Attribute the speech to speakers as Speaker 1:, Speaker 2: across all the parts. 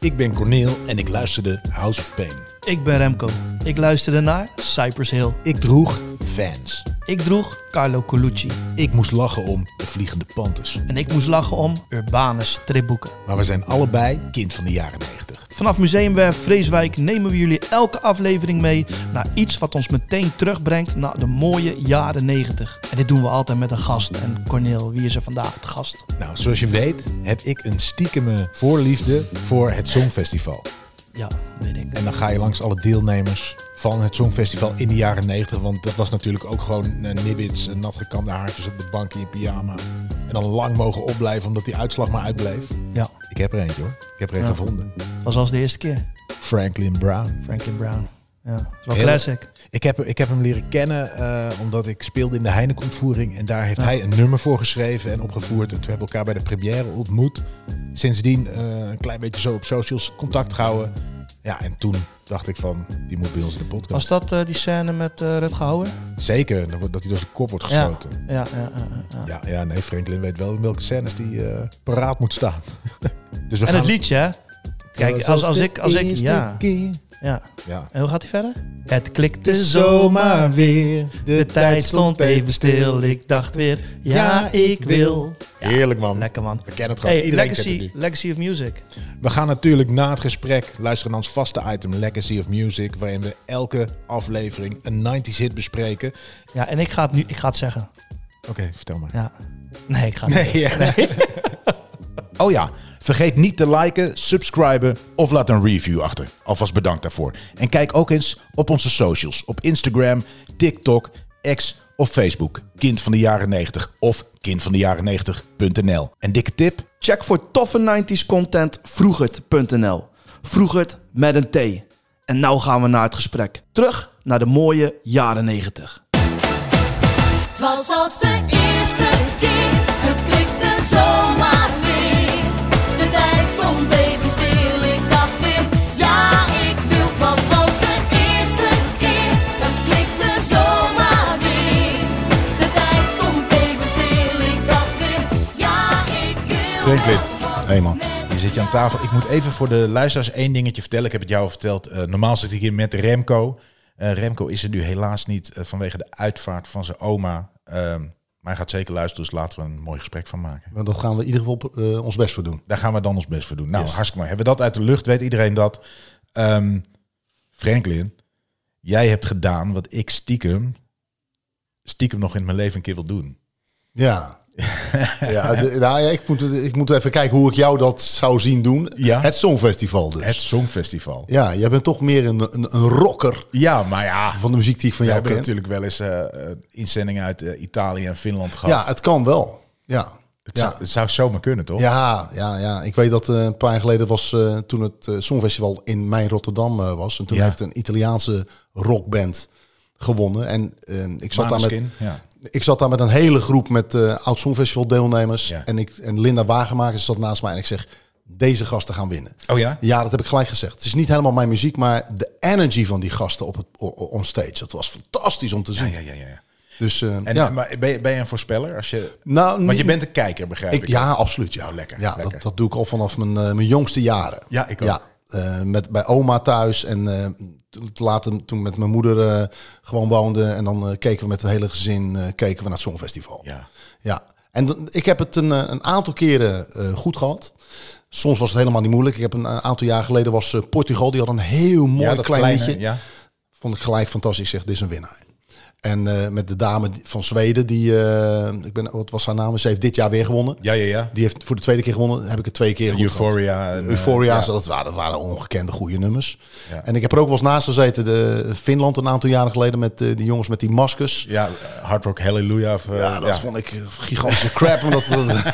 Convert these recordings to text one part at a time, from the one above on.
Speaker 1: Ik ben Corneel en ik luisterde House of Pain.
Speaker 2: Ik ben Remco. Ik luisterde naar Cypress Hill.
Speaker 1: Ik droeg Vans.
Speaker 2: Ik droeg Carlo Colucci.
Speaker 1: Ik moest lachen om De Vliegende Panthers.
Speaker 2: En ik moest lachen om urbane stripboeken.
Speaker 1: Maar we zijn allebei kind van de jaren 90.
Speaker 2: Vanaf Museumwerf Vreeswijk nemen we jullie elke aflevering mee naar iets wat ons meteen terugbrengt naar de mooie jaren 90. En dit doen we altijd met een gast. En Corneel, wie is er vandaag de gast?
Speaker 1: Nou, zoals je weet heb ik een stiekeme voorliefde voor het Songfestival.
Speaker 2: Ja, weet ik.
Speaker 1: En dan ga je langs alle deelnemers van het Songfestival in de jaren 90. Want dat was natuurlijk ook gewoon eh, nibbits, eh, natgekamde haartjes op de bank in je pyjama. En dan lang mogen opblijven omdat die uitslag maar uitbleef.
Speaker 2: Ja,
Speaker 1: Ik heb er eentje hoor. Ik heb er een
Speaker 2: Ja.
Speaker 1: gevonden.
Speaker 2: was als de eerste keer.
Speaker 1: Franklin Brown.
Speaker 2: Franklin Brown. Ja, dat is wel
Speaker 1: Heel-
Speaker 2: classic.
Speaker 1: Ik heb, ik heb hem leren kennen eh, omdat ik speelde in de Heineken-ontvoering. En daar heeft
Speaker 2: Ja.
Speaker 1: hij een nummer voor geschreven en opgevoerd. En toen hebben we elkaar bij de première ontmoet. Sindsdien eh, een klein beetje zo op socials contact gehouden. Ja, en toen dacht ik van, die moet bij ons in de podcast.
Speaker 2: Was dat eh, die scène met eh Rutger Hauer?
Speaker 1: Zeker, dat wordt- dat hij door zijn kop wordt geschoten. Ja.
Speaker 2: Ja, ja, ja, ja, ja.
Speaker 1: Ja, nee, Franklin weet wel in welke scènes die eh, paraat moet staan. dus we
Speaker 2: En het liedje, hè? Kijk, als, als ik... Als ik ja, ja.
Speaker 1: Ja.
Speaker 2: En hoe gaat die verder? Het klikte
Speaker 1: Zomaar weer,
Speaker 2: De tijd stond even stil. Ik dacht weer, ja, ik wil. Ja,
Speaker 1: Heerlijk man.
Speaker 2: Lekker man.
Speaker 1: We kennen het gewoon.
Speaker 2: Hey,
Speaker 1: Iedereen kent
Speaker 2: legacy,
Speaker 1: het nu.
Speaker 2: legacy of Music.
Speaker 1: We gaan natuurlijk na het gesprek luisteren naar ons vaste item Legacy of Music, waarin we elke aflevering een 90s hit bespreken.
Speaker 2: Ja, en ik ga het nu ik ga het zeggen.
Speaker 1: Oké, vertel maar.
Speaker 2: Ja. Nee, ik ga het
Speaker 1: Nee, ja. Oh ja, vergeet niet te liken, subscriben of laat een review achter. Alvast bedankt daarvoor. En kijk ook eens op onze socials. Op Instagram, TikTok, X of Facebook. Kind van de jaren 90 of kindvandejaren90.nl. En dikke tip?
Speaker 3: Check voor toffe 90s content vroegert.nl. Vroegert met een T. En nou gaan we naar het gesprek. Terug naar de mooie jaren 90.
Speaker 4: Het was als de eerste keer, het klikte zomaar weer. De tijd stond even stil, ik dacht weer, ja ik wil. Het was als de eerste keer, het klikte zomaar weer. De tijd stond even stil, ik dacht weer, ja ik wil.
Speaker 1: Franklin.
Speaker 4: Hey
Speaker 5: man.
Speaker 1: Je zit je aan tafel. Ik moet even voor de luisteraars één dingetje vertellen. Ik heb het jou al verteld. Eh, normaal zit ik hier met Remco. Eh, Remco is er nu helaas niet eh, vanwege de uitvaart van zijn oma. Ehm, maar hij gaat zeker luisteren, dus laten we een mooi gesprek van maken.
Speaker 5: Maar daar gaan we in ieder geval eh, ons best voor doen.
Speaker 1: Daar gaan we dan ons best voor doen. Nou,
Speaker 5: Yes.
Speaker 1: hartstikke mooi. Hebben we dat uit de lucht, weet iedereen dat. Ehm, Franklin, jij hebt gedaan wat ik stiekem, stiekem nog in mijn leven een keer wil doen.
Speaker 5: Ja. ja, de- nou ja ik, moet, het- ik moet even kijken hoe ik jou dat zou zien doen.
Speaker 1: Ja.
Speaker 5: Het Songfestival dus.
Speaker 1: Het Songfestival.
Speaker 5: Ja, jij bent toch meer een, een, een rocker
Speaker 1: Ja, maar ja.
Speaker 5: van de muziek die ik van
Speaker 1: We
Speaker 5: jou
Speaker 1: hebben
Speaker 5: ken.
Speaker 1: natuurlijk wel eens eh, eh, inzendingen uit eh, Italië en Finland gehad.
Speaker 5: Ja, het kan wel. Ja.
Speaker 1: Het,
Speaker 5: Ja.
Speaker 1: zou, het zou zomaar kunnen, toch?
Speaker 5: Ja, ja, ja, ik weet dat eh, een paar jaar geleden was eh, toen het eh, Songfestival in mijn Rotterdam eh, was. En toen
Speaker 1: Ja.
Speaker 5: heeft een Italiaanse rockband gewonnen. En eh, ik zat daar met
Speaker 1: Maneskin, ja.
Speaker 5: ik zat daar met een hele groep met eh oud Songfestival deelnemers.
Speaker 1: Ja.
Speaker 5: En, ik, en Linda Wagenmakers zat naast mij en ik zeg, deze gasten gaan winnen.
Speaker 1: Oh ja?
Speaker 5: Ja, dat heb ik gelijk gezegd. Het is niet helemaal mijn muziek, maar de energy van die gasten op het o- o- onstage. Dat was fantastisch om te zien.
Speaker 1: Ah, Ja, ja, ja. ja, ja.
Speaker 5: Dus eh,
Speaker 1: En,
Speaker 5: ja,
Speaker 1: Maar ben je, ben je een voorspeller? Als je,
Speaker 5: nou,
Speaker 1: want
Speaker 5: niet-
Speaker 1: je bent een kijker, begrijp ik.
Speaker 5: ik, ja, absoluut. Ja,
Speaker 1: Oh, lekker,
Speaker 5: Ja,
Speaker 1: lekker.
Speaker 5: Dat, dat doe ik al vanaf mijn, eh, mijn jongste jaren.
Speaker 1: Ja, ik ook.
Speaker 5: eh, met, bij oma thuis en eh, toen- later toen met mijn moeder eh, gewoon woonde. En dan eh, keken we met het hele gezin eh, keken we naar het Songfestival.
Speaker 1: Ja.
Speaker 5: Ja, en d- ik heb het een, eh, een aantal keren eh, goed gehad. Soms was het helemaal niet moeilijk. Ik heb een eh, aantal jaar geleden was eh, Portugal, die had een heel mooi
Speaker 1: ja, dat
Speaker 5: klein
Speaker 1: kleine,
Speaker 5: liedje.
Speaker 1: Ja.
Speaker 5: Vond ik gelijk fantastisch. Ik Zeg, dit is een winnaar. En eh, met de dame die- van Zweden, die, eh, ik ben, wat was haar naam? Ze heeft dit jaar weer gewonnen.
Speaker 1: ja, ja, ja.
Speaker 5: Die heeft voor de tweede keer gewonnen. Heb ik het twee keer goed gehad.
Speaker 1: Euphoria. en, eh,
Speaker 5: Euphoria,
Speaker 1: ja.
Speaker 5: dat, waren, dat waren ongekende goede nummers.
Speaker 1: Ja.
Speaker 5: En ik heb er ook wel eens naast gezeten, de Finland een aantal jaren geleden, met eh, die jongens met die maskers.
Speaker 1: Ja, Hard Rock Hallelujah. Of, eh,
Speaker 5: Ja, dat vond ik gigantische crap. Omdat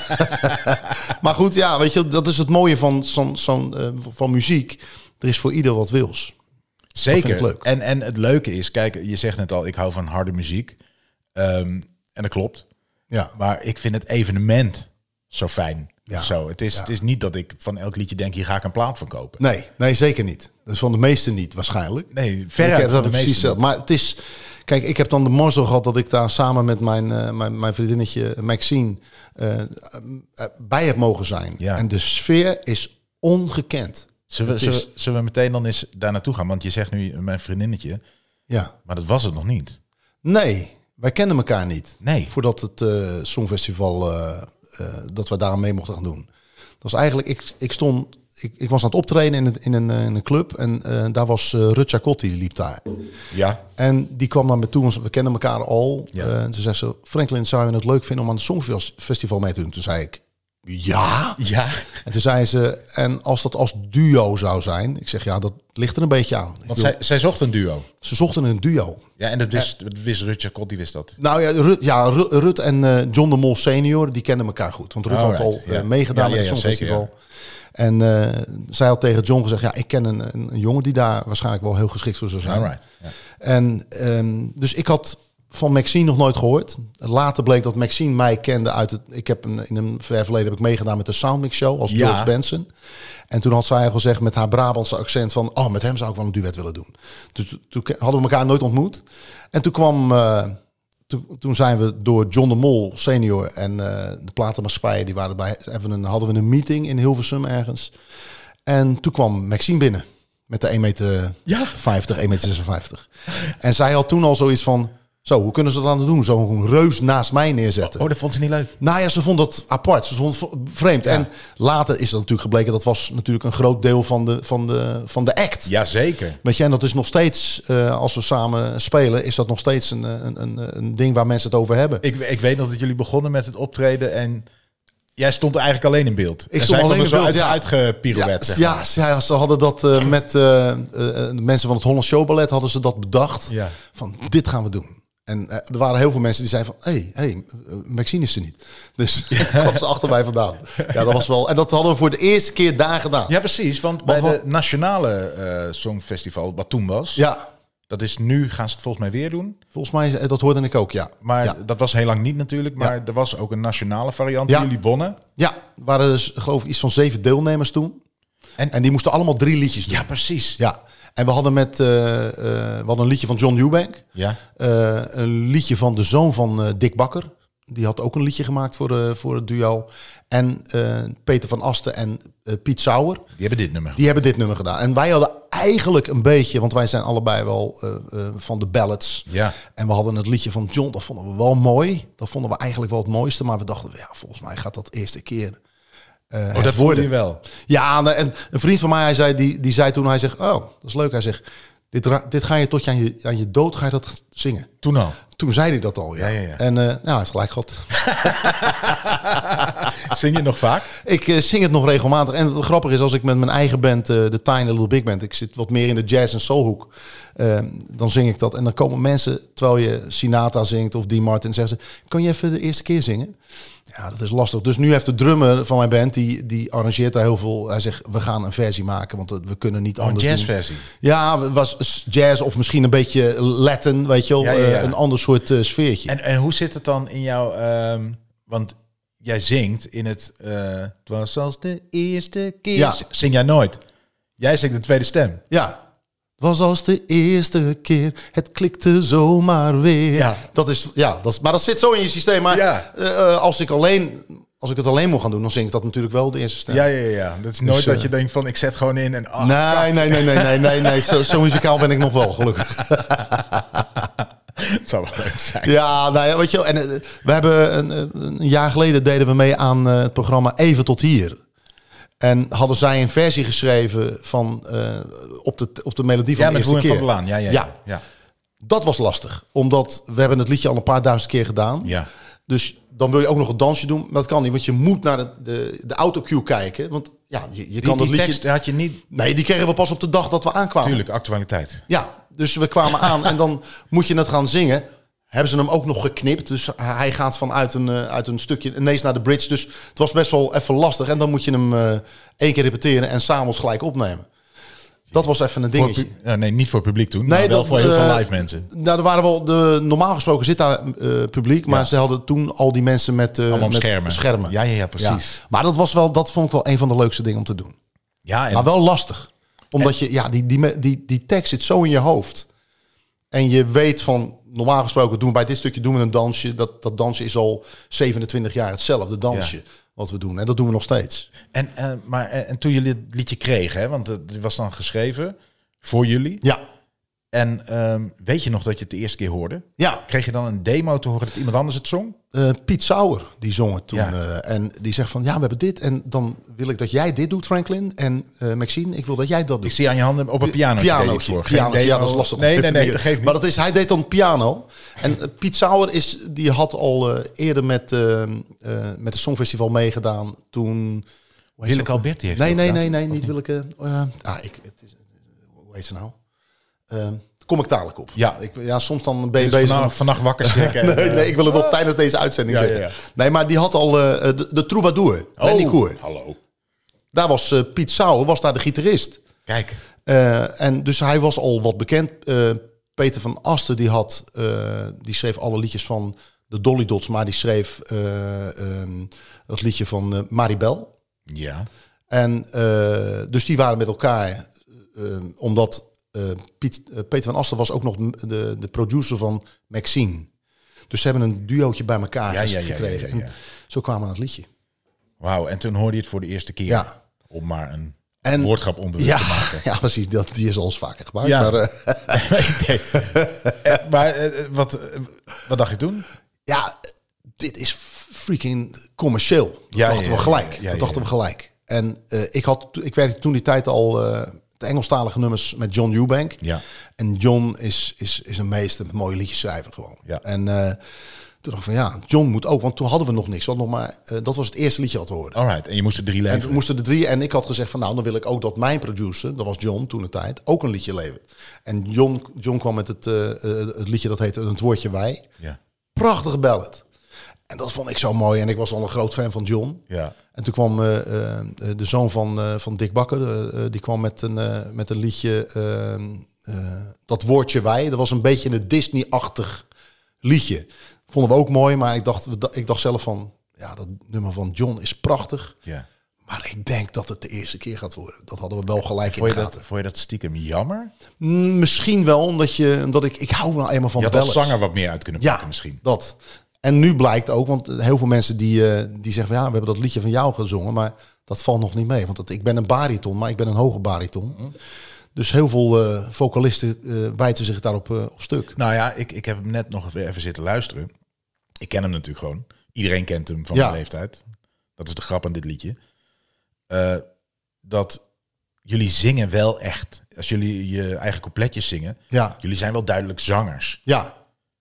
Speaker 5: dat- maar goed, ja, weet je, dat is het mooie van, zo'n zo'n, eh, van muziek. Er is voor ieder wat wils.
Speaker 1: Zeker.
Speaker 5: vind ik leuk.
Speaker 1: En, en het leuke is, kijk, je zegt net al, ik hou van harde muziek. Ehm, en dat klopt.
Speaker 5: Ja,
Speaker 1: Maar ik vind het evenement zo fijn.
Speaker 5: Ja.
Speaker 1: Of zo. Het, is,
Speaker 5: Ja.
Speaker 1: het is niet dat ik van elk liedje denk, hier ga ik een plaat van kopen.
Speaker 5: nee, nee, zeker niet. Dat is van de meesten niet, waarschijnlijk.
Speaker 1: Nee,
Speaker 5: ik
Speaker 1: verre
Speaker 5: heb
Speaker 1: van
Speaker 5: dat
Speaker 1: de
Speaker 5: precies
Speaker 1: meeste.
Speaker 5: zelf. Maar het is, kijk, ik heb dan de mazzel gehad dat ik daar samen met mijn, eh, mijn, mijn vriendinnetje Maxine eh, eh, bij heb mogen zijn.
Speaker 1: Ja.
Speaker 5: En de sfeer is ongekend.
Speaker 1: Zullen we,
Speaker 5: Het is-
Speaker 1: zullen, we- zullen we meteen dan eens daar naartoe gaan? Want je zegt nu eh, mijn vriendinnetje,
Speaker 5: Ja.
Speaker 1: maar dat was het nog niet.
Speaker 5: Nee, wij kenden elkaar niet.
Speaker 1: Nee.
Speaker 5: Voordat het eh, Songfestival, eh, eh, dat we daar aan mee mochten gaan doen. Dat was eigenlijk, ik, ik stond, ik, ik was aan het optreden in, het, in, een, eh, in een club. En eh, daar was eh Rut Jacotti, die liep daar.
Speaker 1: Ja.
Speaker 5: En die kwam naar me toe, want we kenden elkaar al.
Speaker 1: Ja.
Speaker 5: Eh, en ze zei ze, Franklin, zou je het leuk vinden om aan het Songfestival mee te doen? Toen zei ik, ja.
Speaker 1: Ja.
Speaker 5: En toen zei ze, en als dat als duo zou zijn? Ik zeg, ja, dat ligt er een beetje aan. Ik
Speaker 1: Want
Speaker 5: wil-
Speaker 1: zij, zij zocht een duo.
Speaker 5: Ze zochten een duo.
Speaker 1: Ja, en dat wist, dat wist Rutger Kot, die wist dat.
Speaker 5: Nou ja, Rut, ja, Ru- Rut en eh, John de Mol senior, die kenden elkaar goed. Want Rut
Speaker 1: Alright,
Speaker 5: had al eh,
Speaker 1: ja.
Speaker 5: meegedaan
Speaker 1: Ja,
Speaker 5: met
Speaker 1: ja,
Speaker 5: het
Speaker 1: ja, zeker,
Speaker 5: Songfestival. En eh, zij had tegen John gezegd, ja, ik ken een, een, een jongen die daar waarschijnlijk wel heel geschikt voor zou zijn.
Speaker 1: Alright. Ja.
Speaker 5: En ehm, dus ik had van Maxine nog nooit gehoord. Later bleek dat Maxine mij kende uit het. Ik heb een, in een ver verleden heb ik meegedaan met de Soundmix Show als
Speaker 1: Ja.
Speaker 5: George Benson. En toen had zij al gezegd met haar Brabantse accent van, oh, met hem zou ik wel een duet willen doen. Dus toen- toen hadden we elkaar nooit ontmoet. En toen kwam, eh, toen, toen zijn we door John de Mol senior en eh de platenmaatschappij die waren bij, hebben een, hadden we een meeting in Hilversum ergens. En toen kwam Maxine binnen met de 1 meter
Speaker 1: Ja.
Speaker 5: 50, 1 meter 56. En zij had toen al zoiets van, zo, hoe kunnen ze dat aan doen? Zo'n reus naast mij neerzetten.
Speaker 1: Oh, dat vond ze niet leuk.
Speaker 5: Nou ja, ze vond dat apart. Ze vond het vreemd. En later is dat natuurlijk gebleken. Dat was natuurlijk een groot deel van de, van de, van de act.
Speaker 1: Jazeker.
Speaker 5: Weet je, en dat is nog steeds, eh, als we samen spelen, is dat nog steeds een, eh, een, een, een ding waar mensen het over hebben.
Speaker 1: Ik, ik weet nog dat jullie begonnen met het optreden en jij stond eigenlijk alleen in beeld. En
Speaker 5: stond
Speaker 1: zij
Speaker 5: alleen
Speaker 1: kwam er
Speaker 5: in
Speaker 1: zo
Speaker 5: beeld,
Speaker 1: uit,
Speaker 5: ja.
Speaker 1: Uitgepirouet,
Speaker 5: ja,
Speaker 1: zeg maar.
Speaker 5: ja, ze- ja, ze hadden dat eh, met eh, eh, de mensen van het Holland Show Ballet hadden ze dat bedacht.
Speaker 1: Ja.
Speaker 5: Van dit gaan we doen. En eh, er waren heel veel mensen die zeiden van, hey, hey, eh, Maxine is er niet. Dus daar kwam ze achter mij vandaan. Ja, dat was wel. En dat hadden we voor de eerste keer daar gedaan.
Speaker 1: Ja, precies. Want bij
Speaker 5: wat-
Speaker 1: het nationale eh, songfestival, wat toen was,
Speaker 5: ja.
Speaker 1: dat is nu, gaan ze het volgens mij weer doen.
Speaker 5: Volgens mij, is- dat hoorde ik ook, ja.
Speaker 1: Maar
Speaker 5: ja,
Speaker 1: dat was heel lang niet natuurlijk. Maar er was ook een nationale variant
Speaker 5: Ja.
Speaker 1: die jullie wonnen.
Speaker 5: ja er waren dus, geloof ik iets van zeven deelnemers toen.
Speaker 1: En-
Speaker 5: En, die moesten allemaal drie liedjes doen.
Speaker 1: Ja,
Speaker 5: Ja.
Speaker 1: precies.
Speaker 5: En we hadden, met, eh, eh, we hadden een liedje van John Eubank.
Speaker 1: Ja.
Speaker 5: Eh, een liedje van de zoon van eh, Dick Bakker. Die had ook een liedje gemaakt voor, eh, voor het duo. En eh, Peter van Asten en eh, Piet Sauer.
Speaker 1: Die hebben dit nummer.
Speaker 5: Die hebben dit nummer gedaan. En wij hadden eigenlijk een beetje, want wij zijn allebei wel eh, eh, van de ballads.
Speaker 1: Ja.
Speaker 5: En we hadden het liedje van John, dat vonden we wel mooi. Dat vonden we eigenlijk wel het mooiste. Maar we dachten, ja, volgens mij gaat dat eerste keer. eh,
Speaker 1: Oh, dat
Speaker 5: het
Speaker 1: hoorde
Speaker 5: worden.
Speaker 1: je wel.
Speaker 5: Ja, en- en een vriend van mij, hij zei, die, die zei toen, hij zegt, oh, dat is leuk. Hij zegt, dit, ra- dit ga je tot je aan, je aan je dood, ga je dat zingen.
Speaker 1: Toen al.
Speaker 5: Toen zei hij dat al, ja.
Speaker 1: Ja, ja, ja.
Speaker 5: En eh, nou, hij heeft gelijk gehad.
Speaker 1: Zing je nog vaak?
Speaker 5: Ik eh, zing het nog regelmatig. En wat grappig is, als ik met mijn eigen band, eh, de Tiny Little Big Band, ik zit wat meer in de jazz en soulhoek, eh, dan zing ik dat. En dan komen mensen, terwijl je Sinatra zingt of Dean Martin, zeggen ze, kan je even de eerste keer zingen? Ja, dat is lastig. Dus nu heeft de drummer van mijn band, die, die arrangeert daar heel veel. Hij zegt, we gaan een versie maken, want het- we kunnen niet
Speaker 1: Oh, een
Speaker 5: anders doen.
Speaker 1: jazzversie.
Speaker 5: Ja, het was jazz of misschien een beetje Latin, weet je wel.
Speaker 1: Ja, ja, ja.
Speaker 5: eh, een ander soort eh, sfeertje.
Speaker 1: En, en hoe zit het dan in jouw... ehm, want jij zingt in het... eh, het was als de eerste keer.
Speaker 5: Ja.
Speaker 1: Zing jij nooit. Jij zingt de tweede stem.
Speaker 5: Ja. Was als de eerste keer, het klikte zomaar weer.
Speaker 1: Ja.
Speaker 5: dat is, ja dat is, maar dat zit zo in je systeem. Maar
Speaker 1: Ja.
Speaker 5: eh, eh, als, ik alleen, als ik het alleen moet gaan doen, dan zing ik dat natuurlijk wel de eerste stem.
Speaker 1: Ja, ja, ja. Dat is nooit
Speaker 5: Dus,
Speaker 1: dat
Speaker 5: eh,
Speaker 1: je denkt van ik zet gewoon in en... ah,
Speaker 5: Nee, nee, nee, nee, nee, nee, nee. Zo, zo muzikaal ben ik nog wel, gelukkig.
Speaker 1: het zou wel leuk zijn.
Speaker 5: Ja, nou ja, weet je wel. En eh, we hebben een, eh, een jaar geleden deden we mee aan eh, het programma Even tot hier. En hadden zij een versie geschreven van, eh, op, de, op de melodie van
Speaker 1: Ja,
Speaker 5: de
Speaker 1: met
Speaker 5: eerste
Speaker 1: Roer
Speaker 5: keer.
Speaker 1: van der Laan. Ja, ja, ja.
Speaker 5: Ja.
Speaker 1: ja.
Speaker 5: Dat was lastig, omdat we hebben het liedje al een paar duizend keer gedaan.
Speaker 1: ja.
Speaker 5: Dus dan wil je ook nog een dansje doen, maar dat kan niet, want je moet naar de, de, de autocue kijken. Want ja, je, je
Speaker 1: Die,
Speaker 5: kan dat
Speaker 1: die
Speaker 5: liedje...
Speaker 1: tekst had je niet...
Speaker 5: Nee, die kregen we pas op de dag dat we aankwamen.
Speaker 1: Tuurlijk, actualiteit.
Speaker 5: Ja, dus we kwamen aan en dan moet je het gaan zingen. Hebben ze hem ook nog geknipt, dus hij gaat vanuit een, eh, uit een stukje ineens naar de bridge. Dus het was best wel even lastig en dan moet je hem eh, één keer repeteren en s'avonds gelijk opnemen. Dat was even een
Speaker 1: Voor
Speaker 5: dingetje.
Speaker 1: pu- ja, nee, niet voor publiek toen, maar wel
Speaker 5: dat,
Speaker 1: voor heel veel
Speaker 5: eh,
Speaker 1: live mensen.
Speaker 5: Nou, er waren wel de, normaal gesproken zit daar eh, publiek, maar ze hadden toen al die mensen met, eh,
Speaker 1: Allemaal
Speaker 5: met
Speaker 1: schermen. Ja, ja, ja, precies.
Speaker 5: Ja. Maar dat was wel, dat vond ik wel een van de leukste dingen om te doen.
Speaker 1: Ja, en
Speaker 5: Maar wel lastig, omdat je, ja, die, die, me- die, die tekst zit zo in je hoofd. En je weet van, normaal gesproken doen we bij dit stukje doen we een dansje. Dat, dat dansje is al 27 jaar hetzelfde dansje. wat we doen. En dat doen we nog steeds.
Speaker 1: En, eh, maar, eh, en toen jullie het liedje kregen, hè, want het was dan geschreven voor jullie.
Speaker 5: Ja,
Speaker 1: En ehm, weet je nog dat je het de eerste keer hoorde?
Speaker 5: ja.
Speaker 1: Kreeg je dan een demo te horen dat iemand anders het zong?
Speaker 5: Eh, Piet Sauer, die zong het toen.
Speaker 1: Ja.
Speaker 5: eh, en die zegt van, ja, we hebben dit. En dan wil ik dat jij dit doet, Franklin. En eh, Maxine, ik wil dat jij dat
Speaker 1: Ik
Speaker 5: doet.
Speaker 1: zie aan je handen op een piano.
Speaker 5: Pianootje, pianootje, ja, dat is lastig. om
Speaker 1: Nee,
Speaker 5: te
Speaker 1: nee, nee, dat
Speaker 5: definiëren.
Speaker 1: geeft niet.
Speaker 5: Maar dat is, hij deed dan piano. En eh, Piet Sauer is, die had al eh, eerder met, eh, eh, met het Songfestival meegedaan. Toen... hoe heet ze
Speaker 1: Willeke Alberti heeft
Speaker 5: Nee,
Speaker 1: het
Speaker 5: nee,
Speaker 1: ook
Speaker 5: nee,
Speaker 1: gedaan,
Speaker 5: nee, niet Willeke. eh ah, ik, het is, hoe heet ze nou? Ehm, kom ik dadelijk op.
Speaker 1: Ja.
Speaker 5: ik, ja soms dan ben je
Speaker 1: Dus
Speaker 5: bezig.
Speaker 1: vannacht, vannacht wakker schrikken. en,
Speaker 5: Nee,
Speaker 1: eh,
Speaker 5: nee, ik wil het nog tijdens deze uitzending
Speaker 1: Ja, Oh. ja,
Speaker 5: zeggen. Nee, maar die had al eh, de, de troubadour, Lenny Koer.
Speaker 1: hallo.
Speaker 5: Daar was eh, Piet Sauer, was daar de gitarist.
Speaker 1: Kijk,
Speaker 5: Eh, en dus hij was al wat bekend. Eh, Peter van Asten die had, eh, die schreef alle liedjes van de Dolly Dots, maar die schreef eh, ehm, dat liedje van eh, Maribel.
Speaker 1: ja.
Speaker 5: En eh, dus die waren met elkaar, eh, omdat eh, Piet, eh, Peter van Asten was ook nog m- de, de producer van Maxine. Dus ze hebben een duootje bij elkaar
Speaker 1: Ja, ja, ja,
Speaker 5: gekregen.
Speaker 1: ja, ja, ja.
Speaker 5: En zo kwamen we aan het liedje.
Speaker 1: Wauw, en toen hoorde je het voor de eerste keer.
Speaker 5: Ja.
Speaker 1: Om maar een
Speaker 5: En-
Speaker 1: woordgrap onbewust
Speaker 5: Ja,
Speaker 1: te maken.
Speaker 5: ja, precies. Dat, die is al eens vaker gemaakt.
Speaker 1: Ja.
Speaker 5: Maar, eh,
Speaker 1: Nee. Eh, maar eh, wat, eh, wat dacht je toen?
Speaker 5: ja, dit is freaking commercieel. Dat
Speaker 1: Ja,
Speaker 5: dachten
Speaker 1: ja,
Speaker 5: we
Speaker 1: ja,
Speaker 5: gelijk.
Speaker 1: ja, ja,
Speaker 5: dat dachten
Speaker 1: ja.
Speaker 5: we gelijk. En eh, ik, had, ik werkte toen die tijd al eh, de Engelstalige nummers met John Eubank.
Speaker 1: Ja.
Speaker 5: En John is, is, is een meester met mooie liedjes schrijven gewoon.
Speaker 1: Ja.
Speaker 5: En eh, toen dacht ik van ja, John moet ook. Want toen hadden we nog niks. Want nog maar, eh, dat was het eerste liedje dat we hoorden.
Speaker 1: Alright, en je moest er drie
Speaker 5: En
Speaker 1: leveren.
Speaker 5: toen moesten de drie. En ik had gezegd van nou, dan wil ik ook dat mijn producer, dat was John toen de tijd, ook een liedje levert. En John, John kwam met het, eh, eh, het liedje dat heette Het Woordje Wij
Speaker 1: Ja.
Speaker 5: prachtige ballad. En dat vond ik zo mooi. En ik was al een groot fan van John.
Speaker 1: Ja.
Speaker 5: En toen kwam eh, eh, de zoon van, eh, van Dick Bakker, eh, eh, die kwam met een, eh, met een liedje, eh, eh, dat woordje wij. Dat was een beetje een Disney-achtig liedje. Vonden we ook mooi, maar ik dacht, ik dacht zelf van, ja, dat nummer van John is prachtig.
Speaker 1: ja.
Speaker 5: Maar ik denk dat het de eerste keer gaat worden. Dat hadden we wel gelijk in
Speaker 1: Vond,
Speaker 5: de
Speaker 1: je
Speaker 5: gaten.
Speaker 1: dat, vond je dat stiekem jammer?
Speaker 5: Mm, Misschien wel, omdat, je, omdat ik, ik hou nou eenmaal van
Speaker 1: Je had als
Speaker 5: ballads.
Speaker 1: zanger wat meer uit kunnen pakken
Speaker 5: Ja,
Speaker 1: misschien.
Speaker 5: dat. En nu blijkt ook, want heel veel mensen die, eh, die zeggen van ja, we hebben dat liedje van jou gezongen, maar dat valt nog niet mee. Want dat, ik ben een bariton, maar ik ben een hoge bariton. Dus heel veel eh, vocalisten eh wijten zich daarop eh, op stuk.
Speaker 1: Nou ja, ik, ik heb hem net nog weer even zitten luisteren. Ik ken hem natuurlijk gewoon. Iedereen kent hem van
Speaker 5: Ja.
Speaker 1: mijn leeftijd. Dat is de grap aan dit liedje. Eh, dat jullie zingen wel echt. Als jullie je eigen coupletjes zingen,
Speaker 5: Ja,
Speaker 1: jullie zijn wel duidelijk zangers.
Speaker 5: ja,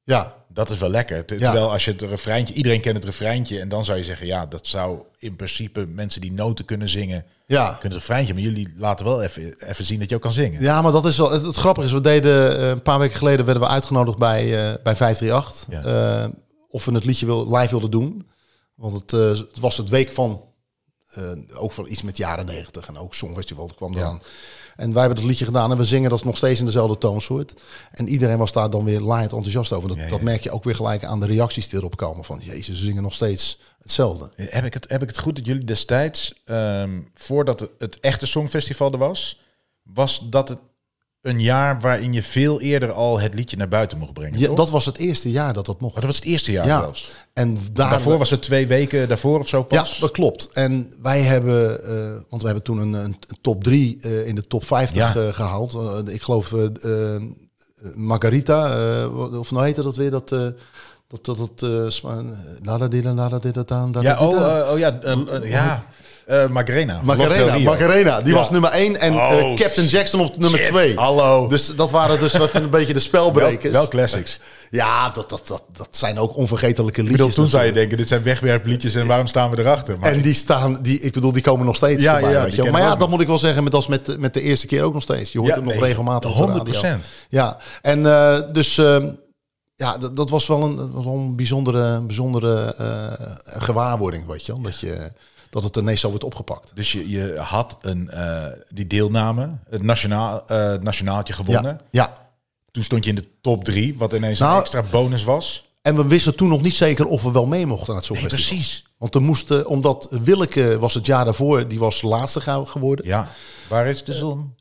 Speaker 5: ja,
Speaker 1: Dat is wel lekker. Te-
Speaker 5: Ja.
Speaker 1: Terwijl als je het refreintje, iedereen kent het refreintje, en dan zou je zeggen, ja, dat zou in principe mensen die noten kunnen zingen,
Speaker 5: ja.
Speaker 1: kunnen het refreintje, maar jullie laten wel even, even zien dat je ook kan zingen.
Speaker 5: Ah. Ja, maar dat is wel. Het, het grappige is, we deden eh, een paar weken geleden werden we uitgenodigd bij, eh, bij 538. eh, of we het liedje wil, live wilden doen. Want het, eh, het was het week van. eh, ook van iets met jaren 90 en ook Songfestival kwam eraan. En wij hebben dat liedje gedaan en we zingen dat nog steeds in dezelfde toonsoort. En iedereen was daar dan weer laaiend enthousiast over. Dat,
Speaker 1: Ja, ja.
Speaker 5: dat merk je ook weer gelijk aan de reacties die erop komen. Van jezus, ze zingen nog steeds hetzelfde.
Speaker 1: Heb ik, het, heb ik het goed dat jullie destijds, ehm, voordat het, het echte Songfestival er was, was dat het een jaar waarin je veel eerder al het liedje naar buiten mocht brengen?
Speaker 5: Ja,
Speaker 1: toch?
Speaker 5: dat was het eerste jaar dat dat mocht.
Speaker 1: Maar dat was het eerste jaar
Speaker 5: Ja,
Speaker 1: zelfs.
Speaker 5: en daar,
Speaker 1: Daarvoor was het twee weken daarvoor of zo pas?
Speaker 5: Ja, dat klopt. En wij hebben, eh, want we hebben toen een, een top 3 in de top 50
Speaker 1: Ja.
Speaker 5: eh, gehaald. Eh, ik geloof eh, eh, Margarita, eh, wat- of nou heette dat weer, dat... eh dat dat dat eh, sma- la da di da la da di da da da
Speaker 1: Ja,
Speaker 5: da
Speaker 1: oh,
Speaker 5: da.
Speaker 1: eh, oh ja, eh, eh, ja. Eh, Macarena. Los
Speaker 5: Macarena,
Speaker 1: Del Rio.
Speaker 5: Macarena, die
Speaker 1: Ja.
Speaker 5: was nummer 1 en eh,
Speaker 1: Oh,
Speaker 5: Captain Jackson op nummer
Speaker 1: shit.
Speaker 5: 2.
Speaker 1: Hallo.
Speaker 5: Dus dat waren dus even een beetje de
Speaker 1: wel,
Speaker 5: spelbrekers.
Speaker 1: wel classics.
Speaker 5: Ja, dat, dat, dat, dat zijn ook onvergetelijke
Speaker 1: Ik
Speaker 5: liedjes.
Speaker 1: bedoel, toen zou je
Speaker 5: natuurlijk.
Speaker 1: denken, dit zijn wegwerpliedjes en waarom staan we erachter? Maar
Speaker 5: En die staan, die, ik bedoel, die komen nog steeds
Speaker 1: Ja,
Speaker 5: voorbij.
Speaker 1: ja,
Speaker 5: weet
Speaker 1: die
Speaker 5: je.
Speaker 1: kennen
Speaker 5: wel. Maar
Speaker 1: we
Speaker 5: ja,
Speaker 1: ook
Speaker 5: dat
Speaker 1: nog.
Speaker 5: moet ik wel zeggen, met als met, met de eerste keer ook nog steeds. Je hoort
Speaker 1: Ja,
Speaker 5: hem nog
Speaker 1: nee,
Speaker 5: regelmatig op de radio.
Speaker 1: 100%.
Speaker 5: Ja, en eh, dus eh, ja, dat, dat was wel een, dat was wel een bijzondere, bijzondere eh, gewaarwording, weet je wel. Dat, je, dat het ineens zo wordt opgepakt.
Speaker 1: Dus je, je had een, eh, die deelname, het nationaal, eh, het nationaaltje gewonnen.
Speaker 5: Ja, ja,
Speaker 1: Toen stond je in de top drie, wat ineens een
Speaker 5: Nou,
Speaker 1: extra bonus was.
Speaker 5: en we wisten toen nog niet zeker of we wel mee mochten aan het Songfestival.
Speaker 1: precies.
Speaker 5: Want er moesten, omdat Willeke was het jaar daarvoor, die was laatste ge- geworden. Ja,
Speaker 1: Ja. Waar is de zon?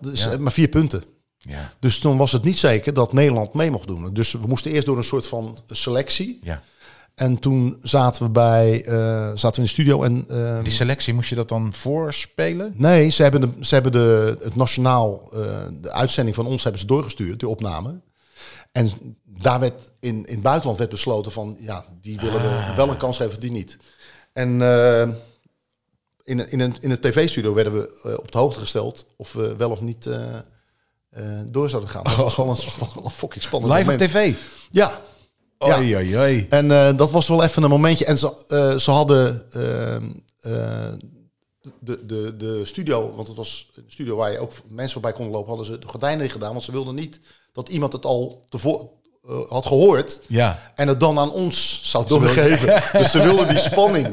Speaker 5: dus,
Speaker 1: Ja.
Speaker 5: eh, maar vier punten.
Speaker 1: Ja.
Speaker 5: Dus toen was het niet zeker dat Nederland mee mocht doen. Dus we moesten eerst door een soort van selectie.
Speaker 1: ja.
Speaker 5: En toen zaten we bij, eh, zaten we in de studio en... eh,
Speaker 1: Die selectie, moest je dat dan voorspelen?
Speaker 5: Nee, ze hebben, de, ze hebben de, het nationaal, eh, de uitzending van ons hebben ze doorgestuurd, de opname. En daar werd in, in het buitenland werd besloten van, ja, die willen we wel een kans geven, die niet. En eh, in, een- in, een, in een tv-studio werden we eh, op de hoogte gesteld of we wel of niet eh, eh, door zouden gaan. Dat was wel een, wel een fucking spannend
Speaker 1: Live op
Speaker 5: moment.
Speaker 1: tv.
Speaker 5: Ja, Ja.
Speaker 1: Oei, oei, oei.
Speaker 5: en eh, dat was wel even een momentje. En ze, eh, ze hadden ehm, eh, de, de, de studio, want het was een studio waar je ook mensen voorbij konden lopen, hadden ze de gordijnen dicht gedaan, want ze wilden niet dat iemand het al tevoren had gehoord
Speaker 1: Ja,
Speaker 5: en het dan aan ons zou doorgeven. dus ze wilden die spanning.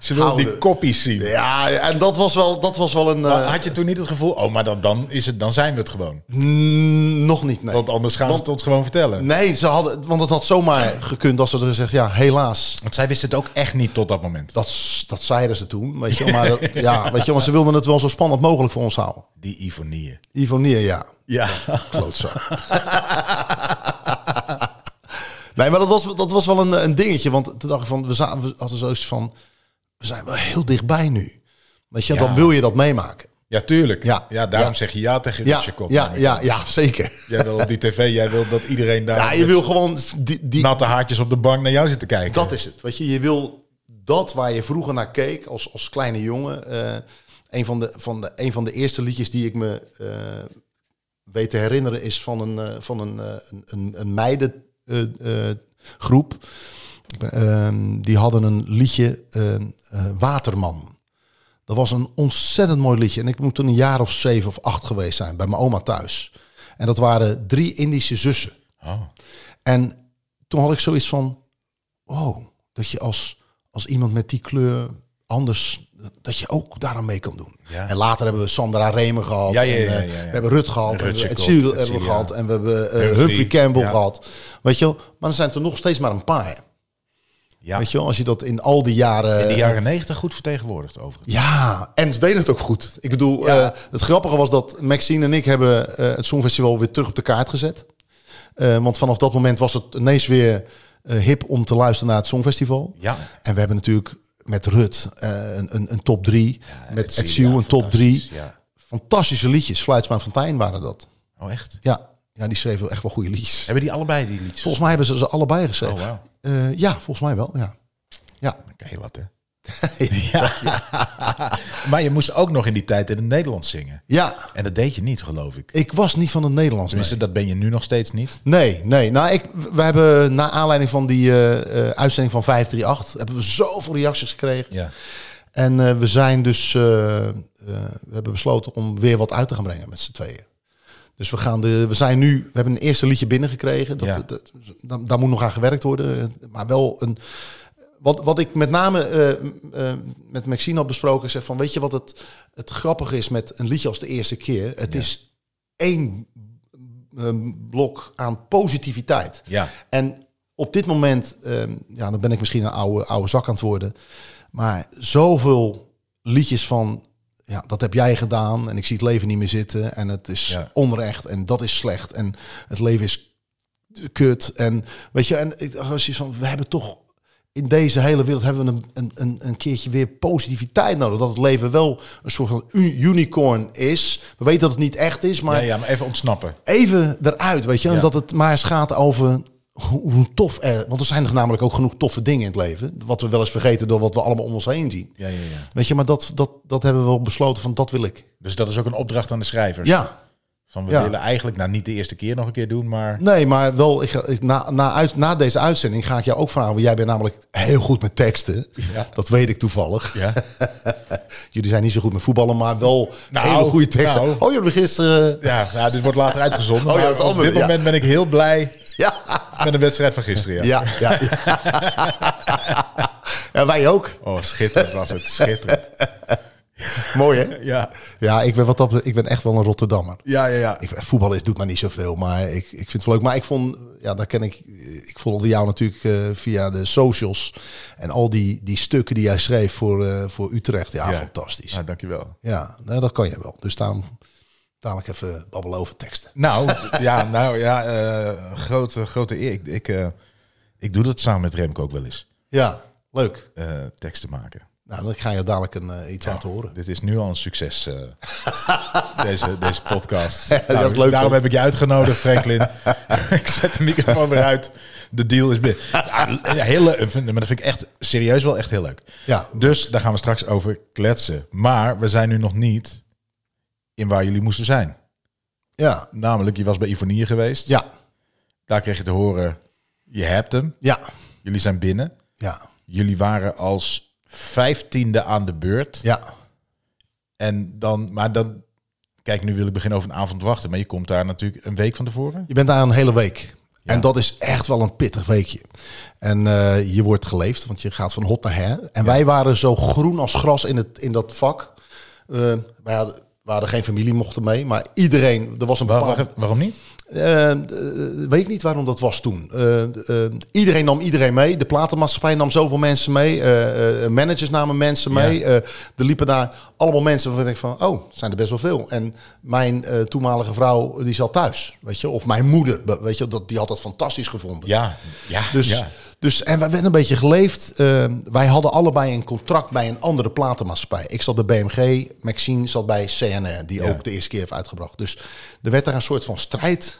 Speaker 1: ze wilden die
Speaker 5: Houden.
Speaker 1: kopies zien.
Speaker 5: Ja, en dat was wel, dat was wel een...
Speaker 1: Maar
Speaker 5: eh,
Speaker 1: had je toen niet het gevoel, oh, maar dan, dan, is het, dan zijn we het gewoon.
Speaker 5: mm, nog niet, nee.
Speaker 1: Want anders gaan ze het ons gewoon vertellen.
Speaker 5: Nee, ze hadden, want het had zomaar gekund als ze er gezegd, ja, helaas,
Speaker 1: Want zij wisten het ook echt niet tot dat moment.
Speaker 5: Dat, s- dat zeiden ze toen, weet je. wel, Maar, dat, ja, weet je, wel, maar ze wilden het wel zo spannend mogelijk voor ons houden.
Speaker 1: Die ivonieën.
Speaker 5: Ivonie, ja.
Speaker 1: Ja.
Speaker 5: Klootzak. nee, maar dat was, dat was wel een, een dingetje. Want toen dacht ik van, we, zaten, we hadden zoiets van... We zijn wel heel dichtbij nu. Weet je,
Speaker 1: Ja.
Speaker 5: dan wil je dat meemaken.
Speaker 1: Ja, tuurlijk.
Speaker 5: Ja.
Speaker 1: daarom
Speaker 5: Ja.
Speaker 1: zeg je ja tegen
Speaker 5: Ja,
Speaker 1: Richard Kop.
Speaker 5: ja, ja, ja, zeker.
Speaker 1: Jij wil op die tv, jij wil dat iedereen daar
Speaker 5: Ja, je
Speaker 1: met
Speaker 5: wil gewoon... Die, die,
Speaker 1: natte haartjes op de bank naar jou zit te kijken.
Speaker 5: Dat is het. Weet je, je wil dat waar je vroeger naar keek als, als kleine jongen. eh, een, van de, van de, een van de eerste liedjes die ik me eh, weet te herinneren is van een, eh, van een, eh, een, een, een eh, meidengroep. Eh, die hadden een liedje eh, eh, Waterman. Dat was een ontzettend mooi liedje. En ik moet toen een jaar of zeven of acht geweest zijn bij mijn oma thuis. En dat waren drie Indische zussen.
Speaker 1: Oh.
Speaker 5: En toen had ik zoiets van, wow, dat je als, als iemand met die kleur anders, dat je ook daaraan mee kan doen.
Speaker 1: Ja.
Speaker 5: En later hebben we Sandra Remer gehad,
Speaker 1: Ja, ja,
Speaker 5: en,
Speaker 1: ja,
Speaker 5: eh,
Speaker 1: ja, ja.
Speaker 5: we hebben Rut gehad,
Speaker 1: En
Speaker 5: en we
Speaker 1: Rutje
Speaker 5: hebben
Speaker 1: Kool,
Speaker 5: Etsil hebben we
Speaker 1: Etsil, ja.
Speaker 5: gehad en we hebben eh,
Speaker 1: Humphrey,
Speaker 5: Humphrey, Campbell
Speaker 1: ja.
Speaker 5: gehad. Weet je wel? Maar er zijn er nog steeds maar een paar.
Speaker 1: Ja.
Speaker 5: Weet je wel? Als je dat in al die jaren...
Speaker 1: In de jaren negentig goed vertegenwoordigd overigens.
Speaker 5: Ja, en ze deden het ook goed. Ik bedoel,
Speaker 1: Ja.
Speaker 5: eh, het grappige was dat Maxine en ik hebben eh, het Songfestival weer terug op de kaart gezet. Eh, want vanaf dat moment was het ineens weer eh, hip om te luisteren naar het Songfestival.
Speaker 1: Ja.
Speaker 5: En we hebben natuurlijk met Rut eh, een, een, een top 3.
Speaker 1: Eh,
Speaker 5: met Etsiel
Speaker 1: ja,
Speaker 5: een top 3.
Speaker 1: fantastisch, Ja.
Speaker 5: Fantastische liedjes. Fluitsma en Fontijn waren dat.
Speaker 1: Oh, echt?
Speaker 5: Ja, ja die schreven echt wel goede liedjes.
Speaker 1: Hebben die allebei die liedjes?
Speaker 5: Volgens mij hebben ze ze allebei geschreven.
Speaker 1: Oh, wauw.
Speaker 5: Eh, ja, volgens mij wel. Ja. Ja.
Speaker 1: Dan kan je wat, hè? ja. maar je moest ook nog in die tijd in het Nederlands zingen.
Speaker 5: ja,
Speaker 1: En dat deed je niet, geloof ik.
Speaker 5: ik was niet van het Nederlands. nee.
Speaker 1: Tenminste, dat ben je nu nog steeds niet.
Speaker 5: Nee, nee. Nou, ik, we hebben na aanleiding van die eh, eh, uitzending van 538 hebben we zoveel reacties gekregen.
Speaker 1: Ja.
Speaker 5: En eh, we zijn dus eh, eh, we hebben besloten om weer wat uit te gaan brengen met z'n tweeën. Dus we gaan de, we zijn nu, we hebben een eerste liedje binnengekregen. Dat,
Speaker 1: Ja.
Speaker 5: dat, dat- daar- daar moet nog aan gewerkt worden. Maar wel een. Wat, wat ik met name eh, m- eh, met Maxine had besproken, ik zeg van weet je wat het, het grappige is met een liedje als de eerste keer? Het
Speaker 1: Ja.
Speaker 5: is één eh, blok aan positiviteit.
Speaker 1: Ja.
Speaker 5: En op dit moment, ehm, ja, dan ben ik misschien een oude, oude zak aan het worden. Maar zoveel liedjes van, ja, dat heb jij gedaan en ik zie het leven niet meer zitten. En het is
Speaker 1: Ja.
Speaker 5: onrecht en dat is slecht en het leven is kut. En weet je, en ik dacht zoiets van, we hebben toch in deze hele wereld hebben we een, een, een, een keertje weer positiviteit nodig. Dat het leven wel een soort van un- unicorn is. We weten dat het niet echt is, maar
Speaker 1: ja, ja, maar even ontsnappen.
Speaker 5: even eruit, weet je. En
Speaker 1: Ja.
Speaker 5: dat het maar eens gaat over hoe, hoe tof er... Want er zijn er namelijk ook genoeg toffe dingen in het leven. Wat we wel eens vergeten door wat we allemaal om ons heen zien.
Speaker 1: Ja, ja, ja.
Speaker 5: Weet je, maar dat, dat, dat hebben we wel besloten van dat wil ik.
Speaker 1: Dus dat is ook een opdracht aan de schrijvers.
Speaker 5: Ja,
Speaker 1: Van we
Speaker 5: Ja.
Speaker 1: willen eigenlijk, nou niet de eerste keer nog een keer doen, maar
Speaker 5: nee, maar wel... Ik, ga- ik- na, na, uit, na deze uitzending ga ik jou ook vragen... want jij bent namelijk heel goed met teksten.
Speaker 1: Ja.
Speaker 5: Dat weet ik toevallig.
Speaker 1: ja.
Speaker 5: Jullie zijn niet zo goed met voetballen, maar wel
Speaker 1: Nou,
Speaker 5: hele goede teksten.
Speaker 1: nou.
Speaker 5: Oh, jullie hebben gisteren...
Speaker 1: Ja, nou, dit wordt later uitgezonden.
Speaker 5: Oh ja,
Speaker 1: maar
Speaker 5: dat is
Speaker 1: op
Speaker 5: andere,
Speaker 1: dit
Speaker 5: ja.
Speaker 1: moment ben ik heel blij
Speaker 5: Ja,
Speaker 1: met een wedstrijd van gisteren. Ja.
Speaker 5: ja, ja. ja. ja wij ook.
Speaker 1: Oh, schitterend was het. Schitterend.
Speaker 5: Mooi, hè?
Speaker 1: Ja,
Speaker 5: Ja, ik ben, wat dat, betreft- ik ben echt wel een Rotterdammer.
Speaker 1: ja, ja. ja.
Speaker 5: Ik, voetbal is, doet mij niet zoveel, maar ik, ik vind het wel leuk. Maar ik vond, ja, daar ken ik, ik volgde jou natuurlijk eh, via de socials. En al die, die stukken die jij schreef voor, eh, voor Utrecht. Ja,
Speaker 1: Ja.
Speaker 5: fantastisch.
Speaker 1: Nou, dankjewel.
Speaker 5: Ja, nou, dat kan je wel. Dus daarom dadelijk even babbelen over teksten.
Speaker 1: Nou, ja, nou ja, eh, grote, grote eer. Ik, ik, eh, ik doe dat samen met Remco ook wel eens.
Speaker 5: Ja, leuk.
Speaker 1: eh, teksten maken.
Speaker 5: Nou, dan ga je dadelijk een, eh, iets laten horen.
Speaker 1: Dit is nu al een succes, eh, deze, deze podcast. Nou,
Speaker 5: is leuk,
Speaker 1: daarom
Speaker 5: hoor.
Speaker 1: heb ik je uitgenodigd, Franklin. ik zet de microfoon weer uit. De deal is binnen. Ja, heel leuk. Vind- Maar dat vind ik echt serieus wel echt heel leuk.
Speaker 5: Ja.
Speaker 1: Dus daar gaan we straks over kletsen. Maar we zijn nu nog niet in waar jullie moesten zijn.
Speaker 5: Ja,
Speaker 1: Namelijk, je was bij Ivonier geweest.
Speaker 5: ja,
Speaker 1: Daar kreeg je te horen, je hebt hem.
Speaker 5: ja,
Speaker 1: Jullie zijn binnen.
Speaker 5: ja,
Speaker 1: Jullie waren als vijftiende aan de beurt.
Speaker 5: ja.
Speaker 1: En dan, maar dan, kijk, nu wil ik beginnen over een avond wachten, maar je komt daar natuurlijk een week van tevoren.
Speaker 5: Je bent daar een hele week. En dat is echt wel een pittig weekje. En eh, je wordt geleefd, want je gaat van hot naar her. En wij waren zo groen als gras in, het, in dat vak. Eh, wij hadden, we hadden geen familie mochten mee, maar iedereen... Er was een
Speaker 1: Waar-
Speaker 5: bepaalde...
Speaker 1: waar- waarom niet?
Speaker 5: Eh, eh, weet ik niet waarom dat was toen. Eh, eh, iedereen nam iedereen mee. De platenmaatschappij nam zoveel mensen mee. Eh, eh, managers namen mensen mee. Eh, er liepen daar allemaal mensen waarvan ik van... oh, het zijn er best wel veel. En mijn eh, toenmalige vrouw, die zat thuis. Weet je? Of mijn moeder, be- weet je? Dat, die had dat fantastisch gevonden.
Speaker 1: Ja, ja,
Speaker 5: Dus,
Speaker 1: ja.
Speaker 5: dus, en wij werden een beetje geleefd. Eh, wij hadden allebei een contract bij een andere platenmaatschappij. Ik zat bij BMG, Maxine zat bij CNN, die
Speaker 1: Ja.
Speaker 5: ook de eerste keer heeft uitgebracht. Dus er werd daar een soort van strijd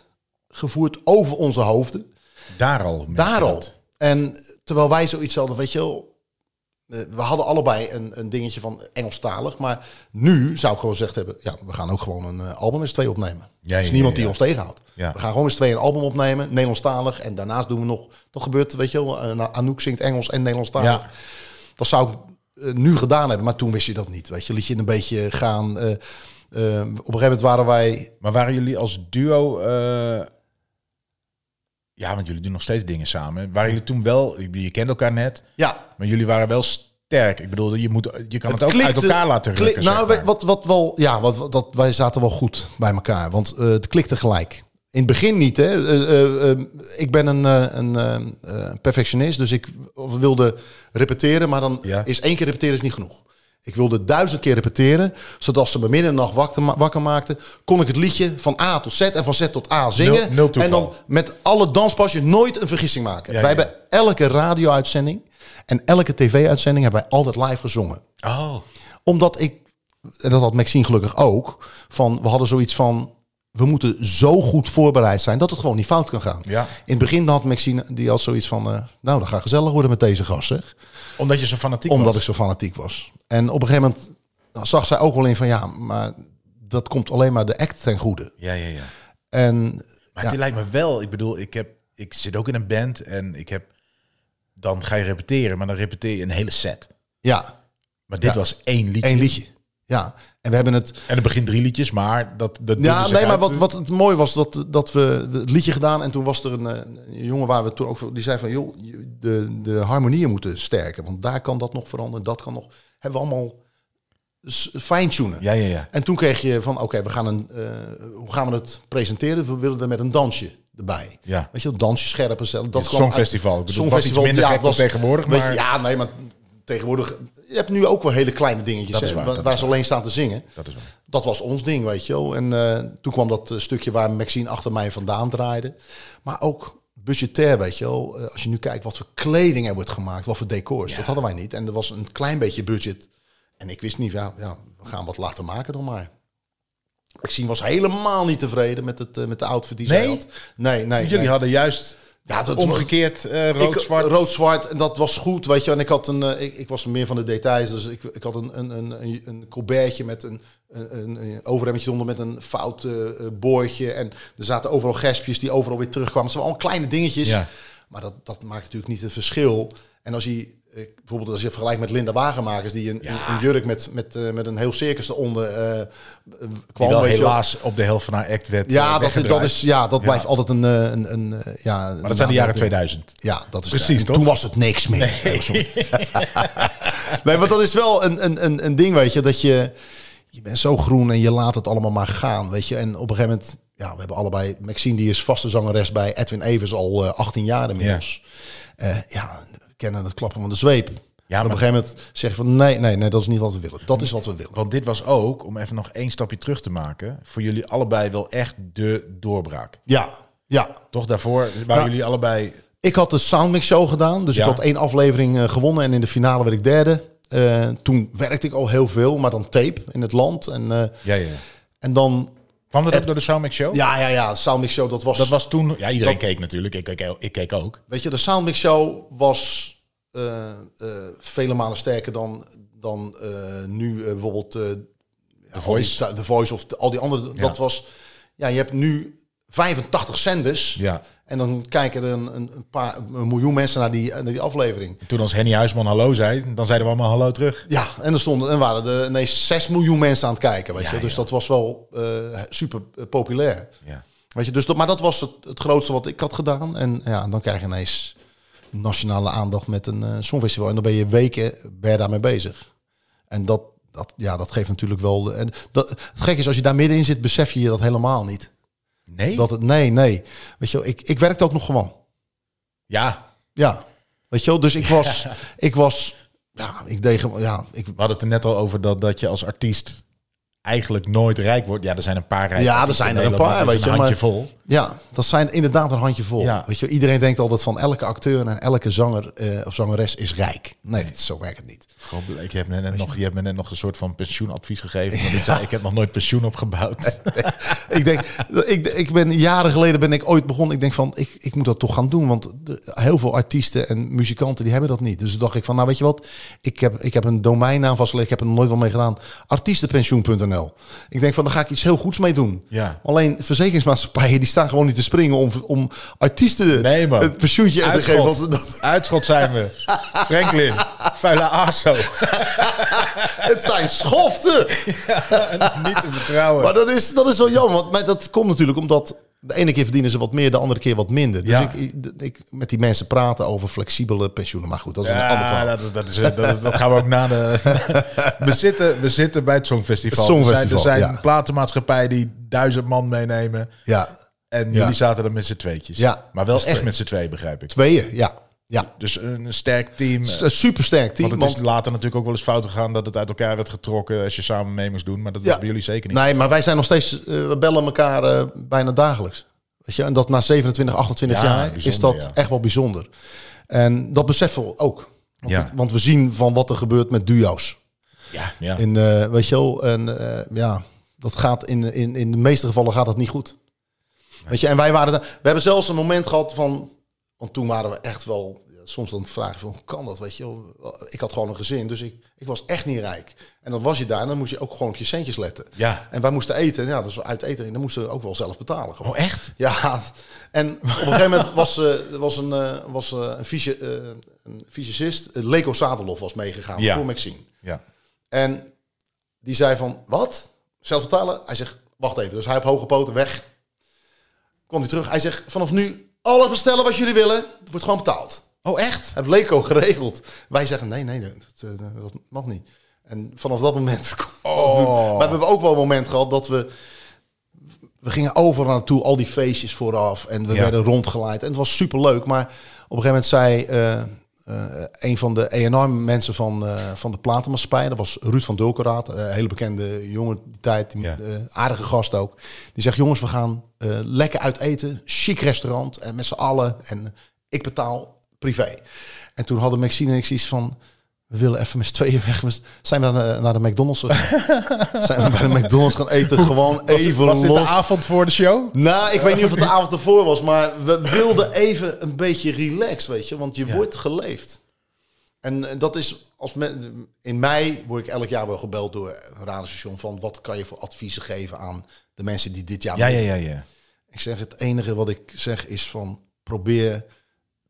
Speaker 5: gevoerd over onze hoofden.
Speaker 1: daar al. merk je
Speaker 5: Daar al.
Speaker 1: dat.
Speaker 5: En terwijl wij zoiets hadden, weet je wel... eh, We hadden allebei een, een dingetje van Engelstalig. Maar nu zou ik gewoon gezegd hebben... ja, we gaan ook gewoon een eh, album eens twee opnemen.
Speaker 1: ja,
Speaker 5: er is
Speaker 1: ja,
Speaker 5: niemand
Speaker 1: ja.
Speaker 5: die ons tegenhoudt.
Speaker 1: Ja.
Speaker 5: We gaan gewoon eens twee een album opnemen. Nederlandstalig. En daarnaast doen we nog... Dat gebeurt, weet je wel... eh, Anouk zingt Engels en Nederlandstalig.
Speaker 1: Ja.
Speaker 5: Dat zou ik eh, nu gedaan hebben. Maar toen wist je dat niet. Weet je, liet je het een beetje gaan... eh, eh, op een gegeven moment waren wij...
Speaker 1: Maar waren jullie als duo, eh, ja, want jullie doen nog steeds dingen samen. Waren jullie toen wel, ik bedoel, je kent elkaar net,
Speaker 5: Ja,
Speaker 1: maar jullie waren wel sterk. Ik bedoel, je, moet, je kan het, ook uit
Speaker 5: klikte-
Speaker 1: elkaar laten
Speaker 5: klik-
Speaker 1: rukken.
Speaker 5: nou,
Speaker 1: zeg maar.
Speaker 5: wat, wat wel, ja, wat, wat- dat, wij zaten wel goed bij elkaar. Want eh, het klikte gelijk. In het begin niet. Hè. Eh, eh, eh, ik ben een, eh, een eh, eh, perfectionist, dus ik w- wilde repeteren. Maar dan
Speaker 1: Ja.
Speaker 5: is één keer repeteren is niet genoeg. Ik wilde duizend keer repeteren, zodat als ze me midden in de nacht wakker, ma- wakker maakten, kon ik het liedje van A tot Z en van Z tot A zingen.
Speaker 1: Nul- nul toeval.
Speaker 5: en dan met alle danspasjes nooit een vergissing maken.
Speaker 1: Ja,
Speaker 5: wij
Speaker 1: ja.
Speaker 5: hebben elke radio-uitzending en elke tv-uitzending hebben wij altijd live gezongen
Speaker 1: Oh,
Speaker 5: omdat ik, en dat had Maxine gelukkig ook, van we hadden zoiets van. We moeten zo goed voorbereid zijn dat het gewoon niet fout kan gaan.
Speaker 1: Ja.
Speaker 5: In het begin had Maxine die had zoiets van, eh, nou, dat gaat gezellig worden met deze gast, zeg.
Speaker 1: omdat je zo fanatiek
Speaker 5: Omdat
Speaker 1: was.
Speaker 5: ik zo fanatiek was. En op een gegeven moment zag zij ook wel in van, ja, maar dat komt alleen maar de act ten goede.
Speaker 1: Ja, ja, ja.
Speaker 5: En
Speaker 1: Maar
Speaker 5: Ja.
Speaker 1: het lijkt me wel, ik bedoel, ik, heb, ik zit ook in een band en ik heb, dan ga je repeteren, maar dan repeteer je een hele set.
Speaker 5: ja,
Speaker 1: Maar dit
Speaker 5: Ja.
Speaker 1: was één liedje.
Speaker 5: één liedje. Ja, en we hebben het
Speaker 1: En het begint drie liedjes, maar dat... dat dubbelde
Speaker 5: Ja,
Speaker 1: zich
Speaker 5: nee, maar
Speaker 1: uit.
Speaker 5: wat, wat het mooi was, dat, dat we het liedje gedaan en toen was er een, eh, een jongen waar we toen ook voor- die zei van, joh, de, de harmonieën moeten sterken, want daar kan dat nog veranderen, dat kan nog, hebben we allemaal s- fine-tunen.
Speaker 1: Ja, ja, ja.
Speaker 5: En toen kreeg je van, oké, we gaan een, eh, hoe gaan we het presenteren? We willen er met een dansje erbij.
Speaker 1: Ja.
Speaker 5: Weet je, wel, dansje scherpen stellen. Dat
Speaker 1: Het
Speaker 5: kwam uit-
Speaker 1: Songfestival. Ik bedoel, het was iets minder gek dan tegenwoordig,
Speaker 5: weet je,
Speaker 1: maar-
Speaker 5: Ja, nee, maar tegenwoordig, je hebt nu ook wel hele kleine dingetjes,
Speaker 1: Dat is
Speaker 5: hè,
Speaker 1: waar,
Speaker 5: waar,
Speaker 1: dat
Speaker 5: waar
Speaker 1: is
Speaker 5: ze alleen staan te zingen
Speaker 1: Dat is waar.
Speaker 5: dat was ons ding, weet je wel. En eh, toen kwam dat eh, stukje waar Maxine achter mij vandaan draaide. Maar ook budgetair, weet je wel. Eh, als je nu kijkt wat voor kleding er wordt gemaakt, wat voor decors. Dat hadden wij niet. En er was een klein beetje budget. En ik wist niet, ja, ja we gaan wat laten maken dan maar. Maxine was helemaal niet tevreden met, het, eh, met de outfit die zij
Speaker 1: Nee?
Speaker 5: had. Nee, nee.
Speaker 1: Jullie
Speaker 5: nee.
Speaker 1: hadden juist
Speaker 5: Ja, dat-
Speaker 1: omgekeerd eh, rood-zwart.
Speaker 5: Ik- Rood-zwart, en dat was goed, weet je. En ik had een, eh, ik, ik was meer van de details, dus ik, ik had een, een, een, een- een colbertje met een, een, een- een overhemdje onder met een fout eh, eh, boordje. En er zaten overal gespjes die overal weer terugkwamen. Het waren allemaal kleine dingetjes,
Speaker 1: Ja.
Speaker 5: maar dat, dat maakt natuurlijk niet het verschil. En als je, eh, bijvoorbeeld als je het vergelijkt met Linda Wagenmakers, die een, een, een jurk met, met, eh, met een heel circus eronder eh,
Speaker 1: Die
Speaker 5: kwam.
Speaker 1: wel
Speaker 5: weet je wel.
Speaker 1: helaas op de helft van haar act werd
Speaker 5: Ja,
Speaker 1: eh,
Speaker 5: dat, is- dat,
Speaker 1: weggedraaid.
Speaker 5: is, ja, dat
Speaker 1: Ja.
Speaker 5: blijft altijd een... eh, een, een eh, ja,
Speaker 1: Maar dat zijn de jaren 2000.
Speaker 5: ja, dat is
Speaker 1: Precies,
Speaker 5: en
Speaker 1: toch?
Speaker 5: Toen was het niks meer. Nee, maar dat is wel een, een, een, een ding, weet je, dat je je bent zo groen en je laat het allemaal maar gaan, weet je. En op een gegeven moment, ja, we hebben allebei Maxine die is vaste zangeres bij Edwin Evers al eh, 18 jaar inmiddels. Ja, ja we kennen het klappen van de zweep. Ja,
Speaker 1: maar-
Speaker 5: op een gegeven moment zeg je van nee, nee, nee, dat is niet wat we willen. Dat is wat we willen.
Speaker 1: Want dit was ook, om even nog één stapje terug te maken, voor jullie allebei wel echt de doorbraak.
Speaker 5: Ja, ja.
Speaker 1: Toch daarvoor waren
Speaker 5: Ja.
Speaker 1: jullie allebei
Speaker 5: Ik had de Soundmix Show gedaan. Dus
Speaker 1: Ja.
Speaker 5: ik had één aflevering eh, gewonnen. En in de finale werd ik derde. Eh, toen werkte ik al heel veel, maar dan tape in het land. En, eh,
Speaker 1: Ja, ja.
Speaker 5: en dan...
Speaker 1: Kwam dat ook door de Soundmix Show?
Speaker 5: Ja, ja, ja. De Soundmix Show, dat was...
Speaker 1: Dat was toen... Ja, iedereen
Speaker 5: Dat-
Speaker 1: keek natuurlijk. Ik keek, ik keek ook.
Speaker 5: Weet je, de Soundmix Show was eh, eh, vele malen sterker dan, dan eh, nu eh, bijvoorbeeld eh, al
Speaker 1: Voice.
Speaker 5: die- The Voice of de- al die andere. Dat was, ja, je hebt nu 85 zenders.
Speaker 1: Ja.
Speaker 5: En dan kijken er een, een, een paar een miljoen mensen naar die, naar die aflevering.
Speaker 1: Toen als Henny Huisman hallo zei, dan zeiden we allemaal hallo terug.
Speaker 5: Ja, en er stonden en waren er ineens 6 miljoen mensen aan het kijken. Weet
Speaker 1: Ja,
Speaker 5: je? Dus
Speaker 1: ja.
Speaker 5: dat was wel eh, super eh, populair.
Speaker 1: Ja.
Speaker 5: Weet je, dus dat, maar dat was het, het grootste wat ik had gedaan. En ja, dan krijg je ineens nationale aandacht met een eh, songfestival. En dan ben je weken ben je daarmee bezig. En dat, dat, ja, dat geeft natuurlijk wel... de- En dat, het gekke is, als je daar middenin zit, besef je je dat helemaal niet.
Speaker 1: Nee?
Speaker 5: Dat het, nee, nee. Weet je wel, ik, ik werkte ook nog gewoon.
Speaker 1: Ja.
Speaker 5: Ja, weet je wel. Dus ik was... Ik was ja, ik deed gewoon- ja, ik,
Speaker 1: We hadden het er net al over dat, dat je als artiest eigenlijk nooit rijk wordt. Ja, er zijn een paar rijke
Speaker 5: Ja, er
Speaker 1: artiesten
Speaker 5: zijn er
Speaker 1: in
Speaker 5: een
Speaker 1: Nederland,
Speaker 5: paar,
Speaker 1: maar het is
Speaker 5: weet
Speaker 1: een
Speaker 5: je,
Speaker 1: handjevol.
Speaker 5: Ja, dat zijn inderdaad een handjevol.
Speaker 1: Ja.
Speaker 5: Weet je, iedereen denkt altijd van elke acteur en elke zanger eh, of zangeres is rijk. Nee, dat, zo werkt het niet.
Speaker 1: Gewoon bl- Ik heb me net nog, je hebt me net nog een soort van pensioenadvies gegeven. want ik zei, ik heb nog nooit pensioen opgebouwd.
Speaker 5: ik denk, ik, ik ben jaren geleden ben ik ooit begonnen. Ik denk van, ik, ik moet dat toch gaan doen. Want de- heel veel artiesten en muzikanten die hebben dat niet. Dus toen dacht ik van, nou weet je wat, ik heb, ik heb een domeinnaam vastgelegd. Ik heb er nooit wel mee gedaan. Artiestenpensioen.nl. Ik denk van, daar ga ik iets heel goeds mee doen.
Speaker 1: Ja.
Speaker 5: Alleen verzekeringsmaatschappijen die staan gewoon niet te springen om, om artiesten
Speaker 1: Nee, man.
Speaker 5: het pensioentje te geven. Want dat,
Speaker 1: Uitschot zijn we. Franklin. Vuile aso.
Speaker 5: Het zijn schoften.
Speaker 1: Niet te vertrouwen.
Speaker 5: Maar dat is, dat is wel jammer. Want maar dat komt natuurlijk omdat de ene keer verdienen ze wat meer, de andere keer wat minder. Dus
Speaker 1: Ja.
Speaker 5: ik, ik, ik- met die mensen praten over flexibele pensioenen. Maar goed, dat is een ander
Speaker 1: Ja,
Speaker 5: verhaal.
Speaker 1: dat, dat, is, dat, dat gaan we ook na de... We zitten, we zitten bij het Songfestival.
Speaker 5: Het Songfestival,
Speaker 1: er zijn, er zijn
Speaker 5: ja.
Speaker 1: platenmaatschappijen die duizend man meenemen.
Speaker 5: Ja,
Speaker 1: En
Speaker 5: Ja.
Speaker 1: jullie zaten er met z'n tweetjes.
Speaker 5: Ja,
Speaker 1: maar wel
Speaker 5: dus
Speaker 1: echt
Speaker 5: twee.
Speaker 1: met z'n twee, begrijp ik.
Speaker 5: tweeën, ja. ja.
Speaker 1: Dus een sterk team. eh,
Speaker 5: Een supersterk team.
Speaker 1: want het is later natuurlijk ook wel eens fout gegaan dat het uit elkaar werd getrokken als je samen mee moest doen. Maar dat was bij jullie zeker niet.
Speaker 5: Nee, maar wij zijn nog steeds, eh, we bellen elkaar eh, bijna dagelijks. Weet je, en dat na 27, 28
Speaker 1: Ja,
Speaker 5: jaar is
Speaker 1: bijzonder,
Speaker 5: dat
Speaker 1: ja.
Speaker 5: echt wel bijzonder. En dat beseffen we ook. Want,
Speaker 1: Ja.
Speaker 5: ik- want we zien van wat er gebeurt met duo's.
Speaker 1: Ja, ja.
Speaker 5: In, eh, weet je wel, en eh, ja, dat gaat in, in, in de meeste gevallen gaat dat niet goed. Weet je, en wij waren daar, we hebben zelfs een moment gehad van, want toen waren we echt wel, ja, soms dan vraag je van, hoe kan dat, weet je wel? Ik had gewoon een gezin, dus ik, ik was echt niet rijk. En dan was je daar en dan moest je ook gewoon op je centjes letten.
Speaker 1: Ja.
Speaker 5: En wij moesten eten, en ja, dus uit eten, en dan moesten we ook wel zelf betalen. Gewoon.
Speaker 1: Oh, echt?
Speaker 5: Ja, en op een gegeven moment was, eh, er was een, eh, was eh, een, fysi- eh, een fysicist, eh, Leko Sadeloff was meegegaan
Speaker 1: Ja.
Speaker 5: voor Maxine.
Speaker 1: Ja.
Speaker 5: En die zei van, wat? Zelf betalen? Hij zegt, wacht even. Dus hij op hoge poten weg. Kwam hij terug. Hij zegt, vanaf nu alles bestellen wat jullie willen. Het wordt gewoon betaald.
Speaker 1: Oh, echt?
Speaker 5: Heb Leco geregeld. Wij zeggen, nee, nee, nee dat, eh, dat mag niet. En vanaf dat moment kon we dat doen.
Speaker 1: Oh.
Speaker 5: Maar we hebben ook wel een moment gehad dat we... We gingen overal naartoe, al die feestjes vooraf. En we
Speaker 1: Ja.
Speaker 5: werden rondgeleid. En het was superleuk. Maar op een gegeven moment zei eh, eh, een van de ENR-mensen van, eh, van de platenmaatschappij... dat was Ruud van Dulkeraad, een hele bekende jongen die tijd. die,
Speaker 1: Ja.
Speaker 5: eh, aardige gast ook. Die zegt, jongens, we gaan eh, lekker uit eten. Chic restaurant en met z'n allen. En eh, ik betaal privé. En toen hadden Maxine en ik zoiets van... We willen even met z'n tweeën weg. We Zijn we naar de, naar de McDonald's gegaan? Zijn we bij de McDonald's gaan eten? Gewoon even
Speaker 1: was dit
Speaker 5: los.
Speaker 1: de avond voor de show?
Speaker 5: Nou, ik weet niet of het de avond ervoor was, maar we wilden even een beetje relaxed, weet je, want je wordt geleefd. En eh, dat is als men, in mei word ik elk jaar wel gebeld door een radiostation van wat kan je voor adviezen geven aan de mensen die dit jaar.
Speaker 1: Ja, ja,
Speaker 5: meedoen.
Speaker 1: ja, ja.
Speaker 5: Ik zeg het enige wat ik zeg is van probeer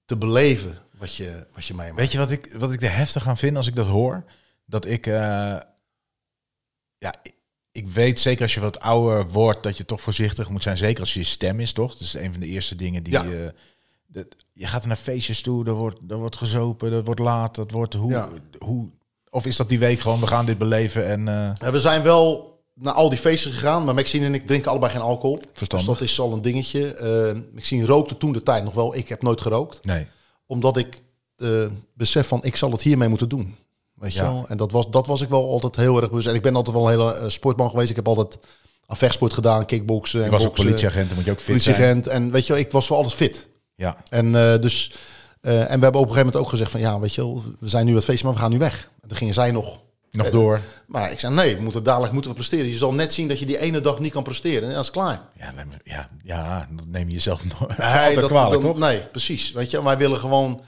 Speaker 5: te beleven wat je wat je meemaakt.
Speaker 1: Weet je wat ik, wat ik er heftig aan vind als ik dat hoor? Dat ik... eh, ja, ik, ik weet zeker als je wat ouder wordt dat je toch voorzichtig moet zijn. Zeker als je stem is, toch? Dat is een van de eerste dingen die...
Speaker 5: Ja.
Speaker 1: je- dat, je gaat naar feestjes toe, er wordt, er wordt gezopen, dat wordt laat, dat wordt... Hoe,
Speaker 5: Ja.
Speaker 1: hoe, of is dat die week gewoon, we gaan dit beleven en... eh,
Speaker 5: Ja, Nou, we zijn wel naar al die feesten gegaan, maar Maxine en ik drinken allebei geen alcohol.
Speaker 1: Verstandig.
Speaker 5: Dus dat is al een dingetje. Eh Maxine rookte toen de tijd nog wel. Ik heb nooit gerookt.
Speaker 1: nee.
Speaker 5: omdat ik eh, besef van ik zal het hiermee moeten doen. Weet je
Speaker 1: Ja.
Speaker 5: wel? En dat was, dat was ik wel altijd heel erg bewust. En ik ben altijd wel een hele eh, sportman geweest. Ik heb altijd aan vechtsport gedaan, kickboksen.
Speaker 1: Je
Speaker 5: en
Speaker 1: was ook
Speaker 5: boksen,
Speaker 1: politieagent, dan moet je ook fit zijn.
Speaker 5: politieagent. En weet je wel, ik was wel altijd fit.
Speaker 1: Ja,
Speaker 5: En, eh, dus, eh, en we hebben op een gegeven moment ook gezegd van ja, weet je wel, we zijn nu het feestje, maar we gaan nu weg. En toen gingen zij nog.
Speaker 1: nog door.
Speaker 5: Maar ik zei nee, we moeten, dadelijk moeten we presteren. Je zal net zien dat je die ene dag niet kan presteren. En dat is klaar.
Speaker 1: Ja, neem- ja, ja, dat neem je jezelf nog
Speaker 5: Nee,
Speaker 1: altijd
Speaker 5: dat-
Speaker 1: kwalijk,
Speaker 5: dat-
Speaker 1: toch?
Speaker 5: Nee, precies. Weet je, wij willen gewoon,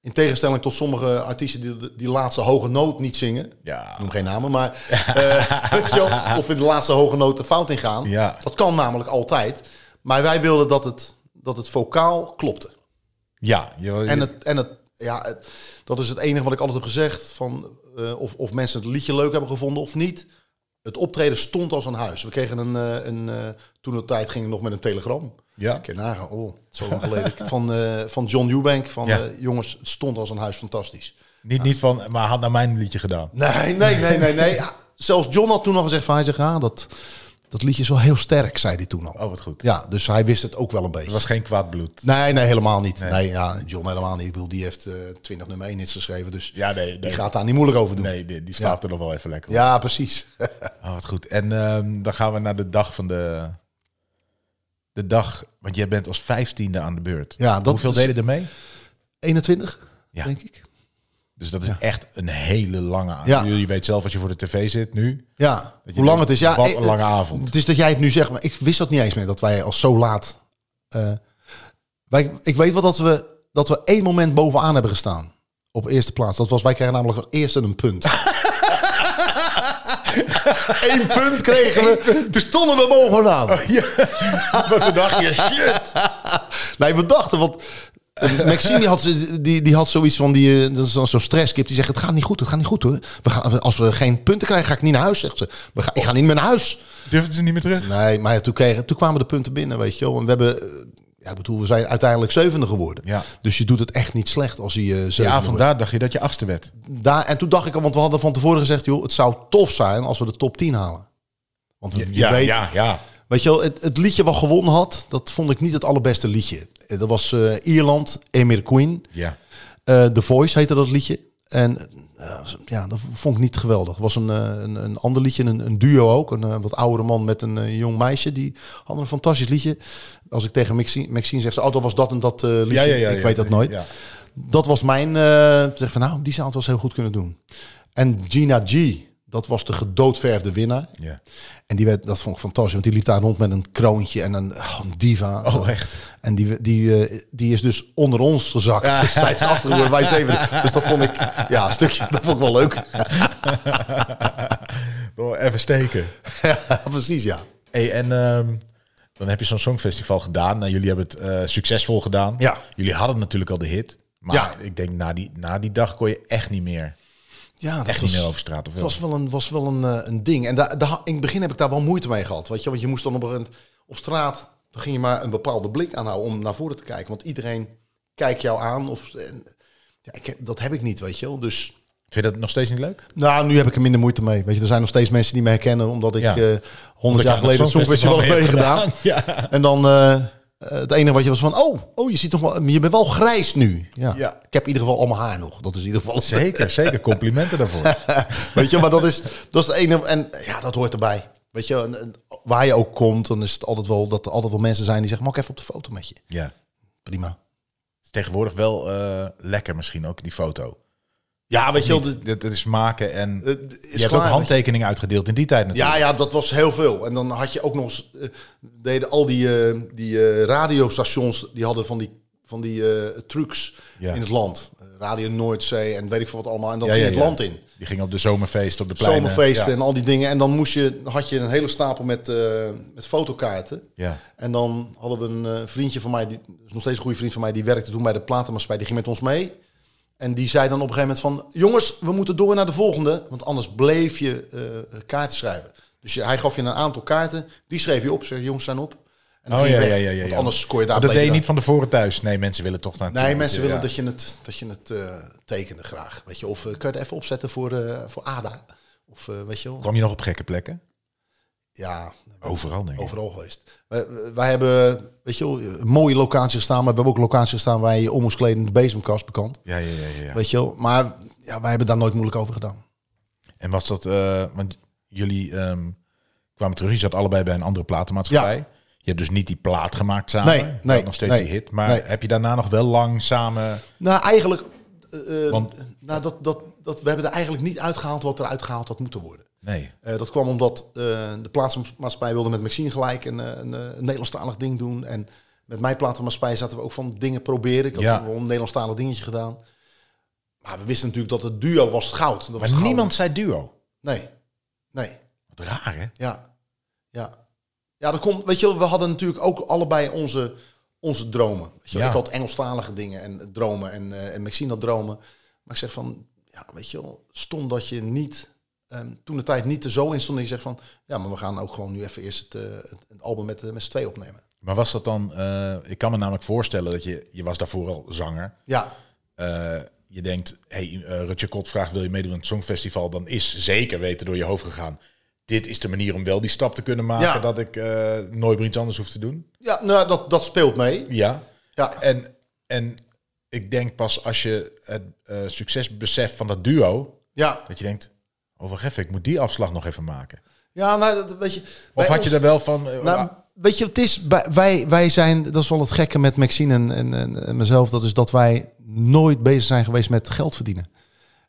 Speaker 5: in tegenstelling tot sommige artiesten die die laatste hoge noot niet zingen.
Speaker 1: Ja.
Speaker 5: Ik Noem geen namen, maar eh, weet je wel, of in de laatste hoge noot de fout in gaan.
Speaker 1: Ja.
Speaker 5: Dat kan namelijk altijd. Maar wij wilden dat het, dat het vocaal klopte.
Speaker 1: Ja, je, je-
Speaker 5: En, het, en het, ja, het- dat is het enige wat ik altijd heb gezegd. Van, eh, of, of mensen het liedje leuk hebben gevonden of niet. Het optreden stond als een huis. We kregen een, eh, een eh, toen de tijd ging het nog met een telegram.
Speaker 1: Ja.
Speaker 5: Een keer nagaan, oh, zo lang geleden. van, eh, van John Eubank, van
Speaker 1: Ja.
Speaker 5: eh, jongens, het stond als een huis, fantastisch.
Speaker 1: niet, niet van, maar had naar mijn liedje gedaan.
Speaker 5: Nee, nee, nee, nee, nee. Ja, Zelfs John had toen al gezegd van, hij zegt, ah, dat, dat liedje is wel heel sterk, zei hij toen al.
Speaker 1: Oh, wat goed.
Speaker 5: Ja, dus hij wist het ook wel een beetje.
Speaker 1: Het was geen kwaad bloed.
Speaker 5: Nee, nee, helemaal niet. Nee, ja, John helemaal niet. Ik bedoel, die heeft eh 20 nummer 1 hits geschreven, dus
Speaker 1: Ja, nee, nee.
Speaker 5: die gaat daar niet moeilijk over doen.
Speaker 1: Nee, die, die slaapt er nog wel even lekker op.
Speaker 5: Ja, precies.
Speaker 1: Oh, wat goed. En ehm, dan gaan we naar de dag van de... De dag, want jij bent als vijftiende aan de beurt.
Speaker 5: Ja, dat
Speaker 1: Hoeveel
Speaker 5: is-
Speaker 1: deden er mee?
Speaker 5: 21,
Speaker 1: Ja.
Speaker 5: denk ik.
Speaker 1: Dus dat is echt een hele lange
Speaker 5: Ja.
Speaker 1: avond. Je weet zelf als je voor de tv zit nu.
Speaker 5: Ja,
Speaker 1: je
Speaker 5: hoe lang
Speaker 1: denkt,
Speaker 5: het is. Ja,
Speaker 1: wat
Speaker 5: eh,
Speaker 1: een lange avond.
Speaker 5: Het is dat jij het nu zegt, maar ik wist dat niet eens meer, dat wij al zo laat... eh, wij, ik weet wel dat we, dat we één moment bovenaan hebben gestaan. Op eerste plaats. Dat was, wij kregen namelijk als eerste een punt. Eén punt kregen we. Toen stonden we bovenaan.
Speaker 1: Wat een dagje shit.
Speaker 5: Nee, we dachten, want eh, Maxine die had, ze- die, die had zoiets van die, eh, dat is dan zo'n stresskip. Die zegt, het gaat niet goed, het gaat niet goed hoor. We gaan, als we geen punten krijgen, ga ik niet naar huis, zegt ze. We gaan, ik ga niet meer naar huis.
Speaker 1: Durfden ze niet meer terug?
Speaker 5: Nee, maar ja, toen, kregen, toen kwamen de punten binnen, weet je wel. En we hebben, eh, ja, ik bedoel, we zijn uiteindelijk zevende geworden.
Speaker 1: Ja.
Speaker 5: Dus je doet het echt niet slecht als je eh, zevende
Speaker 1: Ja,
Speaker 5: wordt.
Speaker 1: vandaar dacht je dat je achtste werd.
Speaker 5: Daar, en toen dacht ik al, want we hadden van tevoren gezegd, joh, het zou tof zijn als we de top 10 halen. Want je
Speaker 1: ja,
Speaker 5: weet,
Speaker 1: ja, ja.
Speaker 5: Weet je wel, het, het liedje wat gewonnen had, dat vond ik niet het allerbeste liedje. Eh, Dat was eh, Ierland, Emir Queen.
Speaker 1: Ja.
Speaker 5: Eh The Voice heette dat liedje. En eh, ja, dat vond ik niet geweldig. Het was een, eh, een, een ander liedje, een, een duo ook. Een eh, wat oudere man met een eh, jong meisje. Die hadden een fantastisch liedje. Als ik tegen Maxine, Maxine zeg, oh, dat was dat en dat eh, liedje.
Speaker 1: Ja, ja, ja,
Speaker 5: ik
Speaker 1: ja.
Speaker 5: weet dat nooit.
Speaker 1: Ja.
Speaker 5: Dat was mijn... eh, zeg van, nou, die zou het wel eens heel goed kunnen doen. En Gina G, dat was de gedoodverfde winnaar.
Speaker 1: Ja.
Speaker 5: En die werd, dat vond ik fantastisch, want die liep daar rond met een kroontje en een, oh, een diva.
Speaker 1: Oh, echt?
Speaker 5: En die, die, eh, die is dus onder ons gezakt. Zij is achtergeworden, wij zeven. Dus dat vond ik, ja, een stukje, dat vond ik wel leuk.
Speaker 1: Oh, even steken.
Speaker 5: Ja, precies, ja.
Speaker 1: Hey, en ehm, dan heb je zo'n songfestival gedaan. Nou, jullie hebben het eh, succesvol gedaan.
Speaker 5: Ja.
Speaker 1: Jullie hadden natuurlijk al de hit. Maar
Speaker 5: Ja.
Speaker 1: ik denk, na die, na die dag kon je echt niet meer,
Speaker 5: Ja, dat
Speaker 1: echt
Speaker 5: was,
Speaker 1: niet meer over straat. Of wel?
Speaker 5: was wel een, was wel een, eh, een ding. En daar, daar, in het begin heb ik daar wel moeite mee gehad. Weet je? Want je moest dan op, een gegeven moment op straat, dan ging je maar een bepaalde blik aanhouden om naar voren te kijken. Want iedereen kijkt jou aan. Of, en, ja, ik, heb- dat heb ik niet, weet je wel. Dus
Speaker 1: Vind je dat nog steeds niet leuk?
Speaker 5: Nou, nu heb ik er minder moeite mee. Weet je, er zijn nog steeds mensen die me herkennen, omdat ik
Speaker 1: Ja.
Speaker 5: eh 100 jaar geleden het Songfestival heb meegedaan.
Speaker 1: Ja.
Speaker 5: En dan eh, eh, het enige wat je was van, oh, oh, je ziet toch wel, je bent wel grijs nu. Ja.
Speaker 1: Ja.
Speaker 5: Ik heb in ieder geval allemaal haar nog. Dat is in ieder geval
Speaker 1: Zeker, zeker. Complimenten daarvoor.
Speaker 5: Weet je, maar dat is dat is het enige en ja, dat hoort erbij. Weet je, en, en waar je ook komt, dan is het altijd wel dat er altijd wel mensen zijn die zeggen, mag ik even op de foto met je?
Speaker 1: Ja.
Speaker 5: Prima.
Speaker 1: Is Tegenwoordig wel eh, lekker misschien ook, die foto.
Speaker 5: Ja, weet je, wel,
Speaker 1: Niet- Dat, dat is maken en...
Speaker 5: het- het
Speaker 1: je
Speaker 5: is
Speaker 1: hebt
Speaker 5: klaar,
Speaker 1: ook
Speaker 5: weet je.
Speaker 1: handtekeningen uitgedeeld in die tijd natuurlijk.
Speaker 5: Ja, ja, dat was heel veel. En dan had je ook nog eens, eh, deden al die, eh, die eh, radiostations, die hadden van die, van die eh, trucks
Speaker 1: Ja.
Speaker 5: in het land. Eh, Radio Noordzee en weet ik veel wat allemaal. En dan
Speaker 1: Ja,
Speaker 5: ging
Speaker 1: ja,
Speaker 5: het
Speaker 1: ja.
Speaker 5: land in.
Speaker 1: Die ging op de zomerfeest, op de pleinen.
Speaker 5: Zomerfeesten
Speaker 1: Ja.
Speaker 5: en al die dingen. En dan moest je, had je een hele stapel met, eh, met fotokaarten.
Speaker 1: Ja.
Speaker 5: En dan hadden we een eh, vriendje van mij, die is nog steeds een goede vriend van mij, die werkte toen bij de platenmaatschappij. Die ging met ons mee. En die zei dan op een gegeven moment van, jongens, we moeten door naar de volgende, want anders bleef je eh, kaarten schrijven. Dus je- hij gaf je een aantal kaarten, die schreef je op, zei jongens zijn op. En dan
Speaker 1: Oh
Speaker 5: ging
Speaker 1: ja,
Speaker 5: je
Speaker 1: ja,
Speaker 5: weg,
Speaker 1: ja, ja,
Speaker 5: want
Speaker 1: ja.
Speaker 5: anders kon je daar
Speaker 1: Maar dat
Speaker 5: bleef
Speaker 1: deed
Speaker 5: je
Speaker 1: je niet
Speaker 5: daar-
Speaker 1: van tevoren thuis. Nee, mensen willen toch naartoe.
Speaker 5: Nee, mensen willen
Speaker 1: Ja.
Speaker 5: dat je het, dat je het eh, tekenen graag, weet je. Of eh, kan je het even opzetten voor, eh, voor Ada? Of eh, weet je wel?
Speaker 1: Kwam je nog op gekke plekken?
Speaker 5: Ja,
Speaker 1: Overal, denk ik.
Speaker 5: overal geweest. Wij, wij hebben, weet je wel, een mooie locatie gestaan, maar we hebben ook een locatie gestaan waar je je om moest kleden in de bezemkast bekend.
Speaker 1: Ja, ja, ja. ja, ja.
Speaker 5: Weet je wel, maar ja, wij hebben daar nooit moeilijk over gedaan.
Speaker 1: En was dat... eh, want jullie ehm, kwamen terug. Je zat allebei bij een andere platenmaatschappij. hebt dus niet die plaat gemaakt samen.
Speaker 5: Nee,
Speaker 1: Je had
Speaker 5: nee,
Speaker 1: nog steeds
Speaker 5: nee,
Speaker 1: die hit. Maar
Speaker 5: nee.
Speaker 1: heb je daarna nog wel lang samen...
Speaker 5: Nou, eigenlijk... eh, eh,
Speaker 1: Want-
Speaker 5: nou, dat, dat, dat, we hebben er eigenlijk niet uitgehaald wat er uitgehaald had moeten worden.
Speaker 1: Nee.
Speaker 5: Eh, dat kwam omdat eh, de plaatsmaatschappij wilde met Maxine gelijk een, eh, een, eh, een Nederlandstalig ding doen. En met mijn plaatsmaatschappij zaten we ook van dingen proberen. Ik had
Speaker 1: Ja.
Speaker 5: nog wel een Nederlandstalig dingetje gedaan. Maar we wisten natuurlijk dat het duo was het goud. Dat was
Speaker 1: Maar
Speaker 5: het gouden.
Speaker 1: niemand zei duo.
Speaker 5: Nee, nee,
Speaker 1: Wat raar, hè?
Speaker 5: ja. Ja, ja dat komt, weet je wel, we hadden natuurlijk ook allebei onze, onze dromen. Weet je wel.
Speaker 1: Ja.
Speaker 5: Ik had Engelstalige dingen en eh, dromen en, eh, en Maxine had dromen. Maar ik zeg van, ja, weet je wel, stom dat je niet, ehm, toen de tijd niet er zo in stond. dat je zegt van, ja, maar we gaan ook gewoon nu even eerst het, eh, het, het album met, eh, met z'n twee opnemen.
Speaker 1: Maar was dat dan... eh, ik kan me namelijk voorstellen dat je... Je was daarvoor al zanger.
Speaker 5: Ja,
Speaker 1: Eh, je denkt, hey, eh, Rutje Kot vraagt, wil je meedoen aan het Songfestival? Dan is zeker weten door je hoofd gegaan. Dit is de manier om wel die stap te kunnen maken...
Speaker 5: Ja.
Speaker 1: dat ik eh, nooit meer iets anders hoef te doen.
Speaker 5: ja nou, dat, dat speelt mee.
Speaker 1: Ja.
Speaker 5: Ja,
Speaker 1: En, en ik denk pas als je het eh, succes beseft van dat duo...
Speaker 5: ja.
Speaker 1: dat je denkt, oh wacht even, ik moet die afslag nog even maken.
Speaker 5: ja nou, dat, weet je...
Speaker 1: Of
Speaker 5: bij
Speaker 1: had je
Speaker 5: ons-
Speaker 1: er wel van... eh,
Speaker 5: Nou, weet je, het is, bij- wij, wij zijn, dat is wel het gekke met Maxine en, en, en, en mezelf, dat is dat wij nooit bezig zijn geweest met geld verdienen.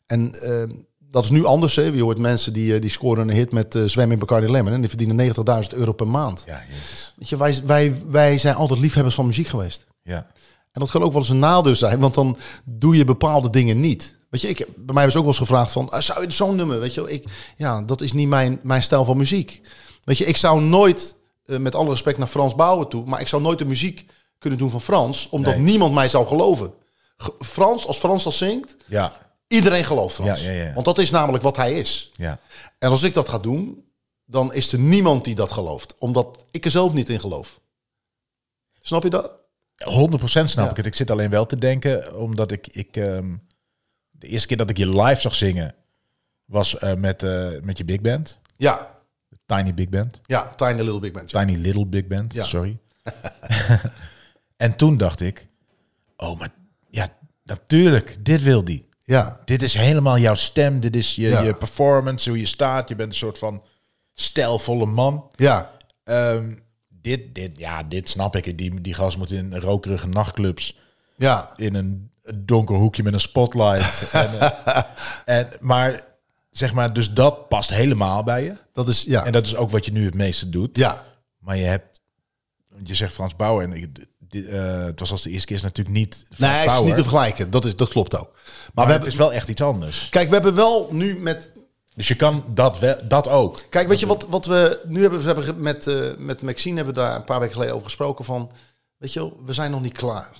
Speaker 5: En eh, dat is nu anders. Hè? Je hoort mensen die, eh, die scoren een hit met eh Zwem in Bacardi Lemon en die verdienen 90.000 euro per maand.
Speaker 1: ja, jezus.
Speaker 5: Weet je, wij, wij, wij zijn altijd liefhebbers van muziek geweest.
Speaker 1: Ja.
Speaker 5: En dat kan ook wel eens een nadeel zijn, want dan doe je bepaalde dingen niet. Weet je, ik, heb- bij mij was ook wel eens gevraagd van, ah, zou je zo'n nummer, weet je wel? Ik, ja, dat is niet mijn, mijn stijl van muziek. Weet je, ik zou nooit, eh, met alle respect naar Frans Bauer toe, maar ik zou nooit de muziek kunnen doen van Frans, omdat
Speaker 1: Nee.
Speaker 5: niemand mij zou geloven. Ge- Frans, als Frans dat zingt,
Speaker 1: Ja.
Speaker 5: iedereen gelooft Frans.
Speaker 1: Ja, ja, ja.
Speaker 5: Want dat is namelijk wat hij is.
Speaker 1: Ja.
Speaker 5: En als ik dat ga doen, dan is er niemand die dat gelooft, omdat ik er zelf niet in geloof. Snap je dat?
Speaker 1: 100% snap
Speaker 5: Ja.
Speaker 1: ik het. Ik zit alleen wel te denken, omdat ik... ik ehm, de eerste keer dat ik je live zag zingen was eh, met, eh, met je big band.
Speaker 5: Ja,
Speaker 1: Tiny Big Band.
Speaker 5: ja, Tiny Little Big Band. ja.
Speaker 1: Tiny Little Big Band,
Speaker 5: Ja.
Speaker 1: sorry. en toen dacht ik, oh, maar ja, natuurlijk, dit wil die.
Speaker 5: Ja,
Speaker 1: Dit is helemaal jouw stem, dit is je,
Speaker 5: Ja.
Speaker 1: je performance, hoe je staat. Je bent een soort van stijlvolle man.
Speaker 5: ja,
Speaker 1: Ehm, dit, dit, ja, dit snap ik. Die, die gast moet in rokerige nachtclubs,
Speaker 5: ja.
Speaker 1: in een donker hoekje met een spotlight. en, eh, en, maar zeg maar, dus dat past helemaal bij je.
Speaker 5: Dat is, ja.
Speaker 1: En dat is ook wat je nu het meeste doet.
Speaker 5: ja,
Speaker 1: Maar je hebt, want je zegt Frans Bauer en ik, dit, eh, het was als de eerste keer is natuurlijk niet Frans
Speaker 5: nee, het is
Speaker 1: Bauer,
Speaker 5: niet te vergelijken. Dat, is, dat klopt ook. Maar,
Speaker 1: maar
Speaker 5: we
Speaker 1: het
Speaker 5: hebben,
Speaker 1: is wel echt iets anders.
Speaker 5: kijk, we hebben wel nu met...
Speaker 1: Dus je kan dat, wel, dat ook.
Speaker 5: Kijk, weet je wat, wat we nu hebben, we hebben ge- met, eh, met Maxine hebben we daar een paar weken geleden over gesproken van... Weet je wel, we zijn nog niet klaar.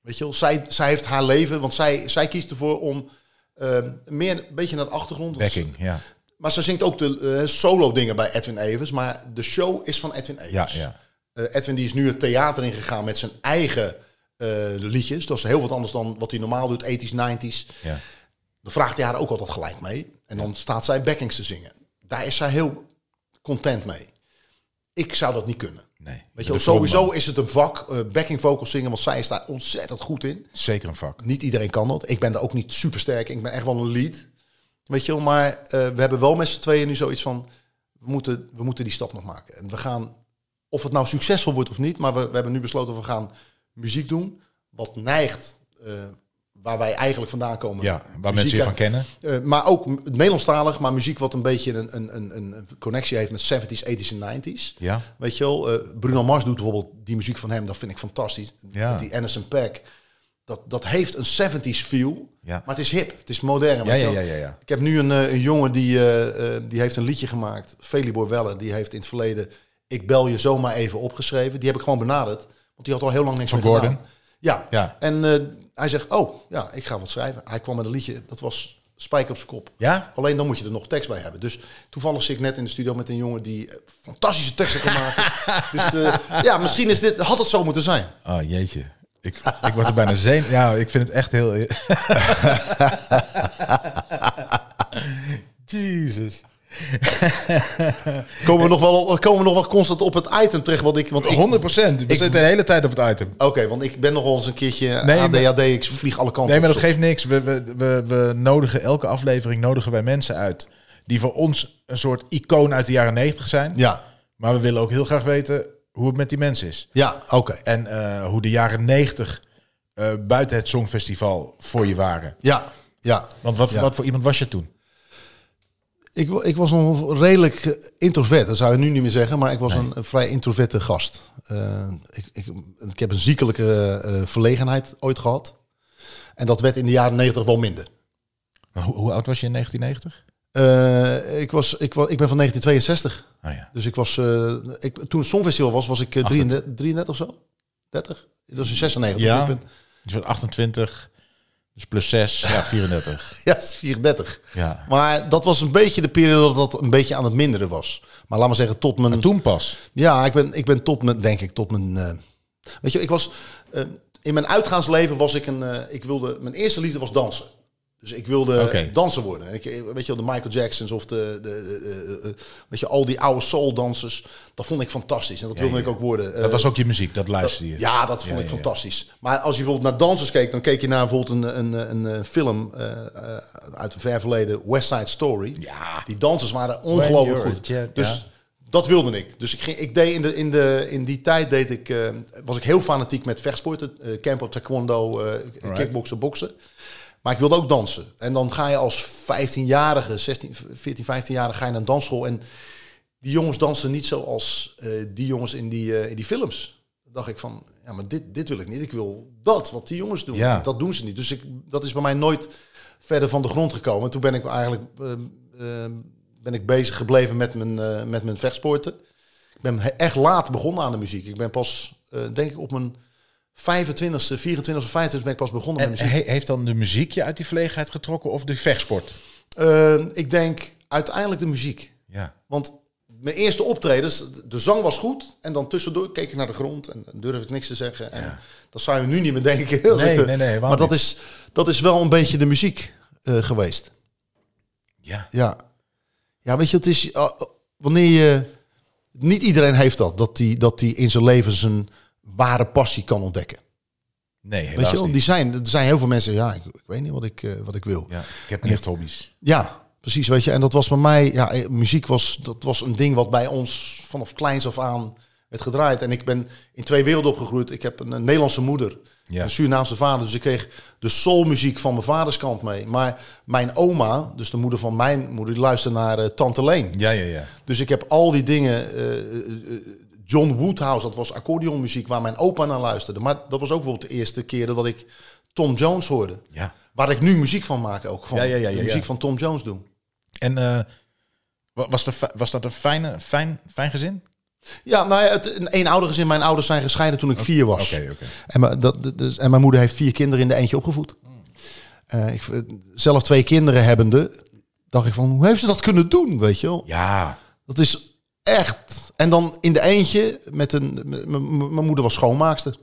Speaker 5: Weet je wel, zij, zij heeft haar leven, want zij, zij kiest ervoor om eh, meer een beetje naar de achtergrond... want ze-
Speaker 1: Backing, ja.
Speaker 5: Maar ze zingt ook de eh, solo dingen bij Edwin Evers, maar de show is van Edwin
Speaker 1: Ja,
Speaker 5: Evers.
Speaker 1: ja.
Speaker 5: Eh, Edwin die is nu het theater ingegaan met zijn eigen eh, liedjes. Dat is heel wat anders dan wat hij normaal doet, 80s, 90s.
Speaker 1: ja.
Speaker 5: Dan vraagt hij haar ook altijd gelijk mee. En dan staat zij backings te zingen. Daar is zij heel content mee. Ik zou dat niet kunnen.
Speaker 1: Nee.
Speaker 5: Weet
Speaker 1: De
Speaker 5: je, wel,
Speaker 1: frontman.
Speaker 5: sowieso is het een vak, eh, backing vocals zingen, want zij is daar ontzettend goed in.
Speaker 1: Zeker een vak.
Speaker 5: Niet iedereen kan dat. Ik ben daar ook niet super sterk. in. Ik ben echt wel een lead. Weet je wel, maar eh, we hebben wel met z'n tweeën nu zoiets van... We moeten, we moeten die stap nog maken. En we gaan, of het nou succesvol wordt of niet... maar we, we hebben nu besloten we gaan muziek doen... wat neigt eh, waar wij eigenlijk vandaan komen.
Speaker 1: Ja, waar
Speaker 5: Muziek
Speaker 1: mensen je van
Speaker 5: uit-
Speaker 1: kennen.
Speaker 5: eh, maar ook m- Nederlandstalig, maar muziek wat een beetje een, een, een, een connectie heeft met 70s, 80s en 90s.
Speaker 1: Ja.
Speaker 5: Weet je wel, eh, Bruno Mars doet bijvoorbeeld die muziek van hem, dat vind ik fantastisch.
Speaker 1: Ja.
Speaker 5: Met die Anderson Pack. Dat, dat heeft een 70s feel,
Speaker 1: Ja.
Speaker 5: maar het is hip, het is modern. weet je
Speaker 1: ja,
Speaker 5: wel.
Speaker 1: ja, ja, ja.
Speaker 5: Ik heb nu een, eh, een jongen die, eh, eh, die heeft een liedje gemaakt, Felibor Weller, die heeft in het verleden Ik bel je zomaar even opgeschreven. Die heb ik gewoon benaderd, want die had al heel lang niks
Speaker 1: Van
Speaker 5: meer
Speaker 1: Gordon?
Speaker 5: gedaan. Ja,
Speaker 1: Ja.
Speaker 5: en eh, hij zegt, oh ja, ik ga wat schrijven. Hij kwam met een liedje, dat was Spijk op zijn kop.
Speaker 1: Ja?
Speaker 5: Alleen dan moet je er nog tekst bij hebben. Dus toevallig zit ik net in de studio met een jongen die eh, fantastische teksten kan maken. dus eh, ja, misschien is dit, had het zo moeten zijn.
Speaker 1: Oh, jeetje. Ik, ik word er bijna zenuw. Ja, ik vind het echt heel... Jezus.
Speaker 5: Komen we nog wel, komen we nog wel constant op het item terecht? Wat ik, want ik,
Speaker 1: 100 procent. We
Speaker 5: Ik-
Speaker 1: zitten de hele tijd op het item.
Speaker 5: Oké, want ik ben nog wel eens een keertje
Speaker 1: Nee,
Speaker 5: ADHD,
Speaker 1: maar-
Speaker 5: ik vlieg alle kanten
Speaker 1: Nee, maar
Speaker 5: op
Speaker 1: dat
Speaker 5: soms.
Speaker 1: geeft niks. We, we, we, we nodigen elke aflevering nodigen wij mensen uit die voor ons een soort icoon uit de jaren 90 zijn.
Speaker 5: Ja,
Speaker 1: Maar we willen ook heel graag weten hoe het met die mensen is.
Speaker 5: Ja, oké.
Speaker 1: En eh, hoe de jaren negentig eh, buiten het Songfestival voor je waren.
Speaker 5: Ja, ja.
Speaker 1: Want wat,
Speaker 5: Ja.
Speaker 1: wat voor iemand was je toen?
Speaker 5: Ik, wa- ik was nog redelijk eh, introvert. Dat zou je nu niet meer zeggen, maar ik was een, een vrij introverte gast. Eh, ik, ik, ik heb een ziekelijke eh, verlegenheid ooit gehad. En dat werd in de jaren negentig wel minder.
Speaker 1: Maar Hoe, hoe oud was je in 1990?
Speaker 5: Eh, ik, was, ik, was, ik ben van 1962.
Speaker 1: Oh ja.
Speaker 5: Dus ik was, eh, ik, toen het Songfestival was, was ik eh, 33, 33 of zo. 30? Dat was in 96.
Speaker 1: Ja.
Speaker 5: Dus ik ben-
Speaker 1: Dus je was 28, dus plus 6, ja 34.
Speaker 5: ja, het is 34.
Speaker 1: ja.
Speaker 5: Maar dat was een beetje de periode dat dat een beetje aan het minderen was. Maar laat maar zeggen, tot mijn...
Speaker 1: Maar toen pas.
Speaker 5: Ja, ik ben, ik ben tot mijn, denk ik, tot mijn. eh, weet je, ik was. eh, in mijn uitgaansleven was ik een. eh, ik wilde. Mijn eerste liefde was dansen. Dus ik wilde
Speaker 1: Oké.
Speaker 5: danser worden. Ik, ik- weet je, wel, de Michael Jacksons of de, de, de- de- eh, Weet je, al die oude soul dansers. Dat vond ik fantastisch. En dat wilde ik ook worden.
Speaker 1: Dat was ook je muziek, dat luisterde je.
Speaker 5: Ja, dat vond
Speaker 1: Ja,
Speaker 5: ik
Speaker 1: ja, ja.
Speaker 5: fantastisch. Maar als je bijvoorbeeld naar dansers keek, dan keek je naar bijvoorbeeld een, een, een, eh, film eh, eh, uit een ver verleden, West Side Story.
Speaker 1: Ja.
Speaker 5: Die dansers waren ongelooflijk
Speaker 1: you're a
Speaker 5: goed.
Speaker 1: jet,
Speaker 5: dus
Speaker 1: ja.
Speaker 5: dat wilde ik. Dus ik, ging, ik deed in, de, in, de, in die tijd deed ik, eh, was ik heel fanatiek met vechtsporten. eh camp op taekwondo, eh, kickboksen, boksen. Maar ik wilde ook dansen. En dan ga je als 15-jarige, 16, 14, 15-jarige ga je naar een dansschool. En die jongens dansen niet zoals eh, die jongens in die, eh, in die films. Dan dacht ik van, ja, maar dit, dit wil ik niet. Ik wil dat, wat die jongens doen.
Speaker 1: Ja.
Speaker 5: Dat doen ze niet. Dus ik, dat is bij mij nooit verder van de grond gekomen. Toen ben ik eigenlijk eh, eh, ben ik bezig gebleven met mijn, eh, met mijn vechtsporten. Ik ben he- echt laat begonnen aan de muziek. Ik ben pas, eh, denk ik, op mijn 25ste, 24 of 25 ben ik pas begonnen met
Speaker 1: En
Speaker 5: muziek.
Speaker 1: he- heeft dan de muziek je uit die verlegenheid getrokken of de vechtsport?
Speaker 5: Eh, ik denk uiteindelijk de muziek.
Speaker 1: Ja.
Speaker 5: Want mijn eerste optredens, de zang was goed. En dan tussendoor keek ik naar de grond en durfde ik niks te zeggen. En Dat zou je nu niet meer denken. als
Speaker 1: Nee,
Speaker 5: ik de-
Speaker 1: nee, nee, waarom
Speaker 5: maar dat
Speaker 1: niet?
Speaker 5: is, dat is wel een beetje de muziek eh, geweest.
Speaker 1: Ja.
Speaker 5: Ja. ja, weet je, het is ah, wanneer je. Niet iedereen heeft dat, dat die, dat die in zijn leven zijn ware passie kan ontdekken.
Speaker 1: Nee, helaas
Speaker 5: Weet je, wel?
Speaker 1: niet.
Speaker 5: die zijn, er zijn heel veel mensen, ja, ik, ik weet niet wat ik, eh, wat ik wil.
Speaker 1: Ja, ik heb niet echt hobby's.
Speaker 5: Ja, precies. Weet je, en dat was bij mij, ja, eh, muziek was, dat was een ding wat bij ons vanaf kleins af aan werd gedraaid. En ik ben in twee werelden opgegroeid. Ik heb een, eh, Nederlandse moeder,
Speaker 1: Ja.
Speaker 5: een Surinaamse vader. Dus ik kreeg de soulmuziek van mijn vaders kant mee. Maar mijn oma, dus de moeder van mijn moeder, die luisterde naar eh, Tante Leen.
Speaker 1: Ja, ja, ja.
Speaker 5: Dus ik heb al die dingen. eh, eh, eh, John Woodhouse, dat was accordeonmuziek waar mijn opa naar luisterde. Maar dat was ook bijvoorbeeld de eerste keer dat ik Tom Jones hoorde.
Speaker 1: ja.
Speaker 5: Waar ik nu muziek van maak ook. Van
Speaker 1: Ja, ja, ja, ja,
Speaker 5: de muziek
Speaker 1: ja.
Speaker 5: van Tom Jones doen.
Speaker 1: En eh, wa- was, de, fi- was dat een fijne, fijn, fijn gezin?
Speaker 5: Ja, nou ja, het, een eenoudergezin. Mijn ouders zijn gescheiden toen ik vier was.
Speaker 1: Oké, oké.
Speaker 5: En, mijn- dat, dat- dus, en mijn moeder heeft vier kinderen in de eentje opgevoed. Eh, ik, v- zelf twee kinderen hebbende, dacht ik van, hoe heeft ze dat kunnen doen, weet je wel?
Speaker 1: Ja.
Speaker 5: Dat is echt. En dan in de eentje met een. m- m- m- Mijn moeder was schoonmaakster.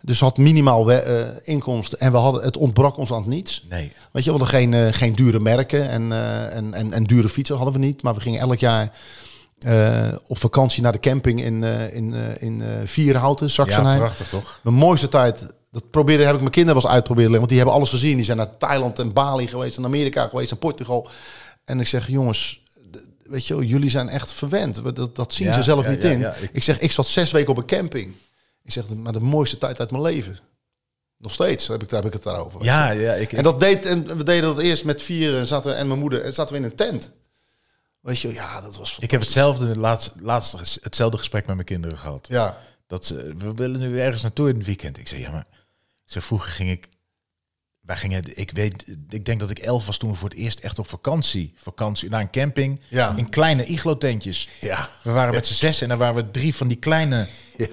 Speaker 5: Dus ze had minimaal we- eh, inkomsten. En we hadden, het ontbrak ons aan niets.
Speaker 1: Nee.
Speaker 5: Weet je, we hadden geen, eh, geen dure merken en, eh, en, en, en dure fietsen hadden we niet. Maar we gingen elk jaar eh, op vakantie naar de camping in, eh, in, eh, in eh, Vierhouten,
Speaker 1: Ja,
Speaker 5: Saxenheim.
Speaker 1: prachtig toch?
Speaker 5: Mijn mooiste tijd, dat probeerde, heb ik mijn kinderen was uitproberen. Want die hebben alles gezien. Die zijn naar Thailand en Bali geweest, en Amerika geweest, en Portugal. En ik zeg, jongens, d- weet je wel, jullie zijn echt verwend. We- Dat, dat zien
Speaker 1: Ja,
Speaker 5: ze zelf
Speaker 1: ja,
Speaker 5: niet
Speaker 1: ja,
Speaker 5: in.
Speaker 1: ja.
Speaker 5: ik...
Speaker 1: Ik-
Speaker 5: zeg, ik zat zes weken op een camping. Ik zeg, maar de mooiste tijd uit mijn leven. Nog steeds heb ik, heb ik het daarover.
Speaker 1: Ja, ja. Ik,
Speaker 5: En dat deed, en we deden dat eerst met vier en zaten en mijn moeder en zaten we in een tent. Weet je, wel, ja, dat was.
Speaker 1: ik heb hetzelfde, laatst, laatste ges- hetzelfde gesprek met mijn kinderen gehad.
Speaker 5: Ja,
Speaker 1: Dat ze, we willen nu ergens naartoe in het weekend. Ik zei, ja, maar... Ik zei, vroeger ging ik... Wij gingen, ik weet, ik denk dat ik elf was toen we voor het eerst echt op vakantie. Vakantie naar een camping.
Speaker 5: Ja.
Speaker 1: In kleine iglo-tentjes.
Speaker 5: ja,
Speaker 1: We waren met z'n zes en daar waren we drie van die kleine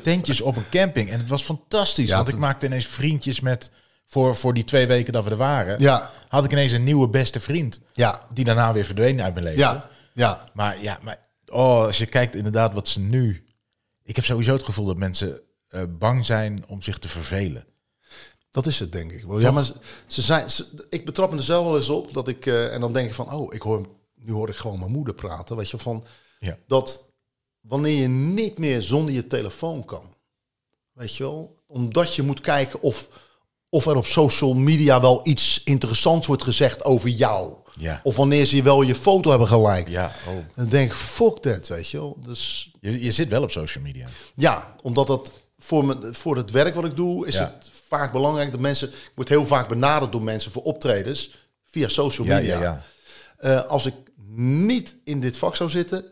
Speaker 1: tentjes op een camping. En het was fantastisch,
Speaker 5: Ja,
Speaker 1: want ik
Speaker 5: toen-
Speaker 1: maakte ineens vriendjes met... Voor, voor die twee weken dat we er waren,
Speaker 5: Ja.
Speaker 1: had ik ineens een nieuwe beste vriend.
Speaker 5: ja,
Speaker 1: Die daarna weer verdween uit mijn leven.
Speaker 5: ja, ja.
Speaker 1: Maar ja, maar, oh, als je kijkt inderdaad wat ze nu... Ik heb sowieso het gevoel dat mensen eh, bang zijn om zich te vervelen.
Speaker 5: Dat is het, denk ik. wel. Ja, maar ze, ze zijn. ze- ik betrap me er zelf wel eens op dat ik eh, en dan denk ik van, oh, ik hoor nu hoor ik gewoon mijn moeder praten, weet je, van
Speaker 1: Ja.
Speaker 5: dat wanneer je niet meer zonder je telefoon kan, weet je wel, omdat je moet kijken of of er op social media wel iets interessants wordt gezegd over jou.
Speaker 1: Ja.
Speaker 5: Of wanneer ze wel je foto hebben geliked.
Speaker 1: Ja, oh.
Speaker 5: Dan denk ik, fuck that, weet je wel. Dus
Speaker 1: Je, je zit wel op social media.
Speaker 5: ja, omdat dat voor, me, voor het werk wat ik doe, is
Speaker 1: Ja.
Speaker 5: het vaak belangrijk dat mensen... Ik word heel vaak benaderd door mensen voor optredens via social
Speaker 1: Ja, ja,
Speaker 5: media.
Speaker 1: ja.
Speaker 5: Eh, als ik niet in dit vak zou zitten,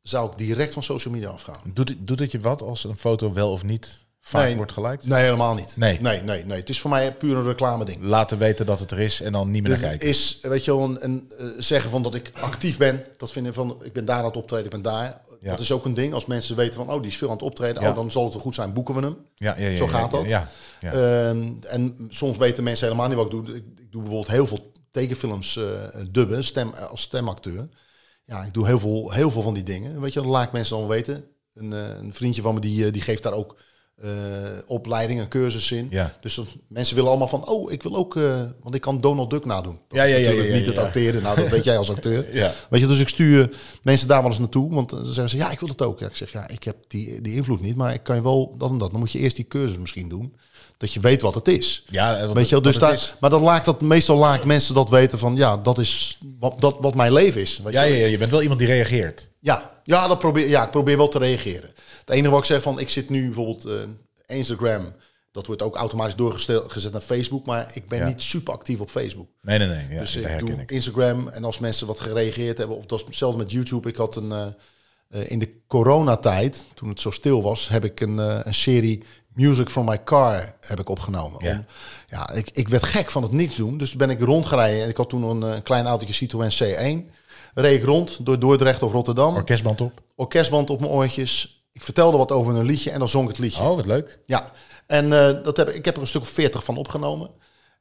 Speaker 5: zou ik direct van social media afgaan.
Speaker 1: Doet, het- doet het je wat als een foto wel of niet vaak
Speaker 5: Nee.
Speaker 1: wordt geliked?
Speaker 5: Nee, helemaal niet.
Speaker 1: Nee.
Speaker 5: nee, nee, nee. Het is voor mij puur een reclame ding. Dus
Speaker 1: Laten weten dat het er is en dan niet meer naar
Speaker 5: Het
Speaker 1: kijken.
Speaker 5: is, weet je wel, een, een, eh, zeggen van dat ik actief ben. Dat vinden van, ik ben daar aan het optreden, ik ben daar.
Speaker 1: Ja.
Speaker 5: Dat is ook een ding. Als mensen weten van, oh, die is veel aan het optreden.
Speaker 1: Ja.
Speaker 5: Oh, dan zal het wel goed zijn, boeken we hem.
Speaker 1: Ja, ja, ja,
Speaker 5: Zo
Speaker 1: ja,
Speaker 5: gaat
Speaker 1: ja,
Speaker 5: dat.
Speaker 1: Ja, ja.
Speaker 5: Ehm, en soms weten mensen helemaal niet wat ik doe. Ik, ik doe bijvoorbeeld heel veel tekenfilms eh, dubben stem, eh, als stemacteur. Ja, ik doe heel veel, heel veel van die dingen. Weet je, dat laat ik mensen dan weten. Een, eh, een vriendje van me die, eh, die geeft daar ook eh opleidingen, cursus in.
Speaker 1: Ja.
Speaker 5: Dus dat- mensen willen allemaal van, oh, ik wil ook, eh, want ik kan Donald Duck nadoen. Dat
Speaker 1: Ja,
Speaker 5: is
Speaker 1: ja, ja,
Speaker 5: natuurlijk
Speaker 1: ja, ja,
Speaker 5: niet
Speaker 1: ja.
Speaker 5: het acteren, nou dat weet jij als acteur.
Speaker 1: Ja.
Speaker 5: Weet je, dus ik stuur mensen daar wel eens naartoe, want eh, dan zeggen ze, ja, ik wil het ook. Ja, ik zeg, ja, ik heb die, die invloed niet, maar ik kan je wel dat en dat. Dan moet je eerst die cursus misschien doen, dat je weet wat het is.
Speaker 1: Ja, eh, want
Speaker 5: Weet je wel,
Speaker 1: het-
Speaker 5: dus
Speaker 1: want
Speaker 5: daar,
Speaker 1: het is-
Speaker 5: maar dan laat dat, meestal laat ik mensen dat weten van, ja, dat is wat, dat, wat mijn leven is. Weet
Speaker 1: Ja,
Speaker 5: je wel.
Speaker 1: ja, ja, je bent wel iemand die reageert.
Speaker 5: Ja, ja, dat probeer, ja, ik probeer wel te reageren. Het enige wat ik zeg van, ik zit nu bijvoorbeeld eh, Instagram. Dat wordt ook automatisch doorgezet naar Facebook. Maar ik ben
Speaker 1: Ja.
Speaker 5: niet super actief op Facebook.
Speaker 1: Nee, nee, nee. Ja,
Speaker 5: dus
Speaker 1: dat
Speaker 5: ik
Speaker 1: herken
Speaker 5: doe
Speaker 1: ik.
Speaker 5: Instagram. En als mensen wat gereageerd hebben, of dat is hetzelfde met YouTube. Ik had een, eh, eh, in de coronatijd, toen het zo stil was, heb ik een, eh, een serie Music from My Car heb ik opgenomen.
Speaker 1: Ja.
Speaker 5: Om- ja ik, ik werd gek van het niets doen. Dus toen ben ik rondgereden. En ik had toen een, eh, klein autootje Citroën C1. Reed ik rond door Dordrecht of Rotterdam
Speaker 1: Orkestband op.
Speaker 5: orkestband op mijn oortjes. Ik vertelde wat over een liedje en dan zong ik het liedje.
Speaker 1: Oh, wat leuk.
Speaker 5: Ja, en eh, dat heb, ik- ik heb er een stuk of veertig van opgenomen.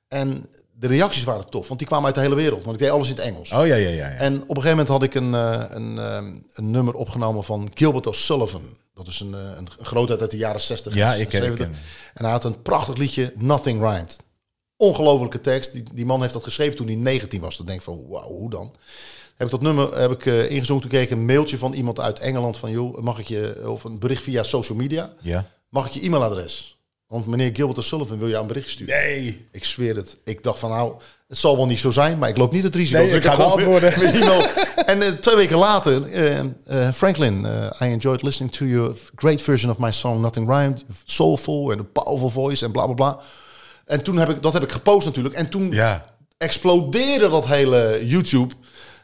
Speaker 5: En de reacties waren tof, want die kwamen uit de hele wereld. Want ik deed alles in het Engels.
Speaker 1: Oh, ja, ja, ja. ja.
Speaker 5: En op een gegeven moment had ik een, eh, een, eh, een nummer opgenomen van Gilbert O'Sullivan. Dat is een, eh, een grootheid uit de jaren 60
Speaker 1: Ja,
Speaker 5: en
Speaker 1: ik ken- ik
Speaker 5: 70.
Speaker 1: ken hem.
Speaker 5: En hij had een prachtig liedje, Nothing Rhymed. Ongelofelijke tekst. Die, die man heeft dat geschreven toen hij 19 was. Dan denk ik van, wauw, hoe dan? Heb ik dat nummer heb ik, eh, ingezongen. Toen kreeg ik een mailtje van iemand uit Engeland van... joh, mag ik je... eh, of een bericht via social media.
Speaker 1: ja.
Speaker 5: Mag ik je e-mailadres? Want meneer Gilbert O'Sullivan wil jou een bericht sturen.
Speaker 1: Nee.
Speaker 5: Ik zweer het. Ik dacht van nou, het zal wel niet zo zijn, maar ik loop niet het risico.
Speaker 1: Nee,
Speaker 5: Dus
Speaker 1: ik
Speaker 5: heb
Speaker 1: ga wel
Speaker 5: gewoon weer-
Speaker 1: antwoorden.
Speaker 5: weer iemand- en eh, twee weken later, eh, eh, Franklin, eh, I enjoyed listening to your great version of my song Nothing Rhymed, soulful and a powerful voice en bla bla bla. En toen heb ik dat heb ik gepost natuurlijk. En toen
Speaker 1: Ja.
Speaker 5: explodeerde dat hele YouTube.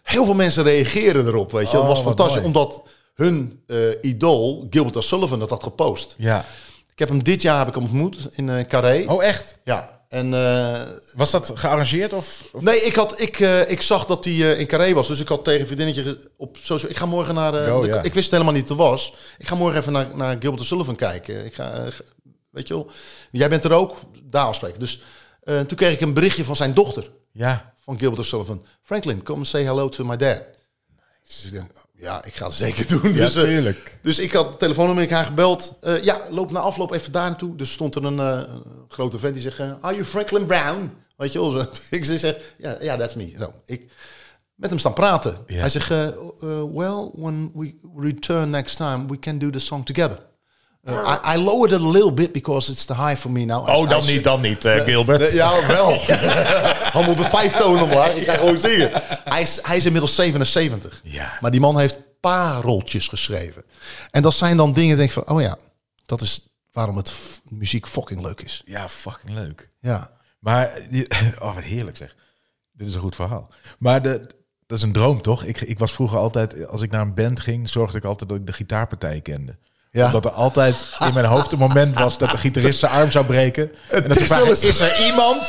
Speaker 5: Heel veel mensen reageren erop, weet je.
Speaker 1: Oh,
Speaker 5: dat was
Speaker 1: wat
Speaker 5: fantastisch,
Speaker 1: mooi.
Speaker 5: omdat hun eh, idool Gilbert O'Sullivan dat had gepost.
Speaker 1: Ja.
Speaker 5: Ik heb hem dit jaar heb ik hem ontmoet in eh Carré.
Speaker 1: Oh, echt?
Speaker 5: Ja, en eh,
Speaker 1: Was dat gearrangeerd of... of-
Speaker 5: Nee, ik, had, ik, eh, ik zag dat hij eh, in Carré was. Dus ik had tegen een vriendinnetje ge- op social... Ik ga morgen naar... eh,
Speaker 1: Oh,
Speaker 5: de-
Speaker 1: ja.
Speaker 5: Ik wist het helemaal niet te was. Ik ga morgen even naar, naar Gilbert Sullivan kijken. Ik ga, eh, ge- weet je wel, jij bent er ook. Daar afspreken. Dus eh, toen kreeg ik een berichtje van zijn dochter.
Speaker 1: Ja.
Speaker 5: Van Gilbert Sullivan. Franklin, come say hello to my dad. Dus ik denk, ja, ik ga het zeker doen.
Speaker 1: Ja,
Speaker 5: dus, eh,
Speaker 1: tuurlijk.
Speaker 5: dus ik had het telefoonnummer, ik heb haar gebeld. Eh, ja, loop na afloop even daar naartoe. Dus stond er een eh, een grote vent die zegt, eh, are you Franklin Brown? Weet je wel, zo. ik zeg, ja, ja, that's me. Zo, ik met hem staan praten.
Speaker 1: Ja.
Speaker 5: Hij zegt, eh, eh, well, when we return next time, we can do the song together. Eh, I, I lowered it a little bit because it's too high for me now. Hij-
Speaker 1: Oh, dan
Speaker 5: hij-
Speaker 1: niet, dan niet, eh, Gilbert.
Speaker 5: Nee, Ja, wel. Handel de vijf tonen maar. Ik ga gewoon zingen. Hij is, hij is inmiddels 77.
Speaker 1: Ja.
Speaker 5: Maar die man heeft pareltjes geschreven. En dat zijn dan dingen, denk ik van, oh ja, dat is waarom het f- muziek fucking leuk is.
Speaker 1: Ja, fucking leuk.
Speaker 5: Ja.
Speaker 1: Maar, die- oh wat heerlijk zeg. Dit is een goed verhaal. Maar de, dat is een droom toch? Ik, ik was vroeger altijd, als ik naar een band ging, zorgde ik altijd dat ik de gitaarpartij kende.
Speaker 5: Ja.
Speaker 1: Omdat er altijd in mijn hoofd een moment was dat de gitarist zijn arm zou breken. En dat ze
Speaker 5: is
Speaker 1: vragen,
Speaker 5: wel eens-
Speaker 1: is er iemand?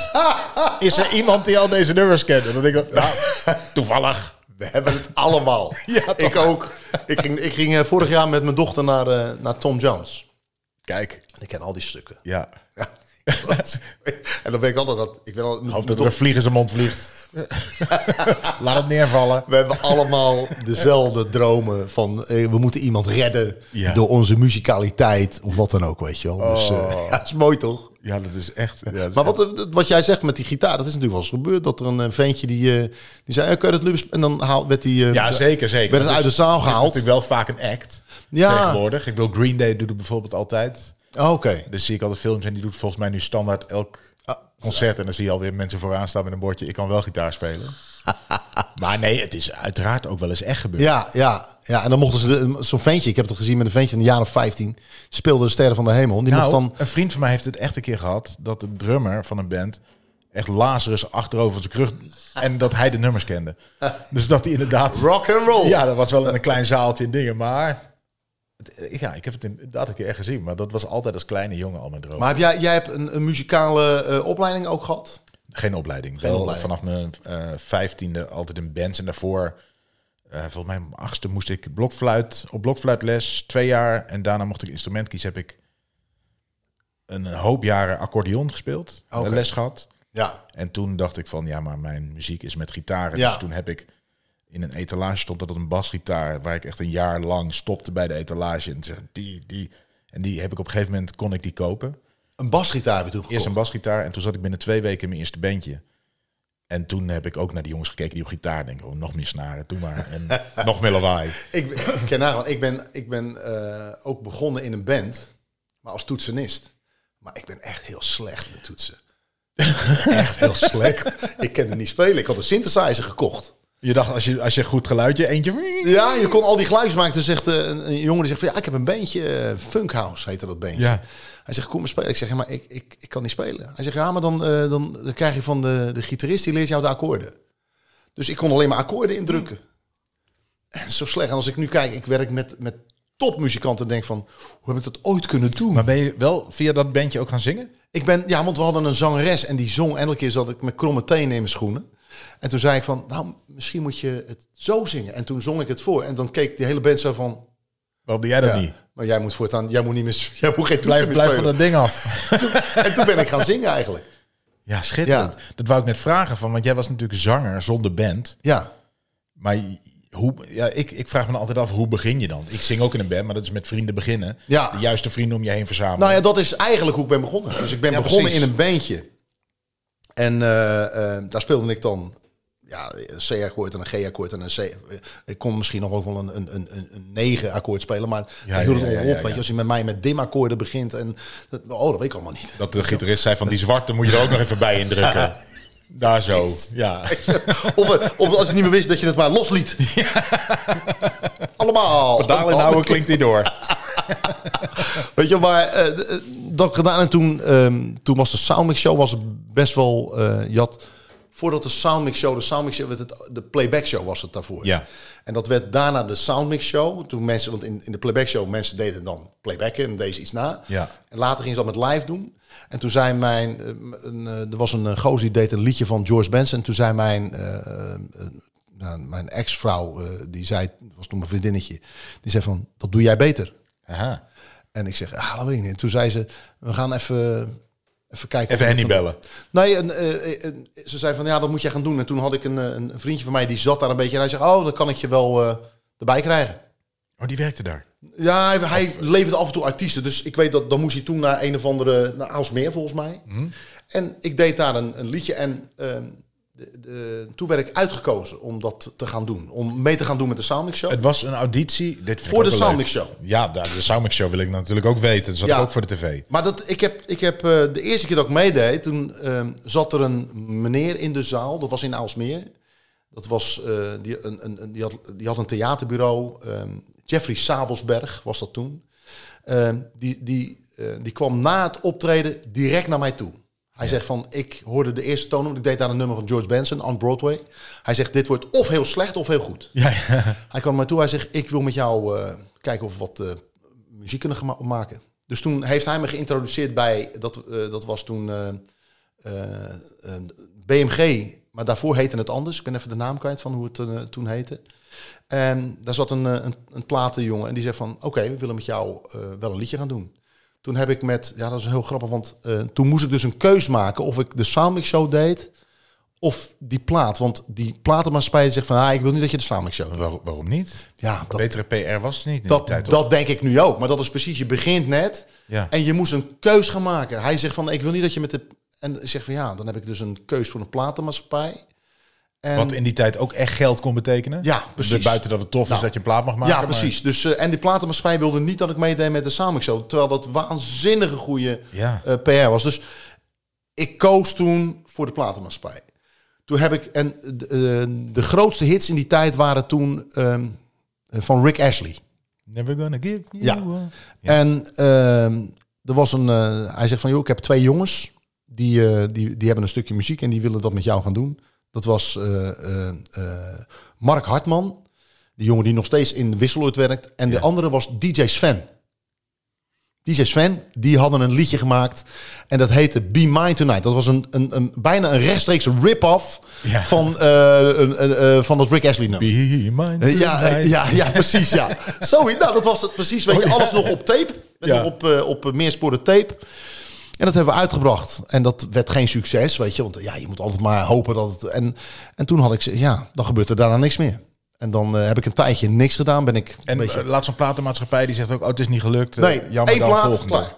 Speaker 1: Is er iemand die al deze nummers kent? En dan denk ik, nou, toevallig.
Speaker 5: We hebben het allemaal.
Speaker 1: Ja, toch?
Speaker 5: ik ook. Ik ging, ik ging eh, vorig jaar met mijn dochter naar, eh, naar Tom Jones.
Speaker 1: Kijk,
Speaker 5: En ik ken al die stukken.
Speaker 1: ja.
Speaker 5: Ja. en dan ben ik altijd dat. Ik ben al,
Speaker 1: Of dat er een vlieg in zijn mond vliegt. Laat het neervallen.
Speaker 5: We hebben allemaal dezelfde dromen van eh, we moeten iemand redden
Speaker 1: Ja. Oh.
Speaker 5: door onze muzikaliteit of wat dan ook, weet je wel. Dus eh, ja, dat is mooi toch?
Speaker 1: Ja, dat is echt... ja, dat is
Speaker 5: Maar wat, eh, wat jij zegt met die gitaar, dat is natuurlijk wel eens gebeurd. Dat er een eh, ventje die, eh, die zei, oké, dat Lubus... En dan haal, werd die... eh,
Speaker 1: Ja, zeker, zeker.
Speaker 5: Werd het uit de zaal
Speaker 1: Het
Speaker 5: gehaald.
Speaker 1: is natuurlijk wel vaak een act
Speaker 5: Ja.
Speaker 1: tegenwoordig. Ik wil Green Day doet het bijvoorbeeld altijd.
Speaker 5: Oh, Oké. Ah,
Speaker 1: Dus zie ik altijd films en die doet volgens mij nu standaard elk concert en dan zie je alweer mensen vooraan staan met een bordje. Ik kan wel gitaar spelen. maar nee, het is uiteraard ook wel eens echt gebeurd.
Speaker 5: Ja, ja, ja. En dan mochten ze de- eh, zo'n ventje, ik heb het gezien met een ventje in de jaren 15, speelde de Sterren van de Hemel. Die
Speaker 1: nou,
Speaker 5: mocht dan
Speaker 1: een vriend van mij heeft het echt een keer gehad dat de drummer van een band echt Lazarus achterover zijn krug en dat hij de nummers kende. Dus dat hij inderdaad
Speaker 5: rock and roll.
Speaker 1: Ja, dat was wel in een klein zaaltje en dingen, maar het- ja, ik heb het inderdaad een keer echt gezien, maar dat was altijd als kleine jongen al mijn droom.
Speaker 5: Maar heb jij, jij hebt een, een muzikale eh, opleiding ook gehad?
Speaker 1: Geen opleiding. wel
Speaker 5: opleiding.
Speaker 1: vanaf mijn eh, vijftiende altijd in bands. En daarvoor, eh, volgens mij mijn achtste, moest ik blokfluit, op blokfluitles. Twee jaar. En daarna mocht ik instrument kiezen. Heb ik een hoop jaren accordeon gespeeld.
Speaker 5: Oké.
Speaker 1: Les gehad.
Speaker 5: Ja.
Speaker 1: En toen dacht ik van, ja, maar mijn muziek is met gitaren.
Speaker 5: Ja.
Speaker 1: Dus toen heb ik in een etalage stond dat een basgitaar... waar ik echt een jaar lang stopte bij de etalage. En, zei, die, die, en die heb ik op een gegeven moment, kon ik die kopen.
Speaker 5: Een basgitaar heb je toen gekocht.
Speaker 1: Eerst een basgitaar en toen zat ik binnen twee weken in mijn eerste bandje. En toen heb ik ook naar die jongens gekeken die op gitaar denken. Oh, nog meer snaren, toen maar. En nog meer lawaai.
Speaker 5: Ik, ik ken haar, want ik ben, ik ben eh, ook begonnen in een band, maar als toetsenist. Maar ik ben echt heel slecht met toetsen. echt heel slecht. Ik kende niet spelen. Ik had een synthesizer gekocht.
Speaker 1: Je dacht, als je, als je goed geluidje, eentje...
Speaker 5: Ja, je kon al die geluidjes maken. Toen zegt eh, een, een jongen, die zegt van ja, ik heb een bandje, eh, Funkhouse heette dat bandje.
Speaker 1: Ja.
Speaker 5: Hij zegt, kom maar spelen. Ik zeg, ja, maar ik, ik, ik kan niet spelen. Hij zegt, ja, maar dan, eh, dan, dan krijg je van de, de gitarist, die leert jou de akkoorden. Dus ik kon alleen maar akkoorden indrukken. En zo slecht. En als ik nu kijk, ik werk met, met topmuzikanten en denk van, hoe heb ik dat ooit kunnen doen?
Speaker 1: Maar ben je wel via dat bandje ook gaan zingen?
Speaker 5: Ik ben, ja, want we hadden een zangeres en die zong. En elke keer zat ik met kromme tenen in mijn schoenen. En toen zei ik van, nou, misschien moet je het zo zingen. En toen zong ik het voor. En dan keek die hele band zo van,
Speaker 1: Waarom doe jij dat
Speaker 5: ja,
Speaker 1: niet?
Speaker 5: maar jij moet voortaan, jij moet niet meer, jij moet geen
Speaker 1: Blijf, blijf
Speaker 5: toetsen blijven.
Speaker 1: van dat ding af.
Speaker 5: En toen ben ik gaan zingen eigenlijk.
Speaker 1: Ja, schitterend.
Speaker 5: Ja.
Speaker 1: Dat wou ik net vragen van, want jij was natuurlijk zanger zonder band.
Speaker 5: Ja,
Speaker 1: Maar hoe, ja, ik, ik vraag me dan altijd af, hoe begin je dan? Ik zing ook in een band, maar dat is met vrienden beginnen.
Speaker 5: Ja.
Speaker 1: De juiste vrienden om je heen verzamelen.
Speaker 5: nou ja, dat is eigenlijk hoe ik ben begonnen. Dus ik ben
Speaker 1: Ja,
Speaker 5: begonnen
Speaker 1: precies.
Speaker 5: in een bandje. En eh, eh, daar speelde ik dan ja, een C-akkoord en een G-akkoord en een C. Ik kon misschien nog ook wel een, een, een, een- een 9-akkoord spelen, maar
Speaker 1: Ja,
Speaker 5: daar hield
Speaker 1: ja,
Speaker 5: het
Speaker 1: ja,
Speaker 5: op.
Speaker 1: ja,
Speaker 5: Weet
Speaker 1: ja.
Speaker 5: je, als je met mij met dim-akkoorden begint en... dat- Oh, dat weet ik allemaal niet.
Speaker 1: Dat de gitarist zei van die zwarte moet je er ook nog even bij indrukken. Daar zo, ja.
Speaker 5: of, eh, of als ik niet meer wist dat je het maar losliet. Allemaal.
Speaker 1: Dalen nou klinkt die door.
Speaker 5: Weet je, maar eh, d- eh, dat gedaan. En toen, ehm, toen was de Soundmix Show was best wel... eh je had, voordat de Soundmix Show, de Soundmix Show werd het, de Playback Show was het daarvoor.
Speaker 1: Ja.
Speaker 5: En dat werd daarna de Soundmix Show. Toen mensen, want in, in de Playback Show, mensen deden dan playbacken en deze iets na.
Speaker 1: Ja.
Speaker 5: En later gingen ze dat met live doen. En toen zei mijn, eh, m- een, eh, er was een eh, gozer die deed een liedje van George Benson. En toen zei mijn, eh, eh, nou, mijn ex-vrouw, eh, die zei, was toen mijn vriendinnetje, die zei van, dat doe jij beter.
Speaker 1: Aha.
Speaker 5: En ik zeg, ah, dat weet ik niet. En toen zei ze, we gaan even, even kijken.
Speaker 1: Even Henny bellen.
Speaker 5: Nee, en, eh, en ze zei van, ja, dat moet jij gaan doen. En toen had ik een, eh, een vriendje van mij, die zat daar een beetje. En hij zegt, oh, dan kan ik je wel eh, erbij krijgen.
Speaker 1: Oh, die werkte daar.
Speaker 5: Ja, hij, hij leverde af en toe artiesten. Dus ik weet dat, dan moest hij toen naar een of andere, naar Aalsmeer volgens mij.
Speaker 1: Mhm.
Speaker 5: En ik deed daar een, een liedje en ehm, de, de, toen werd ik uitgekozen om dat te gaan doen. Om mee te gaan doen met de Soundmix Show.
Speaker 1: Het was een auditie. Dit vind ik
Speaker 5: Voor
Speaker 1: ook
Speaker 5: de
Speaker 1: wel
Speaker 5: Soundmix
Speaker 1: leuk.
Speaker 5: Show.
Speaker 1: Ja, daar- de Soundmix Show wil ik natuurlijk ook weten. Dat zat
Speaker 5: Ja.
Speaker 1: ik ook voor de tv.
Speaker 5: Maar dat, ik heb, ik heb eh, de eerste keer dat ik meedeed, toen ehm, zat er een meneer in de zaal. Dat was in Aalsmeer. Dat was, eh, die, een, een, een- die, had, die had een theaterbureau. ehm, Jeffrey Savelsberg was dat toen. Ehm, die, die, eh, die kwam na het optreden direct naar mij toe. Hij zegt van, ik hoorde de eerste toon, want ik deed daar een nummer van George Benson, On Broadway. Hij zegt, dit wordt of heel slecht of heel goed.
Speaker 1: Ja, ja.
Speaker 5: Hij kwam naar mij toe, hij zegt, ik wil met jou eh, kijken of we wat eh, muziek kunnen gaan ma- maken. Dus toen heeft hij me geïntroduceerd bij, dat, eh, dat was toen eh, eh, eh, BMG, maar daarvoor heette het anders. Ik ben even de naam kwijt van hoe het eh, toen heette. En daar zat een, eh, een, een platenjongen en die zei van, oké, we willen met jou eh, wel een liedje gaan doen. Toen heb ik met, ja dat is heel grappig, want eh, toen moest ik dus een keus maken of ik de Soundmix Show deed of die plaat. Want die platenmaatschappij zegt van, ah, ik wil niet dat je de Soundmix Show doet.
Speaker 1: Waarom, waarom niet?
Speaker 5: Ja, dat,
Speaker 1: Betere PR was het niet in die
Speaker 5: dat,
Speaker 1: tijd. toch?
Speaker 5: dat denk ik nu ook. Maar dat is precies, je begint net
Speaker 1: Ja.
Speaker 5: en je moest een keus gaan maken. Hij zegt van, ik wil niet dat je met de... En ik zeg van, ja, dan heb ik dus een keus voor een platenmaatschappij. En,
Speaker 1: Wat in die tijd ook echt geld kon betekenen.
Speaker 5: Ja, precies.
Speaker 1: Dus buiten dat het tof is
Speaker 5: Nou,
Speaker 1: dat je een plaat mag maken.
Speaker 5: ja,
Speaker 1: maar-
Speaker 5: precies. Dus, eh, en die platenmaatschappij wilde niet dat ik meedeed met de Samix Show. Terwijl dat waanzinnige goede
Speaker 1: Ja.
Speaker 5: eh, PR was. Dus Ik koos toen voor de platenmaatschappij. Toen heb ik, en eh, de, de grootste hits in die tijd waren toen ehm, van Rick Ashley.
Speaker 1: Never gonna give you
Speaker 5: Ja.
Speaker 1: up.
Speaker 5: En ehm, er was een, eh, hij zegt van, joh, ik heb twee jongens. Die, eh, die, die hebben een stukje muziek en die willen dat met jou gaan doen. Dat was eh, eh, eh, Mark Hartman, die jongen die nog steeds in Wisseloord werkt. En de andere was DJ Sven. DJ Sven, die hadden een liedje gemaakt en dat heette Be Mine Tonight. Dat was een, een, een, bijna een rechtstreeks rip-off
Speaker 1: Ja.
Speaker 5: van, eh, een, een, eh, van dat Rick Ashley nummer.
Speaker 1: Be mine
Speaker 5: Eh, Ja, eh,
Speaker 1: tonight.
Speaker 5: ja, ja, precies, ja. Zoiets, nou dat was het precies. Weet je, alles nog op tape. Met
Speaker 1: Oh, Ja.
Speaker 5: nog Op, eh, op eh, meersporen tape. En dat hebben we uitgebracht. En dat werd geen succes, weet je. Want eh, ja, je moet altijd maar hopen dat het... En, en toen had ik ze, ja, dan gebeurt er daarna niks meer. En dan eh, heb ik een tijdje niks gedaan, ben ik
Speaker 1: En
Speaker 5: een beetje...
Speaker 1: eh, laat zo'n platenmaatschappij die zegt ook, oh, het is niet gelukt. eh,
Speaker 5: nee,
Speaker 1: jammer
Speaker 5: één
Speaker 1: dan
Speaker 5: plaat,
Speaker 1: volgende.
Speaker 5: klaar.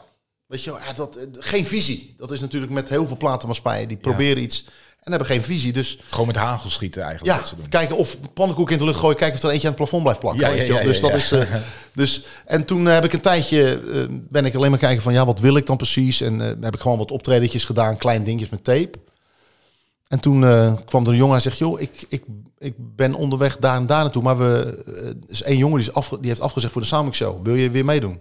Speaker 5: Weet je, wel, ja, dat, eh, geen visie. Dat is natuurlijk met heel veel platenmaatschappijen. Die proberen iets en hebben geen visie. Dus
Speaker 1: Gewoon met hagel schieten eigenlijk.
Speaker 5: ja,
Speaker 1: wat ze doen.
Speaker 5: kijken of pannenkoek in de lucht gooien, kijken of er eentje aan het plafond blijft plakken.
Speaker 1: Ja,
Speaker 5: weet
Speaker 1: ja,
Speaker 5: je wel.
Speaker 1: ja,
Speaker 5: dus
Speaker 1: ja,
Speaker 5: dat
Speaker 1: ja.
Speaker 5: is. eh, dus, en toen eh, heb ik een tijdje eh, ben ik alleen maar kijken van ja, wat wil ik dan precies? En eh, heb ik gewoon wat optredetjes gedaan, klein dingetjes met tape. En toen eh, kwam er een jongen en zegt: joh, ik, ik, ik ben onderweg daar en daar naartoe. Maar we, eh, er is één jongen die, is afge- die heeft afgezegd voor de Samenk Show. Wil je weer meedoen?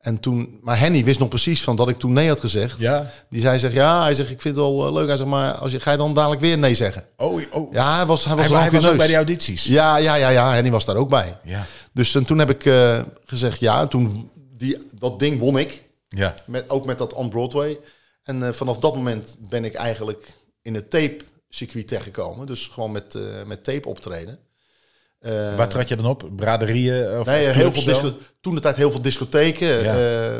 Speaker 5: En toen, maar Henny wist nog precies van dat ik toen nee had gezegd.
Speaker 1: Ja.
Speaker 5: Die zei, zegt, ja, hij zegt, ik vind het wel eh, leuk. Hij zegt, maar als je, ga je dan dadelijk weer nee zeggen?
Speaker 1: Oh, oh.
Speaker 5: Ja, hij was, hij was,
Speaker 1: hij, hij was
Speaker 5: rancuneus.
Speaker 1: ook bij de audities.
Speaker 5: Ja, ja, ja, ja. En die was daar ook bij.
Speaker 1: Ja.
Speaker 5: Dus en toen heb ik eh, gezegd ja. En toen die, dat ding won ik.
Speaker 1: Ja.
Speaker 5: Met, ook met dat on-Broadway. En eh, vanaf dat moment ben ik eigenlijk in het tape-circuit terechtgekomen. Dus gewoon met, eh, met tape optreden. Eh,
Speaker 1: Waar trad je dan op? Braderieën? Of,
Speaker 5: nee,
Speaker 1: of
Speaker 5: heel
Speaker 1: clubs
Speaker 5: veel
Speaker 1: dan?
Speaker 5: disco- toen de tijd heel veel discotheken
Speaker 1: Ja.
Speaker 5: eh, eh,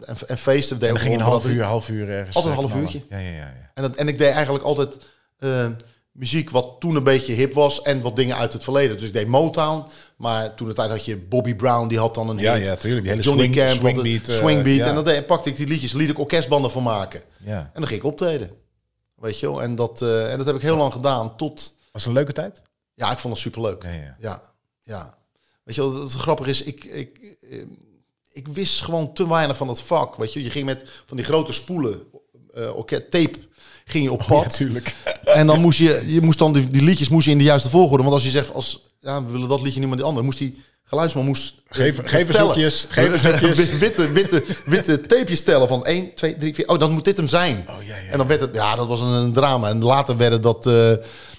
Speaker 5: en, en feesten. We
Speaker 1: En
Speaker 5: deden
Speaker 1: dan ging je een
Speaker 5: gewoon
Speaker 1: half
Speaker 5: Braderie.
Speaker 1: uur, half uur ergens.
Speaker 5: Altijd
Speaker 1: eh,
Speaker 5: een half
Speaker 1: knallen.
Speaker 5: uurtje.
Speaker 1: Ja, ja, ja. ja.
Speaker 5: En, dat, en ik deed eigenlijk altijd eh, muziek wat toen een beetje hip was en wat dingen uit het verleden. Dus ik deed Motown, maar toen de tijd had je Bobby Brown, die had dan een
Speaker 1: Ja,
Speaker 5: hit.
Speaker 1: ja, tuurlijk. Die hele
Speaker 5: Johnny
Speaker 1: swing-
Speaker 5: Campbell, de
Speaker 1: swingbeat, eh,
Speaker 5: swingbeat.
Speaker 1: ja.
Speaker 5: En dan deed, en pakte ik die liedjes, liet ik orkestbanden van maken.
Speaker 1: ja.
Speaker 5: En dan ging ik optreden. Weet je wel? En dat, eh, en dat heb ik heel lang gedaan tot...
Speaker 1: Was het een leuke tijd?
Speaker 5: Ja, ik vond het superleuk.
Speaker 1: Ja, ja.
Speaker 5: Ja, ja. Weet je wat het grappig is? Ik, ik, eh, ik wist gewoon te weinig van dat vak. Weet je, je ging met van die grote spoelen, eh orket- tape, ging je op
Speaker 1: Oh,
Speaker 5: pad.
Speaker 1: Natuurlijk.
Speaker 5: En dan moest je, je moest dan die, die liedjes moest je in de juiste volgorde. Want als je zegt, als, ja, we willen dat liedje niet, maar die andere, moest die geluidsman moest
Speaker 1: Geef-
Speaker 5: eh,
Speaker 1: geef eens
Speaker 5: tellen.
Speaker 1: hoekjes, geef eens hoekjes.
Speaker 5: witte, witte, witte tapejes tellen van 1, 2, 3, 4. Oh, dan moet dit hem zijn.
Speaker 1: Oh, ja, ja.
Speaker 5: En dan werd het, ja, dat was een, een drama. En later werden dat eh,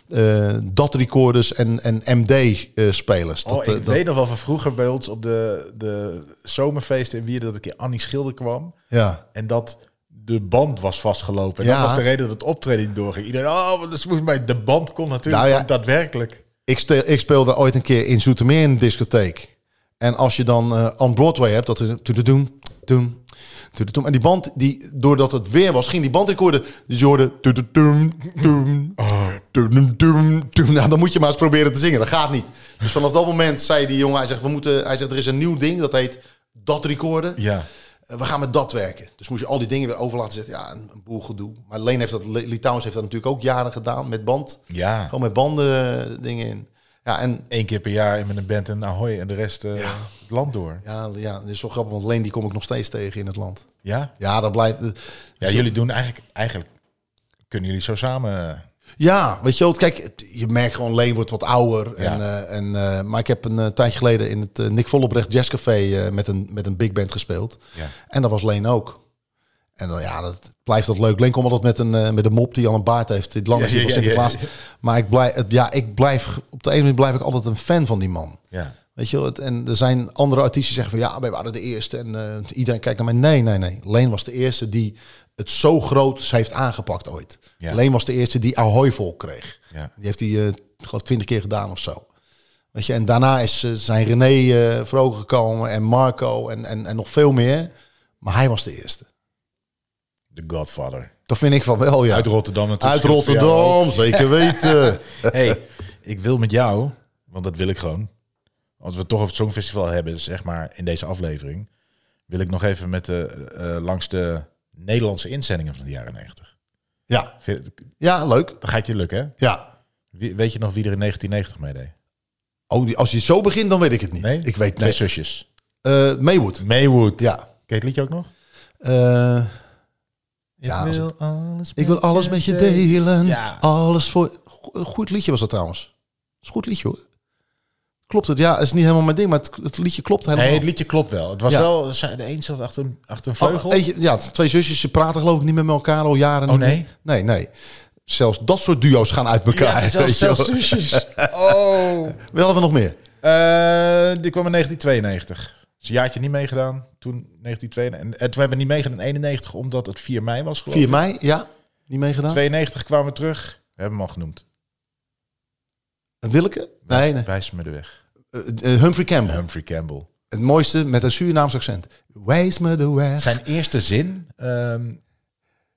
Speaker 5: eh, dat recorders en, en eh, MD-spelers.
Speaker 1: Oh, ik weet nog wel van vroeger bij ons op de, de zomerfeesten in Wierden dat een keer Annie Schilder kwam.
Speaker 5: ja.
Speaker 1: En dat de band was vastgelopen. En
Speaker 5: Ja.
Speaker 1: dat was de reden dat het optreden niet doorging. Iedereen, oh, dat moest mij. De band kon natuurlijk
Speaker 5: Nou ja.
Speaker 1: ook daadwerkelijk.
Speaker 5: ik, stel, ik speelde ooit een keer in Zoetermeer in een discotheek. En als je dan eh on Broadway hebt, dat er to doen, doen, doen. En die band, die, doordat het weer was, ging die bandrecorder. Dus je hoorde. toedoedoem, doem, toedoedoem, doem. Nou, dan moet je maar eens proberen te zingen. Dat gaat niet. Dus vanaf dat moment zei die jongen, hij zegt, we moeten, hij zegt, er is een nieuw ding, dat heet dat recorden.
Speaker 1: Ja.
Speaker 5: Eh, we gaan met dat werken. Dus moest je al die dingen weer over laten zetten. Ja, een, een boel gedoe. Maar Leen heeft dat, Litouwens heeft dat natuurlijk ook jaren gedaan met band.
Speaker 1: Ja.
Speaker 5: Gewoon met banden eh, dingen in. Ja, en
Speaker 1: Eén keer per jaar in met een band en ahoy en de rest eh,
Speaker 5: Ja.
Speaker 1: het land door.
Speaker 5: ja, ja, dat is wel grappig, want Leen die kom ik nog steeds tegen in het land.
Speaker 1: Ja?
Speaker 5: Ja, dat blijft... eh,
Speaker 1: Ja, jullie doen eigenlijk, eigenlijk kunnen jullie zo samen... eh,
Speaker 5: Ja, weet je wel, kijk, het- je merkt gewoon Leen wordt wat ouder. En,
Speaker 1: Ja.
Speaker 5: eh, en, eh, maar ik heb een eh, tijdje geleden in het eh, Nick Vollebrecht Jazzcafé eh, met, een, met een big band gespeeld.
Speaker 1: Ja.
Speaker 5: En dat was Leen ook. En dan, ja, dat blijft dat leuk. Leen komt altijd met een, eh, met een mop die al een baard heeft. Die lang
Speaker 1: Ja,
Speaker 5: is die
Speaker 1: ja,
Speaker 5: van
Speaker 1: ja, ja,
Speaker 5: Sinterklaas.
Speaker 1: ja.
Speaker 5: Maar ik blijf, het- ja, ik blijf, op de ene manier blijf ik altijd een fan van die man.
Speaker 1: Ja.
Speaker 5: Weet je wel, het, en er zijn andere artiesten die zeggen van ja, wij waren de eerste en eh, iedereen kijkt naar mij. Nee, nee, nee. Leen was de eerste die het zo groot heeft aangepakt ooit.
Speaker 1: Ja.
Speaker 5: Leen was de eerste die Ahoy vol kreeg.
Speaker 1: Ja.
Speaker 5: Die heeft hij eh geloof twintig keer gedaan of zo. Weet je, en daarna is, eh, zijn René eh Vroger gekomen en Marco en, en, en nog veel meer. Maar hij was de eerste.
Speaker 1: The Godfather.
Speaker 5: Dat vind ik van wel, ja.
Speaker 1: Uit Rotterdam natuurlijk.
Speaker 5: Uit Rotterdam, zeker weten.
Speaker 1: hey, ik wil met jou, want dat wil ik gewoon. Als we het toch over het Songfestival hebben, zeg maar in deze aflevering, wil ik nog even met de, eh, langs de Nederlandse inzendingen van de jaren 90.
Speaker 5: ja.
Speaker 1: Vind-
Speaker 5: ja, leuk.
Speaker 1: Dat gaat je lukken, hè?
Speaker 5: Ja,
Speaker 1: Wie- weet je nog wie er in 1990 meedeed?
Speaker 5: Oh, die- als je zo begint, dan weet ik het niet.
Speaker 1: Nee?
Speaker 5: Ik weet
Speaker 1: Twee
Speaker 5: nee.
Speaker 1: zusjes.
Speaker 5: Eh Maywood.
Speaker 1: Maywood.
Speaker 5: Ja.
Speaker 1: Ken je het liedje ook nog?
Speaker 5: Eh, Ja, als-
Speaker 1: wil alles
Speaker 5: Ik wil alles met je delen.
Speaker 1: Ja.
Speaker 5: Alles voor. Go- een Goed liedje was dat trouwens. is een goed liedje hoor. Klopt het? Ja, het is niet helemaal mijn ding, maar het, het liedje klopt helemaal.
Speaker 1: Nee, het liedje klopt wel. Het was
Speaker 5: Ja.
Speaker 1: wel, ze- de een zat achter een, achter een
Speaker 5: Oh,
Speaker 1: vleugel.
Speaker 5: eentje- ja, t- twee zusjes, ze praten geloof ik niet meer met elkaar al jaren.
Speaker 1: Oh,
Speaker 5: niet
Speaker 1: nee?
Speaker 5: meer. Nee, nee. Zelfs dat soort duo's gaan uit elkaar.
Speaker 1: ja,
Speaker 5: weet
Speaker 1: zelfs,
Speaker 5: je wel.
Speaker 1: zelfs zusjes. Oh.
Speaker 5: Wel even nog meer.
Speaker 1: Eh, die kwam in 1992. Dus een jaartje niet meegedaan. Toen 1992. En eh, toen hebben we niet meegedaan in 91, omdat het 4 mei was geloof
Speaker 5: 4
Speaker 1: ik.
Speaker 5: mei, ja. Niet meegedaan.
Speaker 1: 92 kwamen we terug. We hebben hem al genoemd.
Speaker 5: Een Willeke? Nee, nee.
Speaker 1: Wijs me de weg.
Speaker 5: Eh, eh, Humphrey Campbell.
Speaker 1: Humphrey Campbell.
Speaker 5: Het mooiste met een Surinaams accent. Wijs me de weg.
Speaker 1: Zijn eerste zin ehm,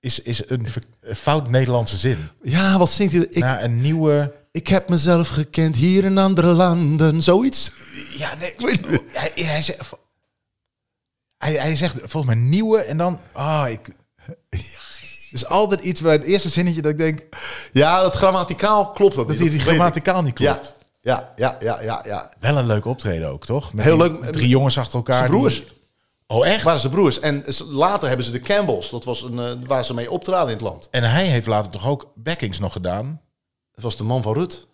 Speaker 1: is, is een ver- een fout Nederlandse zin.
Speaker 5: Ja, wat zingt hij? Ik,
Speaker 1: Na een nieuwe...
Speaker 5: ik heb mezelf gekend hier in andere landen. Zoiets.
Speaker 1: Ja, nee. Hij, hij, zegt, hij, hij zegt volgens mij nieuwe en dan... Ah, ik... Dus altijd iets bij het eerste zinnetje dat ik denk
Speaker 5: Ja, dat grammaticaal klopt
Speaker 1: dat
Speaker 5: dat, niet.
Speaker 1: hij die
Speaker 5: weet ik.
Speaker 1: grammaticaal niet klopt.
Speaker 5: Ja, ja, ja, ja, ja. ja.
Speaker 1: Wel een leuk optreden ook, toch? Met
Speaker 5: Heel
Speaker 1: die
Speaker 5: leuk. eh,
Speaker 1: Drie jongens achter elkaar.
Speaker 5: Zijn broers.
Speaker 1: die- Oh, echt?
Speaker 5: Waren ze broers. En s- later hebben ze de Campbells. Dat was een, eh, waar ze mee optraden in het land.
Speaker 1: En hij heeft later toch ook backings nog gedaan?
Speaker 5: Het was de man van Rut.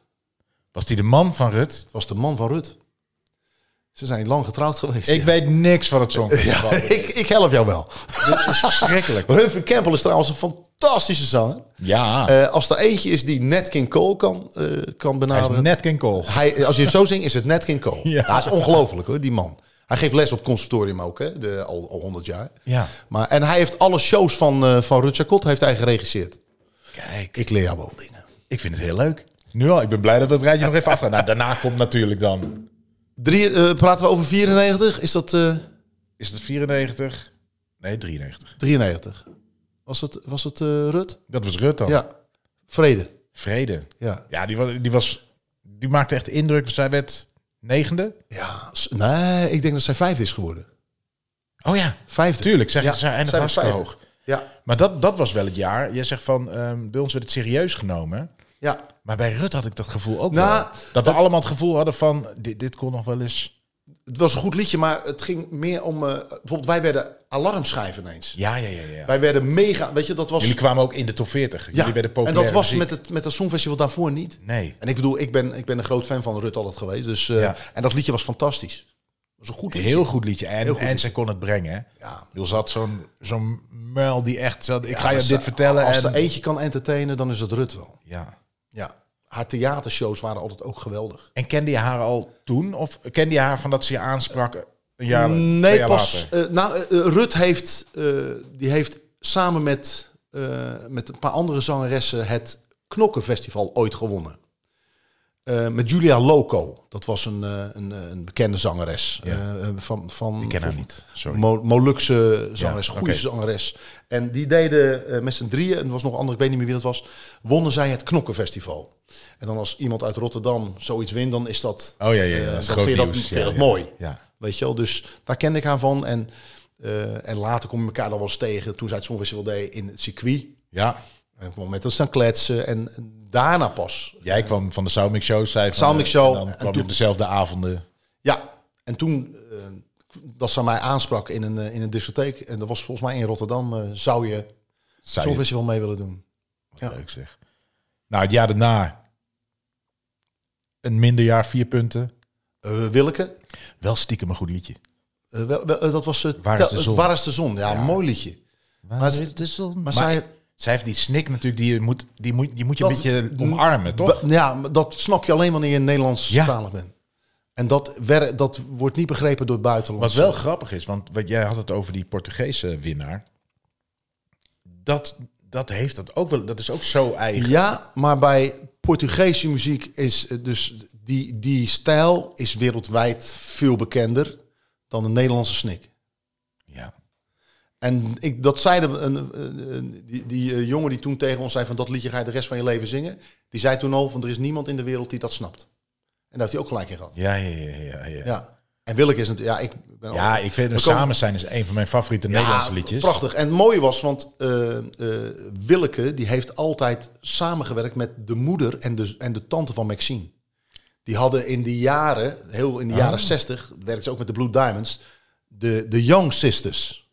Speaker 1: Was die de man van Rut?
Speaker 5: Het was de man van Rut. Ze zijn lang getrouwd geweest.
Speaker 1: Ik
Speaker 5: ja.
Speaker 1: weet niks van het songfestival.
Speaker 5: ik, ik help jou wel.
Speaker 1: Schrikkelijk.
Speaker 5: Humphrey Campbell is trouwens een fantastische zanger.
Speaker 1: Ja,
Speaker 5: Eh, als er eentje is die Nat King Cole kan, eh, kan
Speaker 1: hij
Speaker 5: benaderen.
Speaker 1: is net King Cole.
Speaker 5: Hij, als je het zo zingt, is het net geen kool.
Speaker 1: Ja.
Speaker 5: Ja. Dat is ongelooflijk hoor, die man. Hij geeft les op het conservatorium ook, hè, de, al, al 100 jaar.
Speaker 1: Ja.
Speaker 5: Maar, en hij heeft alle shows van, eh van Rutger Kot heeft hij geregisseerd.
Speaker 1: Kijk,
Speaker 5: Ik leer jou wel dingen.
Speaker 1: ik vind het heel leuk. Nu al, ik ben blij dat we het rijtje nog even afgaan. Nou, daarna komt natuurlijk dan...
Speaker 5: Drie, eh, praten we over 94? Is dat eh,
Speaker 1: Is het 94? Nee, 93.
Speaker 5: 93? Was het, was het eh, Rut?
Speaker 1: Dat was Rut dan.
Speaker 5: Ja. Vrede.
Speaker 1: Vrede.
Speaker 5: Ja.
Speaker 1: Ja, die, was, die, was, die maakte echt indruk. Zij werd negende.
Speaker 5: ja. s- Nee, ik denk dat zij vijfde is geworden.
Speaker 1: Oh ja,
Speaker 5: Vijfde.
Speaker 1: tuurlijk. Zeg,
Speaker 5: Ja,
Speaker 1: Zij eindigt
Speaker 5: zij was
Speaker 1: hartstikke
Speaker 5: vijfde.
Speaker 1: hoog.
Speaker 5: Ja.
Speaker 1: Maar dat, dat was wel het jaar. Jij zegt van, ehm, bij ons werd het serieus genomen.
Speaker 5: Ja.
Speaker 1: Maar bij Rut had ik dat gevoel ook
Speaker 5: Nou,
Speaker 1: wel. Dat we allemaal het gevoel hadden van, dit, dit kon nog wel eens...
Speaker 5: Het was een goed liedje, maar het ging meer om... eh, bijvoorbeeld, wij werden alarmschijven ineens.
Speaker 1: Ja, ja, ja. ja.
Speaker 5: Wij werden mega... Weet je, dat was...
Speaker 1: Jullie kwamen ook in de top 40. Jullie werden
Speaker 5: en
Speaker 1: populair.
Speaker 5: dat was
Speaker 1: muziek.
Speaker 5: met het, met het Songfestival daarvoor niet.
Speaker 1: Nee.
Speaker 5: En ik bedoel, ik ben, ik ben een groot fan van Rut altijd geweest. Dus, eh,
Speaker 1: Ja.
Speaker 5: En dat liedje was fantastisch. Dat was een goed liedje.
Speaker 1: Heel goed liedje. En,
Speaker 5: Heel goed
Speaker 1: en
Speaker 5: liedje.
Speaker 1: zij kon het brengen. hè.
Speaker 5: Ja.
Speaker 1: Ik bedoel, ze had zo'n zo'n muil die echt... Zat, ik
Speaker 5: Ja,
Speaker 1: ga je
Speaker 5: als-
Speaker 1: dit vertellen.
Speaker 5: Als
Speaker 1: en,
Speaker 5: er eentje kan entertainen, dan is het Rut wel.
Speaker 1: ja.
Speaker 5: Ja. Haar theatershows waren altijd ook geweldig.
Speaker 1: en kende je haar al toen? Of kende je haar van dat ze je aansprak een jaar, twee
Speaker 5: nee,
Speaker 1: jaar
Speaker 5: pas...
Speaker 1: later?
Speaker 5: eh, nou, eh, eh, Rut heeft, eh, die heeft samen met, eh, met een paar andere zangeressen het Knokkenfestival ooit gewonnen. Eh, met Julia Loco. Dat was een, eh, een, eh, een bekende zangeres.
Speaker 1: Ja.
Speaker 5: eh, van, van,
Speaker 1: Ik ken haar niet. Sorry.
Speaker 5: Mo Molukse zangeres,
Speaker 1: Ja,
Speaker 5: goede
Speaker 1: oké.
Speaker 5: zangeres. En die deden eh, met z'n drieën, en er was nog een ander, ik weet niet meer wie dat was, wonnen zij het Knokkenfestival. En dan als iemand uit Rotterdam zoiets wint, dan is dat,
Speaker 1: Oh ja, ja, ja.
Speaker 5: eh,
Speaker 1: Dat is
Speaker 5: dan
Speaker 1: groot
Speaker 5: vind je dat,
Speaker 1: nieuws.
Speaker 5: vind je
Speaker 1: Ja,
Speaker 5: dat
Speaker 1: ja.
Speaker 5: mooi.
Speaker 1: Ja.
Speaker 5: Weet je wel, dus daar kende ik haar van. En, eh, en later kom je elkaar dan wel eens tegen, toen zij het Songfestival deed in het circuit.
Speaker 1: Ja.
Speaker 5: En op het moment dat ze dan kletsen en daarna pas.
Speaker 1: Jij kwam van de Soundmix Show, zei van...
Speaker 5: Soundmix
Speaker 1: eh,
Speaker 5: Show,
Speaker 1: En dan
Speaker 5: en
Speaker 1: kwam je
Speaker 5: toen-
Speaker 1: op dezelfde avonden.
Speaker 5: Ja, en toen eh, dat ze mij aansprak in een, eh, in een discotheek, en dat was volgens mij in Rotterdam, eh, zou je
Speaker 1: Zei je,
Speaker 5: Songfestival mee willen doen.
Speaker 1: wat
Speaker 5: ja.
Speaker 1: leuk zeg. Nou, het jaar daarna... Een minder jaar, vier punten.
Speaker 5: Eh, Willeke,
Speaker 1: Wel stiekem een goed liedje.
Speaker 5: eh, wel, wel, eh, dat was eh,
Speaker 1: Waar is
Speaker 5: tel-
Speaker 1: de zon?
Speaker 5: Waar is de zon? Ja, mooi liedje. Maar ze-
Speaker 1: maar,
Speaker 5: Maar, zij,
Speaker 1: zij heeft die snik natuurlijk, die je moet, die moet, die moet je
Speaker 5: Dat-
Speaker 1: een beetje omarmen, toch?
Speaker 5: Be- ja, maar dat snap je alleen wanneer je Nederlandstalig bent. En dat, wer- dat wordt niet begrepen door het buitenland.
Speaker 1: Wat wel grappig is, want wat jij had het over die Portugese winnaar. Dat, dat heeft dat ook wel, dat is ook zo eigen.
Speaker 5: Ja, maar bij Portugese muziek is eh, dus die, die stijl is wereldwijd veel bekender dan de Nederlandse snik.
Speaker 1: Ja.
Speaker 5: En ik, dat zeiden een, een- een- die, die eh, jongen die toen tegen ons zei van dat liedje ga je de rest van je leven zingen. Die zei toen al van er is niemand in de wereld die dat snapt. En daar heeft hij ook gelijk in gehad.
Speaker 1: Ja, ja, ja, ja, ja. ja.
Speaker 5: Ja. En Willeke is natuurlijk... Ja, ik, ben al-
Speaker 1: ik vind
Speaker 5: We
Speaker 1: het
Speaker 5: komen-
Speaker 1: samen zijn is een van mijn favoriete
Speaker 5: Ja,
Speaker 1: Nederlandse liedjes.
Speaker 5: Prachtig. En het mooie was, want eh, eh, Willeke die heeft altijd samengewerkt met de moeder en de, en de tante van Maxine. Die hadden in die jaren, heel
Speaker 1: Ah.
Speaker 5: in de jaren 60, werkte ze ook met de Blue Diamonds, de, de Young Sisters.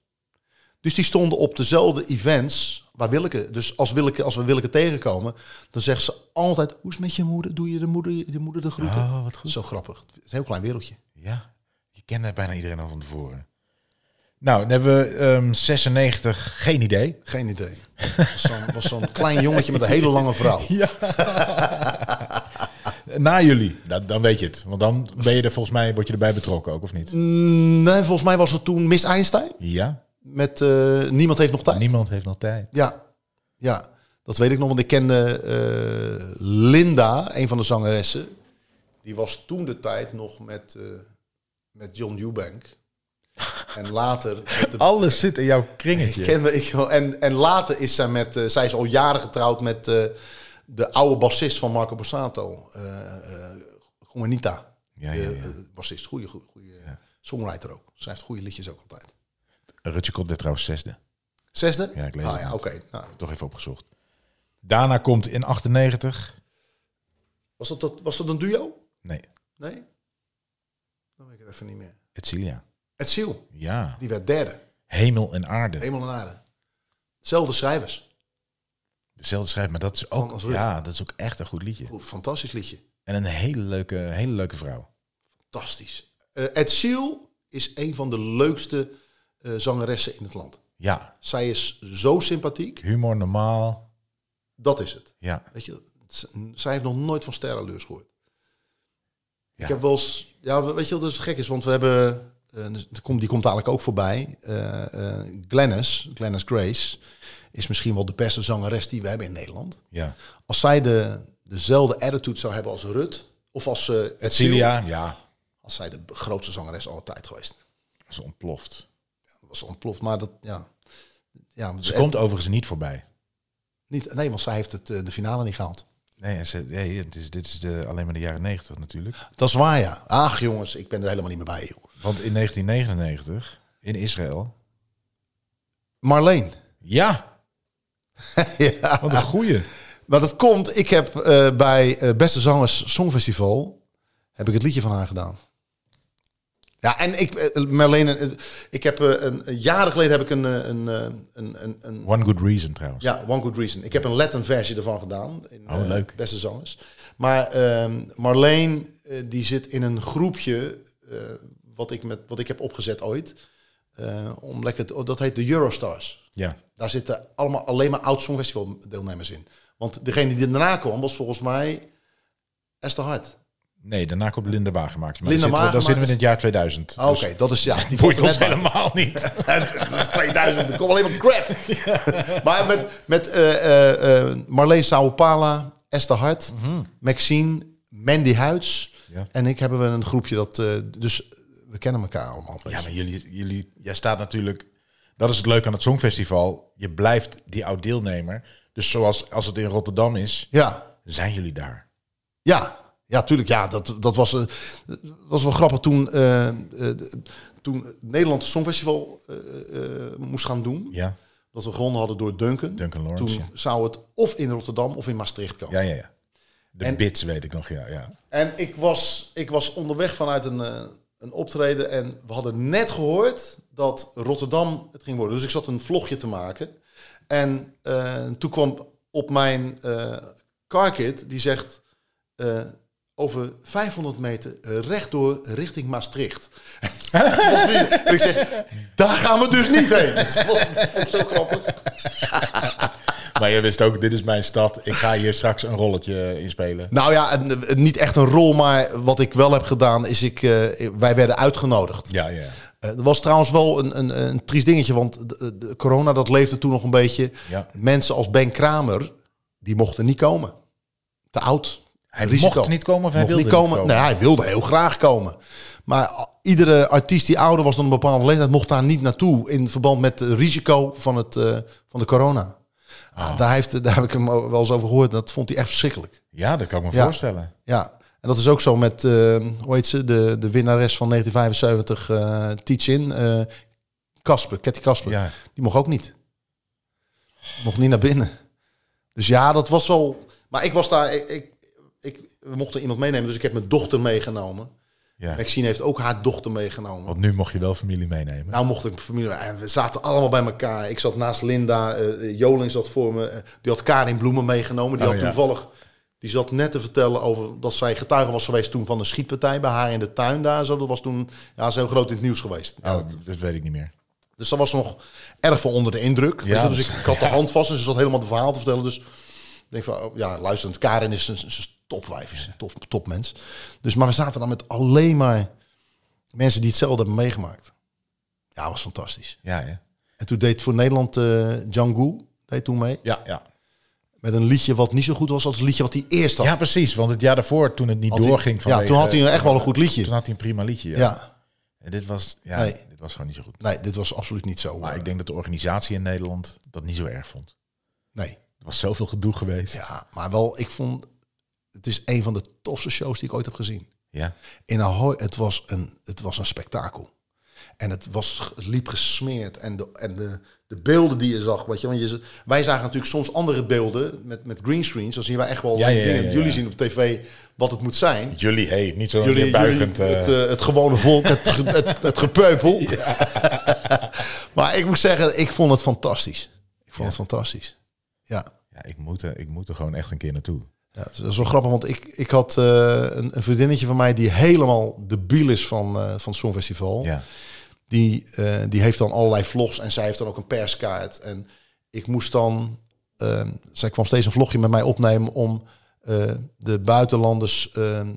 Speaker 5: Dus die stonden op dezelfde events Bij Willeke. Dus als, Willeke, als we Willeke tegenkomen, dan zegt ze altijd... Hoe is het met je moeder? Doe je de moeder de, moeder de groeten?
Speaker 1: Oh, wat goed.
Speaker 5: Zo grappig. Het is een heel klein wereldje.
Speaker 1: Ja, je kent bijna iedereen al van tevoren. Nou, dan hebben we ehm, 96, geen idee.
Speaker 5: Geen idee. Was zo'n, was zo'n klein jongetje met een hele lange vrouw.
Speaker 1: Na jullie, dan, dan weet je het. Want dan ben je er volgens mij, word je erbij betrokken ook, of niet?
Speaker 5: Mm, Nee, volgens mij was het toen Miss Einstein.
Speaker 1: Ja,
Speaker 5: Met eh, Niemand heeft nog tijd.
Speaker 1: niemand heeft nog tijd.
Speaker 5: Ja, ja, dat weet ik nog, want ik kende eh, Linda, een van de zangeressen. Die was toen de tijd nog met, eh, met John Eubank. En later. met de-
Speaker 1: Alles zit in jouw
Speaker 5: ik
Speaker 1: kringetje.
Speaker 5: kende ik wel. En, en later is zij met. eh, zij is al jaren getrouwd met eh, de oude bassist van Marco Borsato. eh eh, Juanita.
Speaker 1: Ja, ja,
Speaker 5: De,
Speaker 1: ja.
Speaker 5: eh, bassist. Goede goede songwriter ook. Schrijft goede liedjes ook altijd.
Speaker 1: Rutje Kot werd trouwens zesde.
Speaker 5: Zesde?
Speaker 1: Ja, ik lees
Speaker 5: ah,
Speaker 1: het
Speaker 5: ja,
Speaker 1: net.
Speaker 5: oké. Nou,
Speaker 1: Toch even opgezocht. Daarna komt in 98...
Speaker 5: was, dat, dat, was dat een duo?
Speaker 1: Nee,
Speaker 5: Nee? Dan weet ik het even niet meer.
Speaker 1: Etcilia.
Speaker 5: Het ziel,
Speaker 1: Ja,
Speaker 5: die werd derde.
Speaker 1: Hemel en Aarde.
Speaker 5: Hemel en aarde. Zelfde schrijvers.
Speaker 1: Dezelfde schrijf, maar dat is
Speaker 5: Van
Speaker 1: ook,
Speaker 5: als Rut.
Speaker 1: ja, dat is ook echt een goed liedje.
Speaker 5: Oeh, Fantastisch liedje.
Speaker 1: En een hele leuke, hele leuke vrouw.
Speaker 5: Fantastisch. Eh het ziel is een van de leukste eh, zangeressen in het land.
Speaker 1: Ja,
Speaker 5: Zij is zo sympathiek.
Speaker 1: humor normaal.
Speaker 5: Dat is het.
Speaker 1: Ja,
Speaker 5: Weet je, z- zij heeft nog nooit van sterrenleurs gehoord.
Speaker 1: Ja.
Speaker 5: Ik heb wel eens... Ja, weet je wat dus gek is? Want we hebben... eh, die komt- die komt dadelijk ook voorbij. Eh eh Glennis, Glennis Grace, is misschien wel de beste zangeres die we hebben in Nederland.
Speaker 1: ja.
Speaker 5: als zij de, dezelfde attitude zou hebben als Rut of als eh Etzilia,
Speaker 1: Etcilia, ja.
Speaker 5: als zij de grootste zangeres aller tijd geweest.
Speaker 1: Ze ontploft.
Speaker 5: Dat was ontploft, maar dat ja. Ja,
Speaker 1: Ze
Speaker 5: eh,
Speaker 1: komt overigens niet voorbij.
Speaker 5: niet, nee, want zij heeft het, eh, de finale niet gehaald.
Speaker 1: Nee, en ze, nee het is, dit is de, alleen maar de jaren 90 natuurlijk.
Speaker 5: Dat is waar, ja. Ach jongens, ik ben er helemaal niet meer bij, joh.
Speaker 1: Want in 1999, in Israël...
Speaker 5: Marleen.
Speaker 1: Ja,
Speaker 5: ja.
Speaker 1: wat een goeie.
Speaker 5: Maar dat komt, ik heb eh, bij eh, Beste Zangers Songfestival heb ik het liedje van haar gedaan. Ja, en ik, eh, Marleen, eh, ik heb eh, een, een jaren geleden heb ik een, eh, een, eh, een, een, een
Speaker 1: One Good Reason trouwens.
Speaker 5: Ja, One Good Reason. Ik heb een Latin versie ervan gedaan. In,
Speaker 1: Oh,
Speaker 5: eh,
Speaker 1: leuk.
Speaker 5: Beste zangers. Maar ehm, Marleen, eh, die zit in een groepje, eh, wat, ik met, wat ik heb opgezet ooit. eh, om lekker te- oh, dat heet de Eurostars.
Speaker 1: Ja.
Speaker 5: Daar zitten allemaal alleen maar oud Songfestival deelnemers in. Want degene die daarna kwam was volgens mij Esther Hart.
Speaker 1: Nee, daarna komt Linda Wagenmakers. Maar
Speaker 5: Linda
Speaker 1: dan, zitten we, dan
Speaker 5: Wagenmakers.
Speaker 1: zitten we in het jaar 2000.
Speaker 5: Ah, Oké, dat is ja. Die
Speaker 1: Boeit
Speaker 5: komt
Speaker 1: ons
Speaker 5: er net bij.
Speaker 1: helemaal niet.
Speaker 5: dat is 2000, er komt alleen maar crap. Maar met, met eh, eh, eh, Marleen Saupala, Esther Hart, Maxine, Mandy Huids
Speaker 1: Mhm. Ja.
Speaker 5: en ik hebben we een groepje dat... eh, dus we kennen elkaar allemaal.
Speaker 1: Ja, maar jullie, jullie, jij staat natuurlijk... Dat is het leuke aan het Songfestival. Je blijft die oud-deelnemer. Dus zoals als het in Rotterdam is,
Speaker 5: ja,
Speaker 1: zijn jullie daar.
Speaker 5: Ja, ja, tuurlijk. Ja, dat, dat was, eh, was wel grappig toen, eh, eh, de- toen het Nederland het Songfestival eh, eh, moest gaan doen.
Speaker 1: Ja,
Speaker 5: Dat we gewonnen hadden door Duncan.
Speaker 1: Duncan Lawrence,
Speaker 5: toen
Speaker 1: ja.
Speaker 5: zou het of in Rotterdam of in Maastricht komen.
Speaker 1: ja, ja. ja. De
Speaker 5: En-
Speaker 1: bits weet ik nog, ja. ja.
Speaker 5: En ik was, ik was onderweg vanuit een, eh, een optreden en we hadden net gehoord dat Rotterdam het ging worden. Dus ik zat een vlogje te maken. En eh, toen kwam op mijn eh carkit, die zegt eh, over 500 meter eh, rechtdoor richting Maastricht. en ik zeg, daar gaan we dus niet heen. Dus dat was dat vond ik zo grappig.
Speaker 1: Maar je wist ook, dit is mijn stad. Ik ga hier straks een rolletje inspelen.
Speaker 5: Nou ja, en, eh, niet echt een rol, maar wat ik wel heb gedaan is, ik, eh, wij werden uitgenodigd.
Speaker 1: Ja, ja.
Speaker 5: Eh, Er was trouwens wel een, een, een triest dingetje, want de, de corona dat leefde toen nog een beetje.
Speaker 1: Ja.
Speaker 5: Mensen als Ben Kramer, die mochten niet komen. Te oud.
Speaker 1: Hij
Speaker 5: Risico.
Speaker 1: mocht niet komen of hij
Speaker 5: Mocht
Speaker 1: wilde
Speaker 5: niet komen.
Speaker 1: niet komen?
Speaker 5: Nee, hij wilde heel graag komen. Maar a- iedere artiest die ouder was dan een bepaalde leeftijd, mocht daar niet naartoe. In verband met het risico van, het, eh, van de corona. Ah, daar, heeft, daar heb ik hem wel eens over gehoord. Dat vond hij echt verschrikkelijk.
Speaker 1: Ja, dat kan ik me
Speaker 5: Ja.
Speaker 1: voorstellen.
Speaker 5: Ja, en dat is ook zo met, eh, hoe heet ze, de, de winnares van 1975, eh Teach-In, eh, Kasper, Ketty Kasper.
Speaker 1: Ja.
Speaker 5: Die mocht ook niet. Die mocht niet naar binnen. Dus ja, dat was wel... Maar ik was daar, ik, ik, ik, we mochten iemand meenemen, dus ik heb mijn dochter meegenomen.
Speaker 1: Ja.
Speaker 5: Maxine heeft ook haar dochter meegenomen.
Speaker 1: Want nu mocht je wel familie meenemen.
Speaker 5: Nou mocht ik mijn familie... En we zaten allemaal bij elkaar. Ik zat naast Linda. eh, Joling zat voor me. eh, die had Karin Bloemen meegenomen. Die
Speaker 1: Oh,
Speaker 5: had
Speaker 1: ja.
Speaker 5: toevallig... Die zat net te vertellen over dat zij getuige was geweest toen van een schietpartij bij haar in de tuin daar. en Zo, dat was toen ja, dat is heel groot in het nieuws geweest. Ja,
Speaker 1: Oh,
Speaker 5: dat-
Speaker 1: dat, dat weet ik niet meer.
Speaker 5: dus dat was nog erg van onder de indruk. weet je, dus ik, ik had de hand vast en ze zat helemaal het verhaal te vertellen. Dus ik denk van, oh, ja, luisterend, Karin is een, is een topwijf, is een tof, topmens. Dus, maar we zaten dan met alleen maar mensen die hetzelfde hebben meegemaakt. Ja, was fantastisch.
Speaker 1: Ja, ja.
Speaker 5: En toen deed voor Nederland eh Django, deed toen mee.
Speaker 1: Ja, ja.
Speaker 5: Met een liedje wat niet zo goed was als het liedje wat hij eerst had.
Speaker 1: ja, precies. Want het jaar daarvoor, toen het niet
Speaker 5: Had hij-
Speaker 1: doorging...
Speaker 5: ja, toen had hij echt wel een goed liedje.
Speaker 1: Toen had hij een prima liedje. Ja.
Speaker 5: Ja,
Speaker 1: En dit was, ja,
Speaker 5: Nee.
Speaker 1: dit was gewoon niet zo goed.
Speaker 5: nee, dit was absoluut niet zo.
Speaker 1: Maar
Speaker 5: eh,
Speaker 1: ik denk dat de organisatie in Nederland dat niet zo erg vond.
Speaker 5: Nee.
Speaker 1: Er was zoveel gedoe geweest.
Speaker 5: Ja, maar wel, ik vond... Het is een van de tofste shows die ik ooit heb gezien.
Speaker 1: ja.
Speaker 5: In Ahoy, het was een, het was een spektakel. En het, was, het liep gesmeerd. En, de, en de, de beelden die je zag. Weet je, want je, wij zagen natuurlijk soms andere beelden met, met greenscreens. Dan zien wij echt wel
Speaker 1: Ja, ja, ja,
Speaker 5: dingen.
Speaker 1: ja,
Speaker 5: Jullie
Speaker 1: ja.
Speaker 5: zien op tv wat het moet zijn.
Speaker 1: Jullie, hey, niet zo
Speaker 5: Jullie,
Speaker 1: neerbuigend.
Speaker 5: jullie, het,
Speaker 1: eh,
Speaker 5: eh, het gewone volk, het, ge- het, het gepeupel. maar ik moet zeggen, ik vond het fantastisch. Ik vond het fantastisch. Ja.
Speaker 1: ja, ik, moet, er- ik moet er gewoon echt een keer naartoe.
Speaker 5: Ja, dat is wel grappig, want ik, ik had eh, een, een vriendinnetje van mij die helemaal de biel is van, eh, van het Songfestival.
Speaker 1: Ja.
Speaker 5: Die, eh, die heeft dan allerlei vlogs en zij heeft dan ook een perskaart. En ik moest dan, eh, zij kwam steeds een vlogje met mij opnemen om eh, de buitenlanders eh, eh,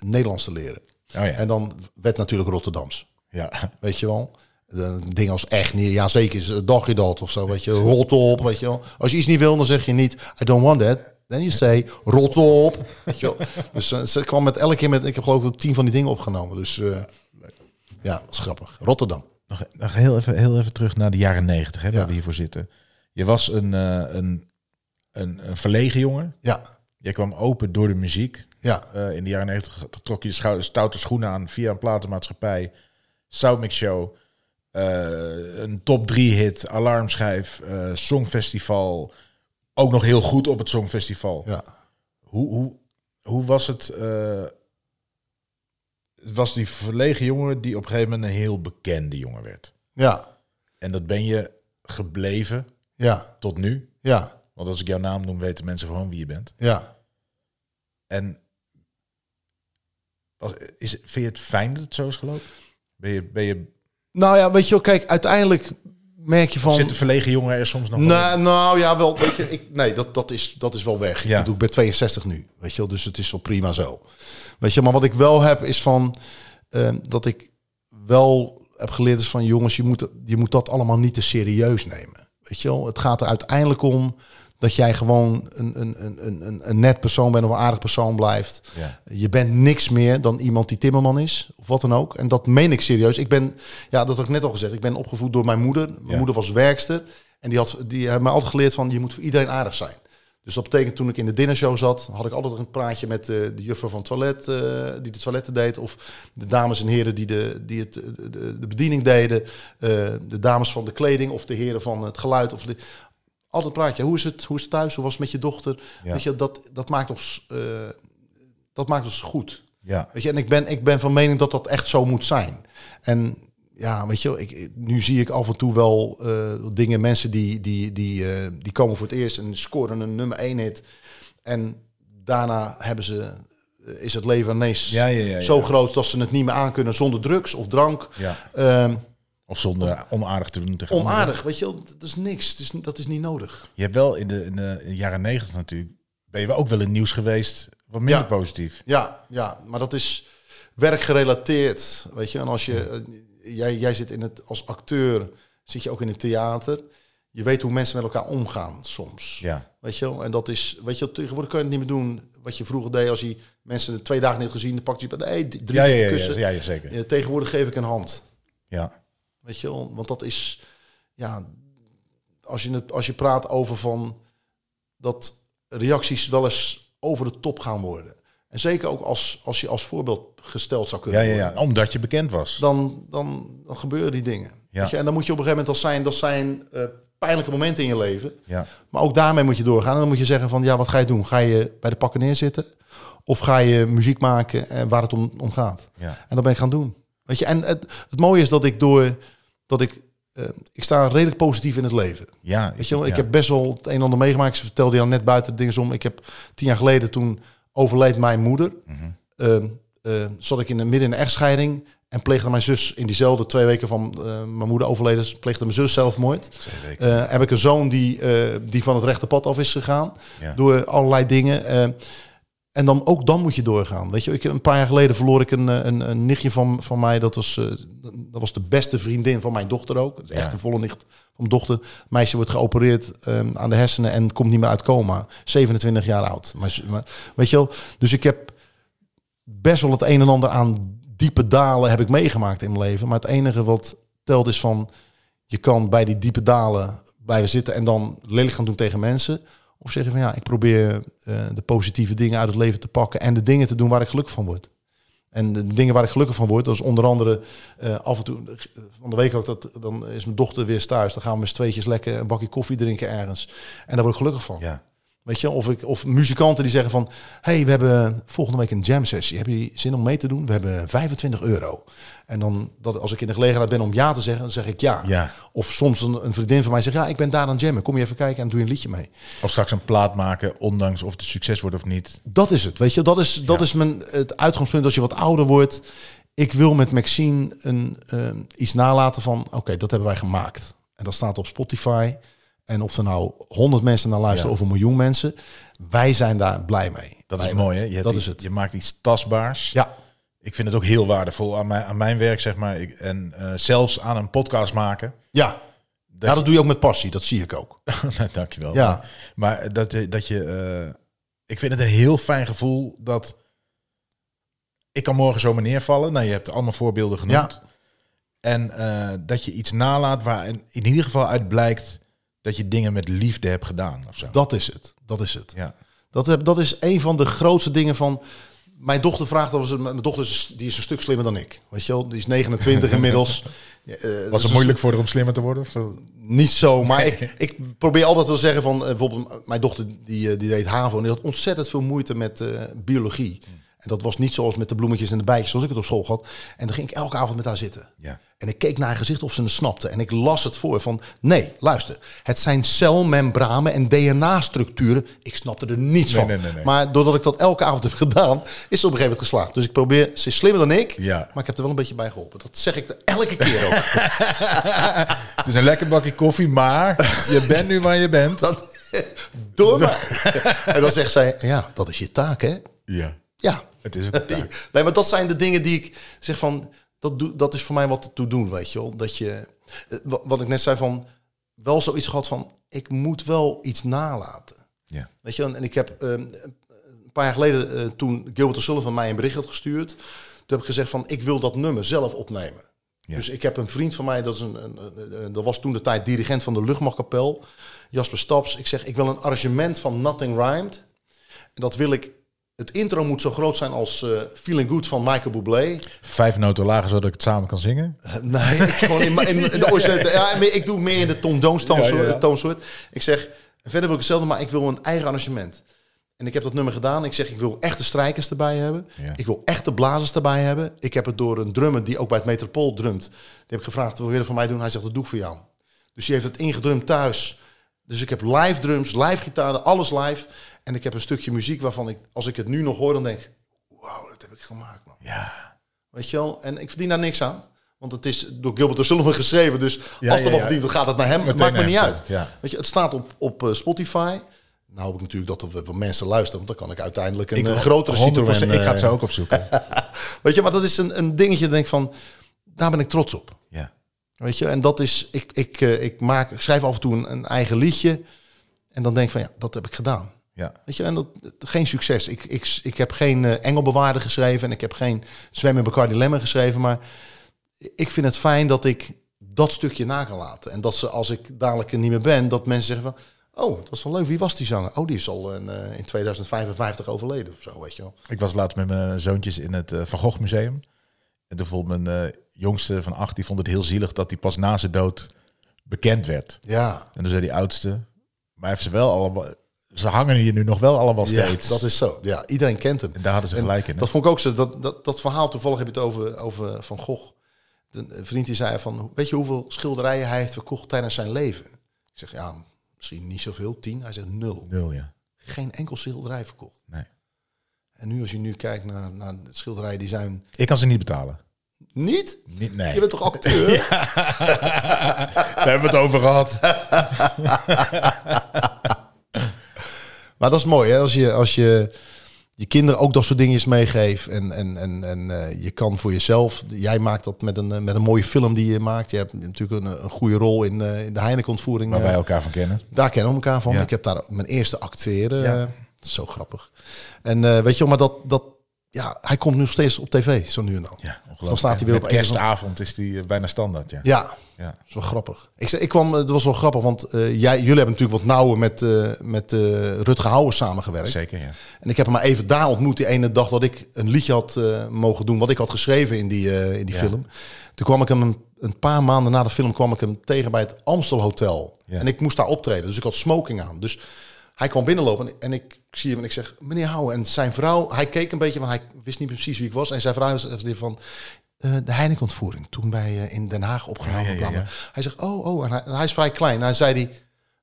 Speaker 5: Nederlands te leren.
Speaker 1: Oh ja.
Speaker 5: En dan werd natuurlijk Rotterdams.
Speaker 1: ja.
Speaker 5: Weet je wel? De dingen als echt niet. Ja, zeker is dag je dat of zo. Weet je, rot op. Weet je wel? Als je iets niet wil, dan zeg je niet. I don't want that. Then you say, rot op. Weet je wel? Dus eh, ze kwam met elke keer met. Ik heb geloof ik tien van die dingen opgenomen. Dus eh, ja, dat is grappig. Rotterdam.
Speaker 1: Nog, nog heel, even, heel even terug naar de jaren negentig, hè, waar
Speaker 5: Ja.
Speaker 1: we hiervoor zitten. Je was een, eh, een, een, een verlegen jongen.
Speaker 5: Ja,
Speaker 1: Jij kwam open door de muziek.
Speaker 5: ja,
Speaker 1: Eh, in de jaren negentig trok je schou- stoute schoenen aan via een platenmaatschappij. Soundmix Show. eh, een top 3 hit. Alarmschijf. eh, Songfestival. Ook nog heel goed op het Songfestival.
Speaker 5: ja.
Speaker 1: Hoe, hoe, hoe was het? eh, het was die verlegen jongen die op een gegeven moment een heel bekende jongen werd.
Speaker 5: Ja,
Speaker 1: En dat ben je gebleven
Speaker 5: ja,
Speaker 1: tot nu.
Speaker 5: ja,
Speaker 1: Want als ik jouw naam noem, weten mensen gewoon wie je bent.
Speaker 5: ja.
Speaker 1: En was- is, vind je het fijn dat het zo is gelopen? Ben je, ben je,
Speaker 5: Nou ja, weet je wel, kijk, uiteindelijk merk je van.
Speaker 1: zit de verlegen jongen er soms nog wel in?
Speaker 5: Nou, nou ja, wel. Weet je, ik, nee, dat, dat, is, dat is wel weg.
Speaker 1: Ja.
Speaker 5: Ik bedoel, ik ben 62 nu. Weet je wel, dus het is wel prima zo. Weet je, maar wat ik wel heb is van ehm, dat ik wel heb geleerd is van jongens, je moet, je moet dat allemaal niet te serieus nemen. Weet je wel, het gaat er uiteindelijk om dat jij gewoon een, een, een, een- een, een net persoon bent of een aardig persoon blijft.
Speaker 1: Ja.
Speaker 5: Je bent niks meer dan iemand die timmerman is, of wat dan ook. En dat meen ik serieus. Ik ben, ja, dat had ik net al gezegd, ik ben opgevoed door mijn moeder. Mijn
Speaker 1: Ja.
Speaker 5: moeder was werkster. En die, had, die heeft me altijd geleerd van, je moet voor iedereen aardig zijn. Dus dat betekent, toen ik in de dinnershow zat, had ik altijd een praatje met eh, de juffrouw van het toilet, eh, die de toiletten deed. Of de dames en heren die de, die het, eh, de, de bediening deden. eh, de dames van de kleding of de heren van het geluid. Of de, altijd een praatje. Hoe is het? Hoe is het thuis? Hoe was het met je dochter?
Speaker 1: Ja.
Speaker 5: Weet je, dat, dat, maakt ons, eh, dat maakt ons goed.
Speaker 1: Ja,
Speaker 5: Weet je, en ik ben, ik ben van mening dat dat echt zo moet zijn. En ja, weet je, wel, ik- ik, nu zie ik af en toe wel eh, dingen, mensen die, die, die, eh, die komen voor het eerst en scoren een nummer 1 hit. En daarna hebben ze, eh, is het leven ineens
Speaker 1: Ja, ja, ja, ja.
Speaker 5: zo groot dat ze het niet meer aankunnen zonder drugs of drank.
Speaker 1: ja.
Speaker 5: Ehm,
Speaker 1: Of zonder onaardig te doen tegen anderen.
Speaker 5: onaardig, weet je, wel, dat is niks. Dat is, dat is niet nodig.
Speaker 1: Je hebt wel in de, in de jaren negentig natuurlijk... ben je wel ook wel in nieuws geweest wat minder
Speaker 5: Ja.
Speaker 1: positief.
Speaker 5: Ja, ja, maar dat is werkgerelateerd, weet je. En als je, eh, jij, jij zit in het, als acteur, zit je ook in het theater. Je weet hoe mensen met elkaar omgaan soms,
Speaker 1: Ja,
Speaker 5: weet je. wel. En dat is, weet je, wel, tegenwoordig kun je het niet meer doen. Wat je vroeger deed als je mensen de twee dagen niet had gezien, dan pakte je bij de hey, d- drie
Speaker 1: ja, ja, ja, ja,
Speaker 5: kussen.
Speaker 1: ja, ja, zeker.
Speaker 5: Ja, tegenwoordig geef ik een hand,
Speaker 1: Ja.
Speaker 5: weet je wel. Want dat is, ja, als je, het, als je praat over van dat reacties wel eens over de top gaan worden. En zeker ook als, als je als voorbeeld gesteld zou
Speaker 1: Ja,
Speaker 5: kunnen
Speaker 1: ja,
Speaker 5: worden.
Speaker 1: ja, omdat je bekend was.
Speaker 5: Dan, dan, dan gebeuren die dingen.
Speaker 1: Ja.
Speaker 5: Weet je? En dan moet je op een gegeven moment al zijn, dat zijn eh, pijnlijke momenten in je leven.
Speaker 1: Ja,
Speaker 5: Maar ook daarmee moet je doorgaan. En dan moet je zeggen van ja, wat ga je doen? Ga je bij de pakken neerzitten? Of ga je muziek maken eh, waar het om, om gaat?
Speaker 1: Ja.
Speaker 5: En dat ben ik gaan doen. Weet je, en het, het mooie is dat ik door dat ik. eh, ik sta redelijk positief in het leven.
Speaker 1: Ja,
Speaker 5: Weet je wel, ik
Speaker 1: ja.
Speaker 5: heb best wel het een en ander meegemaakt. Ze vertelde je al net buiten de dingen om. Ik heb tien jaar geleden toen overleed mijn moeder. Ehm, ehm, zat ik in de, midden in een echtscheiding. En pleegde mijn zus in diezelfde twee weken van eh, mijn moeder overleden. is, Pleegde mijn zus zelfmoord.
Speaker 1: Twee weken.
Speaker 5: Eh, heb ik een zoon die, eh, die van het rechte pad af is gegaan.
Speaker 1: Ja.
Speaker 5: Door allerlei dingen. eh, en dan, ook dan moet je doorgaan. Weet je, ik, een paar jaar geleden verloor ik een, eh, een, een nichtje van, van mij. Dat was, eh, dat was de beste vriendin van mijn dochter ook. Dus Echt
Speaker 1: Ja.
Speaker 5: een volle nicht van mijn dochter. Meisje wordt geopereerd eh, aan de hersenen en komt niet meer uit coma. 27 jaar oud. Maar, ze- maar- weet je wel, dus ik heb best wel het een en ander aan diepe dalen heb ik meegemaakt in mijn leven. Maar het enige wat telt is van, je kan bij die diepe dalen blijven zitten en dan lelijk gaan doen tegen mensen. Of zeggen van ja, ik probeer eh, de positieve dingen uit het leven te pakken en de dingen te doen waar ik gelukkig van word. En de dingen waar ik gelukkig van word, dat is onder andere eh, af en toe, eh, van de week ook, dat, dan is mijn dochter weer eens thuis. Dan gaan we met z'n tweetjes lekker een bakje koffie drinken ergens. En daar word ik gelukkig van.
Speaker 1: Ja.
Speaker 5: Weet je, of, ik, of muzikanten die zeggen van... hey, we hebben volgende week een jam sessie. Heb je zin om mee te doen? We hebben 25 euro. En dan, dat, als ik in de gelegenheid ben om ja te zeggen, dan zeg ik ja.
Speaker 1: Ja.
Speaker 5: Of soms een, een vriendin van mij zegt... ja, ik ben daar aan het jammen. Kom je even kijken en doe je een liedje mee.
Speaker 1: Of straks een plaat maken, ondanks of het succes wordt of niet.
Speaker 5: Dat is het, weet je. Dat is, dat
Speaker 1: Ja.
Speaker 5: is mijn, het uitgangspunt als je wat ouder wordt. Ik wil met Maxine een, eh, iets nalaten van... oké, dat hebben wij gemaakt. En dat staat op Spotify. En of er nou 100 mensen naar luisteren
Speaker 1: Ja.
Speaker 5: of een miljoen mensen... wij zijn daar blij mee.
Speaker 1: Dat
Speaker 5: Wij-
Speaker 1: is mooi, hè? Je hebt
Speaker 5: dat
Speaker 1: iets-
Speaker 5: is het.
Speaker 1: Je maakt iets tastbaars.
Speaker 5: Ja,
Speaker 1: Ik vind het ook heel waardevol aan mijn, aan mijn werk, zeg maar. Ik, en eh, zelfs aan een podcast maken.
Speaker 5: ja. ja, dat doe je ook met passie. Dat zie ik ook.
Speaker 1: Nou, Dankjewel.
Speaker 5: Ja.
Speaker 1: Maar dat, je- dat je... eh, ik vind het een heel fijn gevoel dat... Ik kan morgen zomaar neervallen. Nou, je hebt allemaal voorbeelden genoemd. En eh, dat je iets nalaat waar in, in ieder geval uit blijkt... dat je dingen met liefde hebt gedaan of zo.
Speaker 5: Dat is het. Dat is het.
Speaker 1: ja.
Speaker 5: Dat, heb, dat is een van de grootste dingen van... Mijn dochter vraagt, of ze, mijn dochter is, die is een stuk slimmer dan ik. Weet je wel, die is 29 inmiddels. Ja, eh, dat
Speaker 1: Was
Speaker 5: is
Speaker 1: het
Speaker 5: een
Speaker 1: moeilijk voor haar om slimmer te worden? Of zo?
Speaker 5: Niet zo, maar ik, ik probeer altijd wel zeggen van... eh, Bijvoorbeeld m- mijn dochter die, eh, die deed HAVO en die had ontzettend veel moeite met eh, biologie. En dat was niet zoals met de bloemetjes en de bijtjes zoals ik het op school had. En dan ging ik elke avond met haar zitten.
Speaker 1: Ja.
Speaker 5: En ik keek naar haar gezicht of ze het snapte. En ik las het voor van, nee, luister. Het zijn celmembranen en DNA-structuren. Ik snapte er niets
Speaker 1: Nee,
Speaker 5: van.
Speaker 1: nee, nee, nee.
Speaker 5: Maar doordat ik dat elke avond heb gedaan, is ze op een gegeven moment geslaagd. Dus ik probeer, ze is slimmer dan ik.
Speaker 1: Ja.
Speaker 5: Maar ik heb er wel een beetje bij geholpen. Dat zeg ik er elke keer ook.
Speaker 1: Het is een lekker bakje koffie, maar je bent nu waar je bent.
Speaker 5: Dan, door mij. en dan zegt zij, ja, dat is je taak, hè?
Speaker 1: Ja,
Speaker 5: Ja.
Speaker 1: het is ook een taak.
Speaker 5: Nee, maar dat zijn de dingen die ik zeg van... Dat, doe, dat is voor mij wat te doen, weet je wel. Dat je, eh, wa- wat ik net zei van... Wel zoiets gehad van, ik moet wel iets nalaten.
Speaker 1: Ja.
Speaker 5: Weet je, wel, en ik heb ehm, een paar jaar geleden... eh, toen Gilbert O'Sullivan mij een bericht had gestuurd... Toen heb ik gezegd van, ik wil dat nummer zelf opnemen.
Speaker 1: Ja.
Speaker 5: Dus ik heb een vriend van mij, dat, is een, een- een- een- dat was toen de tijd dirigent van de Luchtmachtkapel... Jasper Staps. Ik zeg, ik wil een arrangement van Nothing Rhymed. En dat wil ik... Het intro moet zo groot zijn als eh, Feeling Good van Michael Bublé.
Speaker 1: Vijf noten lager, zodat ik het samen kan zingen.
Speaker 5: Nee, ik- gewoon in, in, in de originele... Ja, maar ik doe meer in de Tom Jones toonsoort.
Speaker 1: Ja, ja, ja.
Speaker 5: toonsoort. Ik zeg, verder wil ik hetzelfde, maar ik wil een eigen arrangement. En ik heb dat nummer gedaan. Ik zeg, ik wil echte strijkers erbij hebben.
Speaker 1: Ja.
Speaker 5: Ik wil echte blazers erbij hebben. Ik heb het door een drummer die ook bij het Metropool drumt. Die heb ik gevraagd, wil je dat voor mij doen? Hij zegt, dat doe ik voor jou. Dus die heeft het ingedrumd thuis. Dus ik heb live drums, live gitaren, alles live. En ik heb een stukje muziek waarvan ik, als ik het nu nog hoor, dan denk wauw, dat heb ik gemaakt, man.
Speaker 1: Ja.
Speaker 5: Weet je wel? En ik verdien daar niks aan. Want het is door Gilbert O'Sullivan geschreven. Dus
Speaker 1: ja,
Speaker 5: als er
Speaker 1: ja.
Speaker 5: wat verdiend wordt, gaat het naar hem. Het
Speaker 1: Meteen
Speaker 5: maakt me
Speaker 1: naar
Speaker 5: niet
Speaker 1: hem
Speaker 5: uit.
Speaker 1: toe, ja.
Speaker 5: Weet je, het staat op, op eh, Spotify. Nou hoop ik natuurlijk dat er wat- wat mensen luisteren. Want dan kan ik uiteindelijk een eh, grotere Citroën...
Speaker 1: 100%, Ik ga het
Speaker 5: eh,
Speaker 1: zo ook opzoeken.
Speaker 5: Weet je, maar dat is een, een dingetje. dat ik Denk van, daar ben ik trots op.
Speaker 1: ja.
Speaker 5: Weet je, en dat is, ik, ik, eh, ik, maak, ik schrijf af en toe een, een eigen liedje. En dan denk ik van, ja, dat heb ik gedaan.
Speaker 1: Ja.
Speaker 5: Weet je, en dat, dat- geen succes. Ik, ik, ik heb geen eh, Engelbewaarder geschreven en ik heb geen Zwemmen bij Cardi Lemmer geschreven. Maar ik vind het fijn dat ik dat stukje na kan laten. En dat ze, als ik dadelijk er niet meer ben, dat mensen zeggen van... Oh, dat was wel leuk. Wie was die zanger? Oh, die is al in, eh, in 2055 overleden of zo, weet je wel.
Speaker 1: Ik was laatst met mijn zoontjes in het eh, Van Gogh Museum. En toen vond mijn eh, jongste van acht, die vond het heel zielig dat hij pas na zijn dood bekend werd.
Speaker 5: Ja,
Speaker 1: En toen zei die oudste, maar hij heeft ze wel allemaal... ze hangen hier nu nog wel allemaal
Speaker 5: Ja,
Speaker 1: steeds.
Speaker 5: dat is zo. Ja, iedereen kent hem.
Speaker 1: En daar hadden ze
Speaker 5: En
Speaker 1: gelijk in. hè?
Speaker 5: Dat vond ik ook zo. Dat, dat, dat verhaal, toevallig heb je het over, over Van Gogh. Een vriend die zei van, weet je hoeveel schilderijen hij heeft verkocht tijdens zijn leven? Ik zeg, ja, misschien niet zoveel, tien. Hij zegt nul.
Speaker 1: Nul, ja.
Speaker 5: Geen enkel schilderij verkocht.
Speaker 1: Nee.
Speaker 5: En nu als je nu kijkt naar, naar de schilderijen die zijn...
Speaker 1: Ik kan ze niet betalen.
Speaker 5: Niet?
Speaker 1: Niet, nee.
Speaker 5: Je bent toch acteur?
Speaker 1: Daar hebben we het over gehad.
Speaker 5: Maar dat is mooi, hè? Als je, als je je kinderen ook dat soort dingetjes meegeeft. En, en, en, en eh, je kan voor jezelf... Jij maakt dat met een, eh, met een mooie film die je maakt. Je hebt natuurlijk een, een goede rol in, eh, in de Heineken-ontvoering.
Speaker 1: Waar
Speaker 5: eh,
Speaker 1: wij elkaar van kennen.
Speaker 5: Daar kennen we elkaar van.
Speaker 1: Ja.
Speaker 5: Ik heb daar mijn eerste acteren.
Speaker 1: Ja.
Speaker 5: eh, dat is zo grappig. En eh, weet je wel, maar dat... dat ja, hij komt nu nog steeds op tv, zo nu en dan.
Speaker 1: Ja, ongelooflijk.
Speaker 5: Dan staat hij weer
Speaker 1: Met
Speaker 5: op een of andere-
Speaker 1: kerstavond is die eh, bijna standaard, ja.
Speaker 5: Ja,
Speaker 1: Ja.
Speaker 5: dat is wel grappig. Ik, zei- ik kwam, het was wel grappig, want eh, jij, jullie hebben natuurlijk wat nauwer met, eh met eh Rutger Hauer samengewerkt.
Speaker 1: Zeker, ja.
Speaker 5: En ik heb hem maar even daar ontmoet, die ene dag dat ik een liedje had eh, mogen doen, wat ik had geschreven in die, eh, in die
Speaker 1: Ja.
Speaker 5: film. Toen kwam ik hem een, een paar maanden na de film kwam ik hem tegen bij het Amstel Hotel.
Speaker 1: Ja.
Speaker 5: En ik moest daar optreden, dus ik had smoking aan. Dus hij kwam binnenlopen en, en ik zie hem en ik zeg, meneer Houwen. En zijn vrouw, hij keek een beetje, want hij wist niet precies wie ik was. En zijn vrouw zegt van, eh, de Heineken-ontvoering, toen wij eh, in Den Haag opgenomen.
Speaker 1: Ja, ja, ja,
Speaker 5: bla, bla.
Speaker 1: ja.
Speaker 5: Hij zegt, oh, oh, en hij, hij is vrij klein. Hij zei die,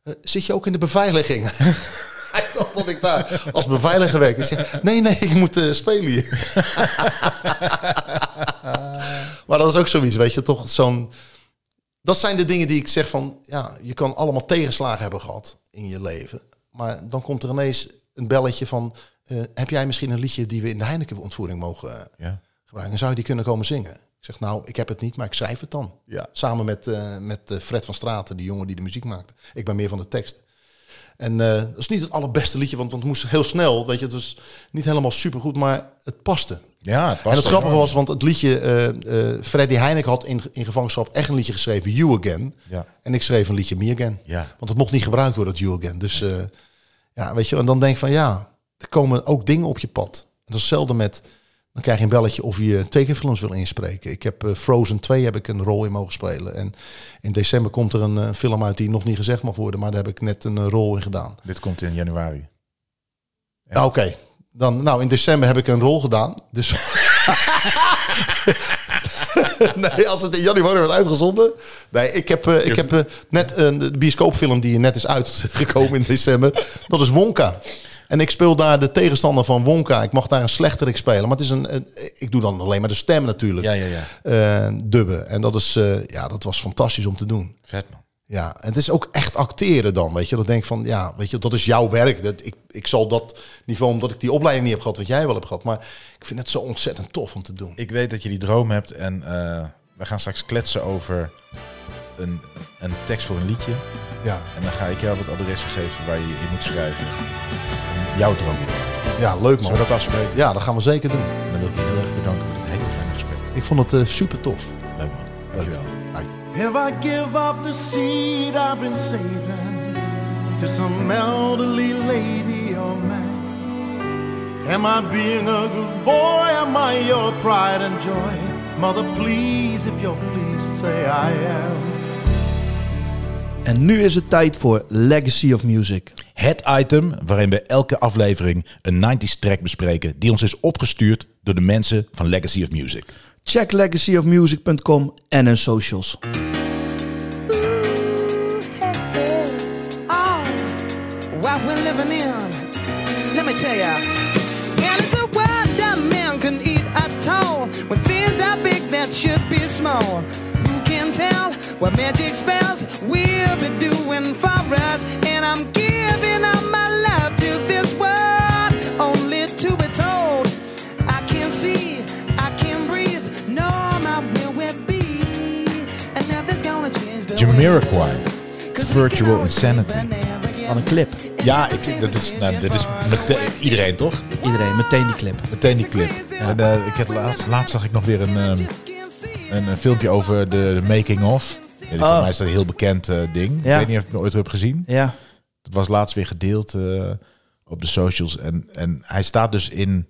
Speaker 5: eh, zit je ook in de beveiliging? Hij dacht dat ik daar als beveiliger werkte. Ik zeg, nee, nee, ik moet eh, spelen hier. maar dat is ook zoiets, weet je, toch zo'n... Dat zijn de dingen die ik zeg van, ja, je kan allemaal tegenslagen hebben gehad in je leven. Maar dan komt er ineens een belletje van, eh, heb jij misschien een liedje die we in de Heineken-ontvoering mogen eh,
Speaker 1: Ja.
Speaker 5: gebruiken? Zou je die kunnen komen zingen? Ik zeg, nou, ik heb het niet, maar ik schrijf het dan.
Speaker 1: Ja.
Speaker 5: Samen met, eh, met eh, Fred van Straten, die jongen die de muziek maakte. Ik ben meer van de tekst. En eh, dat is niet het allerbeste liedje, want, want het moest heel snel. Weet je, het was niet helemaal supergoed, maar het paste.
Speaker 1: Ja, het past
Speaker 5: en het grappige
Speaker 1: enorm.
Speaker 5: was, want het liedje... eh, eh, Freddy Heinek had in, in gevangenschap echt een liedje geschreven, You Again.
Speaker 1: Ja.
Speaker 5: En ik schreef een liedje, Me Again.
Speaker 1: Ja.
Speaker 5: Want het mocht niet gebruikt worden, dat You Again. Dus eh, ja, weet je, en dan denk ik van ja, er komen ook dingen op je pad. En dat is hetzelfde met, dan krijg je een belletje of je tekenfilms wil inspreken. Ik heb eh, Frozen 2 heb ik een rol in mogen spelen. En in december komt er een eh, film uit die nog niet gezegd mag worden, maar daar heb ik net een eh, rol in gedaan.
Speaker 1: Dit komt in januari.
Speaker 5: Nou, oké. Dan, nou, in december heb ik een rol gedaan. Dus. nee, als het in januari wordt uitgezonden. Nee, ik heb, eh, ik heb eh, net een bioscoopfilm die net is uitgekomen in december. Dat is Wonka. En ik speel daar de tegenstander van Wonka. Ik mag daar een slechterik spelen. Maar het is een, een- ik doe dan alleen maar de stem natuurlijk.
Speaker 1: Ja, ja, ja.
Speaker 5: Eh, dubben. En dat, is, eh, ja, dat was fantastisch om te doen.
Speaker 1: Vet, man.
Speaker 5: Ja, en het is ook echt acteren dan, weet je. Dat denk ik van, ja, weet je, dat is jouw werk. Dat, ik, ik zal dat niveau, omdat ik die opleiding niet heb gehad, wat jij wel hebt gehad. Maar ik vind het zo ontzettend tof om te doen.
Speaker 1: Ik weet dat je die droom hebt en eh, we gaan straks kletsen over een, een tekst voor een liedje.
Speaker 5: Ja,
Speaker 1: En dan ga ik jou het adres geven waar je in moet schrijven. Jouw droom.
Speaker 5: ja leuk man.
Speaker 1: Zullen we dat afspreken?
Speaker 5: Ja, dat gaan we zeker doen.
Speaker 1: En dan wil ik je heel erg bedanken voor dit hele fijne gesprek.
Speaker 5: Ik vond het eh, super tof.
Speaker 1: Leuk man. Dankjewel.
Speaker 5: Bye.
Speaker 6: If I give up the seed I've been saving to some elderly lady or man, am I being a good boy? Am I your pride and joy? Mother, please, if you're pleased, say I am.
Speaker 3: En nu is het tijd voor Legacy of Music.
Speaker 1: Het item waarin we elke aflevering een 90s track bespreken die ons is opgestuurd door de mensen van Legacy of Music.
Speaker 3: Check legacyofmusic.com en hun socials.
Speaker 7: Oh, what we're living in. Let me tell ya. And it's a world that man can eat at all. When things are big that should be small. Who can tell what magic spells we'll be doing for us? And I'm giving all my love to this world, only to be told. I can't see, I can't breathe, no, my will will be. And nothing's gonna change the
Speaker 1: Jamiroquai,
Speaker 7: way.
Speaker 1: Virtual Insanity.
Speaker 3: Van een clip.
Speaker 1: Ja, ik, dat is, nou, dit is meteen, iedereen toch?
Speaker 3: Iedereen, meteen die clip.
Speaker 1: Meteen die clip. En, eh, ik heb laatst, laatst zag ik nog weer een, ehm, een, eh, filmpje over de, de making of. Ja, die Voor
Speaker 3: Oh.
Speaker 1: mij is dat een heel bekend eh, ding.
Speaker 3: Ja.
Speaker 1: Ik weet niet of ik het ooit heb gezien.
Speaker 3: Ja.
Speaker 1: Het was laatst weer gedeeld eh, op de socials. En, en hij staat dus in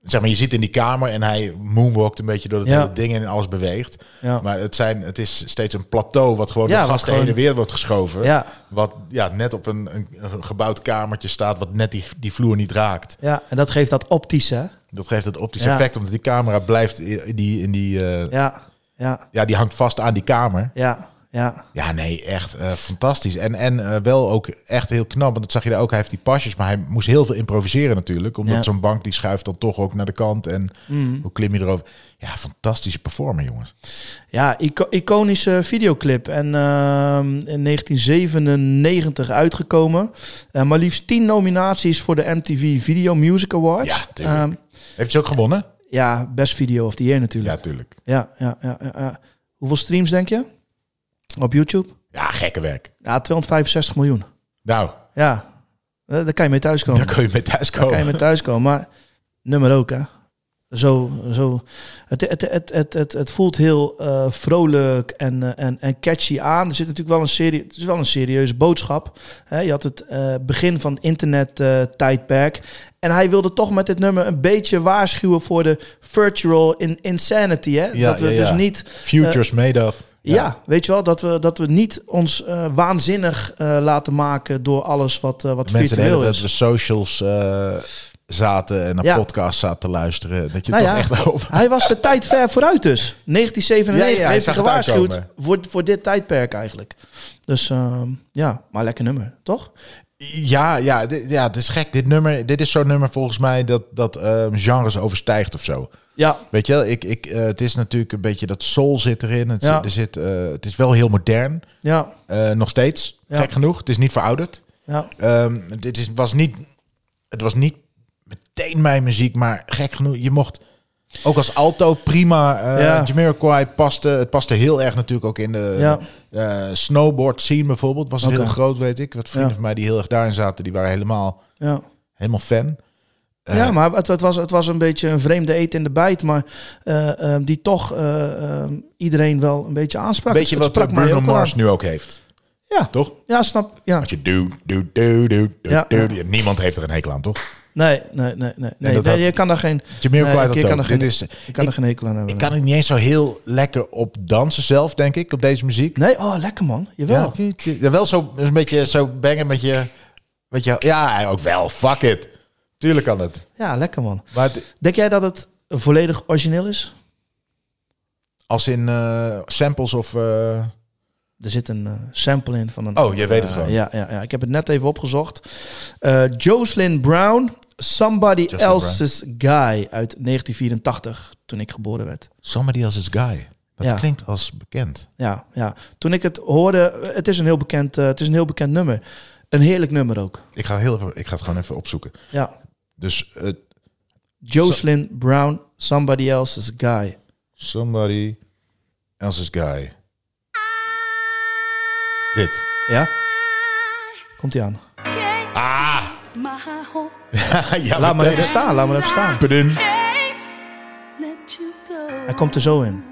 Speaker 1: Zeg maar, je zit in die kamer en hij moonwalkt een beetje door het
Speaker 2: Ja.
Speaker 1: hele ding en alles beweegt.
Speaker 2: Ja.
Speaker 1: Maar het, zijn, het is steeds een plateau wat gewoon
Speaker 2: Ja,
Speaker 1: door
Speaker 2: wat
Speaker 1: gasten
Speaker 2: gewoon-
Speaker 1: heen en weer wordt geschoven.
Speaker 2: Ja.
Speaker 1: Wat ja, net op een, een, een gebouwd kamertje staat, wat net die, die vloer niet raakt.
Speaker 2: Ja, en dat geeft dat optische. hè?
Speaker 1: Dat geeft het optisch
Speaker 2: Ja.
Speaker 1: effect, omdat die camera blijft in die... In die eh, ja.
Speaker 2: Ja, ja,
Speaker 1: die hangt vast aan die kamer.
Speaker 2: ja, ja.
Speaker 1: Ja, nee, echt eh, fantastisch. En, en eh, wel ook echt heel knap, want dat zag je daar ook. Hij heeft die pasjes, maar hij moest heel veel improviseren natuurlijk. Omdat
Speaker 2: Ja. Mm.
Speaker 1: zo'n bank die schuift dan toch ook naar de kant. En hoe klim je erover? Ja, fantastische performer, jongens.
Speaker 2: Ja, ico- iconische videoclip. En ehm, in 1997 uitgekomen. Eh, maar liefst 10 nominaties voor de MTV Video Music Awards.
Speaker 1: Ja, tuurlijk.
Speaker 2: Ehm,
Speaker 1: Heeft hij ook gewonnen?
Speaker 2: ja, best video of the year
Speaker 1: Ja,
Speaker 2: natuurlijk.
Speaker 1: tuurlijk.
Speaker 2: Ja, ja, ja, ja, ja. Hoeveel streams denk je? Op YouTube?
Speaker 1: Ja, gekke werk.
Speaker 2: Ja, 265 miljoen.
Speaker 1: Nou,
Speaker 2: Ja, eh, daar kan je mee thuiskomen.
Speaker 1: daar kun je mee
Speaker 2: kan je
Speaker 1: thuiskomen.
Speaker 2: met thuiskomen. Maar nummer ook, hè. Zo, zo. Het, het, het, het, het, het voelt heel eh, vrolijk en, eh, en, en catchy aan. Er zit natuurlijk wel een, serie, het is wel een serieuze boodschap. Hè, je had het eh, begin van het internet-tijdperk. en hij wilde toch met dit nummer een beetje waarschuwen voor de virtual in, insanity. Hè?
Speaker 1: Ja,
Speaker 2: dat we
Speaker 1: ja,
Speaker 2: dus
Speaker 1: ja.
Speaker 2: niet
Speaker 1: Futures made of.
Speaker 2: Eh, ja. weet je wel, dat we, dat we niet ons eh, waanzinnig eh, laten maken door alles wat, eh, wat
Speaker 1: De mensen de hele
Speaker 2: virtueel
Speaker 1: tijd op
Speaker 2: is.
Speaker 1: de socials eh, zaten en naar
Speaker 2: Ja.
Speaker 1: podcasts zaten te luisteren. Dat je
Speaker 2: Nou
Speaker 1: toch
Speaker 2: ja.
Speaker 1: echt over...
Speaker 2: Hij was de tijd ver vooruit dus. 1997
Speaker 1: Ja, ja, hij
Speaker 2: heeft
Speaker 1: zag
Speaker 2: hij
Speaker 1: het
Speaker 2: gewaarschuwd
Speaker 1: aankomen.
Speaker 2: voor, voor dit tijdperk eigenlijk. Dus ehm, ja, maar lekker nummer, toch?
Speaker 1: Ja, ja, di- ja, het is gek. Dit, nummer, dit is zo'n nummer volgens mij dat, dat ehm, genres overstijgt of zo.
Speaker 2: Ja,
Speaker 1: Weet je wel, ik, ik, eh, het is natuurlijk een beetje dat soul zit erin. Het,
Speaker 2: Ja.
Speaker 1: zit, er zit, eh, het is wel heel modern,
Speaker 2: ja,
Speaker 1: eh, nog steeds.
Speaker 2: Ja.
Speaker 1: Gek genoeg, het is niet verouderd.
Speaker 2: ja.
Speaker 1: Ehm, dit is, was niet, het was niet meteen mijn muziek, maar gek genoeg, je mocht... Ook als alto prima. eh
Speaker 2: Ja.
Speaker 1: Jamiroquai paste. Het paste heel erg natuurlijk ook in de
Speaker 2: Ja.
Speaker 1: eh, snowboard scene bijvoorbeeld. Was het
Speaker 2: Oké.
Speaker 1: heel groot, weet ik. Wat vrienden
Speaker 2: Ja.
Speaker 1: van mij die heel erg daarin zaten, die waren helemaal
Speaker 2: ja.
Speaker 1: helemaal fan. Eh,
Speaker 2: ja, maar het, het, was, het was een beetje een vreemde eet in de bijt, maar eh, ehm, die toch eh, ehm, iedereen wel een beetje aansprak.
Speaker 1: Weet je
Speaker 2: Het
Speaker 1: wat
Speaker 2: sprak
Speaker 1: eh,
Speaker 2: mij
Speaker 1: Bruno
Speaker 2: ook wel
Speaker 1: Mars
Speaker 2: aan.
Speaker 1: nu ook heeft?
Speaker 2: Ja.
Speaker 1: Toch?
Speaker 2: Ja, snap. Ja.
Speaker 1: Als je do, do, do, do, do,
Speaker 2: Ja.
Speaker 1: do, do. Niemand heeft er een hekel aan, toch?
Speaker 2: Nee, nee, nee. nee, nee.
Speaker 1: dat
Speaker 2: nee,
Speaker 1: had-
Speaker 2: je kan daar geen,
Speaker 1: Jamiroquai
Speaker 2: Nee,
Speaker 1: had
Speaker 2: ik
Speaker 1: dat
Speaker 2: kan
Speaker 1: ook.
Speaker 2: er geen-
Speaker 1: Dit is,
Speaker 2: je kan
Speaker 1: ik,
Speaker 2: er geen hekel aan hebben.
Speaker 1: ik kan er niet eens zo heel lekker op dansen zelf, denk ik, op deze muziek.
Speaker 2: Nee, oh, lekker man. Jawel.
Speaker 1: Ja, Ja, wel zo een beetje zo bangen met je, met je... Ja, ook wel. Fuck it. Tuurlijk kan het.
Speaker 2: ja lekker man.
Speaker 1: Maar het,
Speaker 2: Denk jij dat het volledig origineel is?
Speaker 1: als in eh, samples of... eh,
Speaker 2: Er zit een eh, sample in van een.
Speaker 1: Oh, jij weet het gewoon.
Speaker 2: Eh, ja, ja, ja, ik heb het net even opgezocht. Eh Jocelyn Brown, Somebody
Speaker 1: Jocelyn
Speaker 2: Else's Guy uit 1984, toen ik geboren werd.
Speaker 1: somebody else's guy. Dat
Speaker 2: Ja.
Speaker 1: klinkt als bekend.
Speaker 2: Ja, ja. Toen ik het hoorde, eh, het is een heel bekend, eh, het is een heel bekend nummer. Een heerlijk nummer ook.
Speaker 1: Ik ga, heel even, ik ga het gewoon even opzoeken.
Speaker 2: Ja.
Speaker 1: Dus eh,
Speaker 2: Jocelyn Brown, Somebody Else's Guy.
Speaker 1: Somebody else's guy. Dit.
Speaker 2: Ja? Komt ie aan.
Speaker 1: Ah!
Speaker 4: My whole
Speaker 1: ja,
Speaker 2: Laat maar
Speaker 1: meteen.
Speaker 2: even staan, laat maar even staan.
Speaker 1: Padun.
Speaker 4: hate let you go.
Speaker 2: Hij komt er zo in.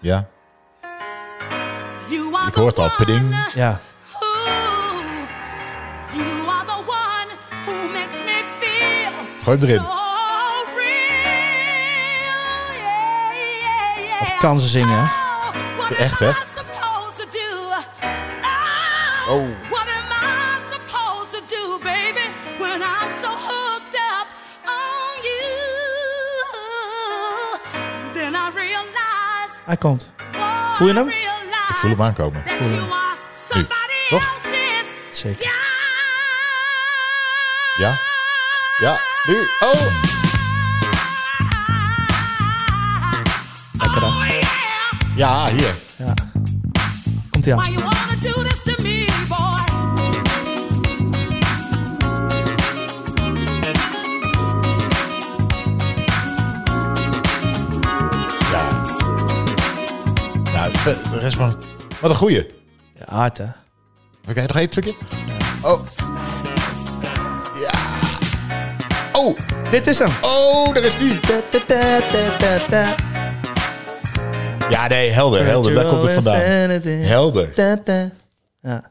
Speaker 1: Ja,
Speaker 4: You are
Speaker 1: ik hoor het
Speaker 4: the
Speaker 1: al. Pading.
Speaker 4: one
Speaker 2: Ja.
Speaker 4: who- you are the one who makes me feel
Speaker 1: Gooi hem erin.
Speaker 4: so real. Yeah, yeah, yeah.
Speaker 2: Wat kan ze zingen, hè?
Speaker 4: Oh, what
Speaker 1: Echt,
Speaker 4: am
Speaker 1: hè?
Speaker 4: I supposed to do? Oh,
Speaker 1: Oh.
Speaker 4: What am I supposed to do, baby, when I'm so hooked up on you? Then I realize,
Speaker 2: Hij komt.
Speaker 4: oh,
Speaker 2: Voel je hem?
Speaker 4: I realize
Speaker 1: Ik voel hem aankomen.
Speaker 4: that
Speaker 2: Voel
Speaker 4: you
Speaker 2: hem.
Speaker 4: are somebody
Speaker 1: toch?
Speaker 4: else's
Speaker 2: Zeker.
Speaker 4: guy.
Speaker 1: Ja? Ja, nu. Oh!
Speaker 2: Lekker, hè?
Speaker 4: Oh, yeah.
Speaker 1: Ja, hier.
Speaker 2: Ja. Komt ie aan.
Speaker 4: Why you wanna do this to me, boy?
Speaker 1: Ja. Nou, de de rest van... Wat een goeie. Oké,
Speaker 2: Ja, hard, hè?
Speaker 1: nog één trucje. Oh. Ja. Oh,
Speaker 2: Dit is hem.
Speaker 1: oh, daar is die. Ja, nee, helder, helder. Daar komt het vandaan. Helder.
Speaker 2: Helder. Ja.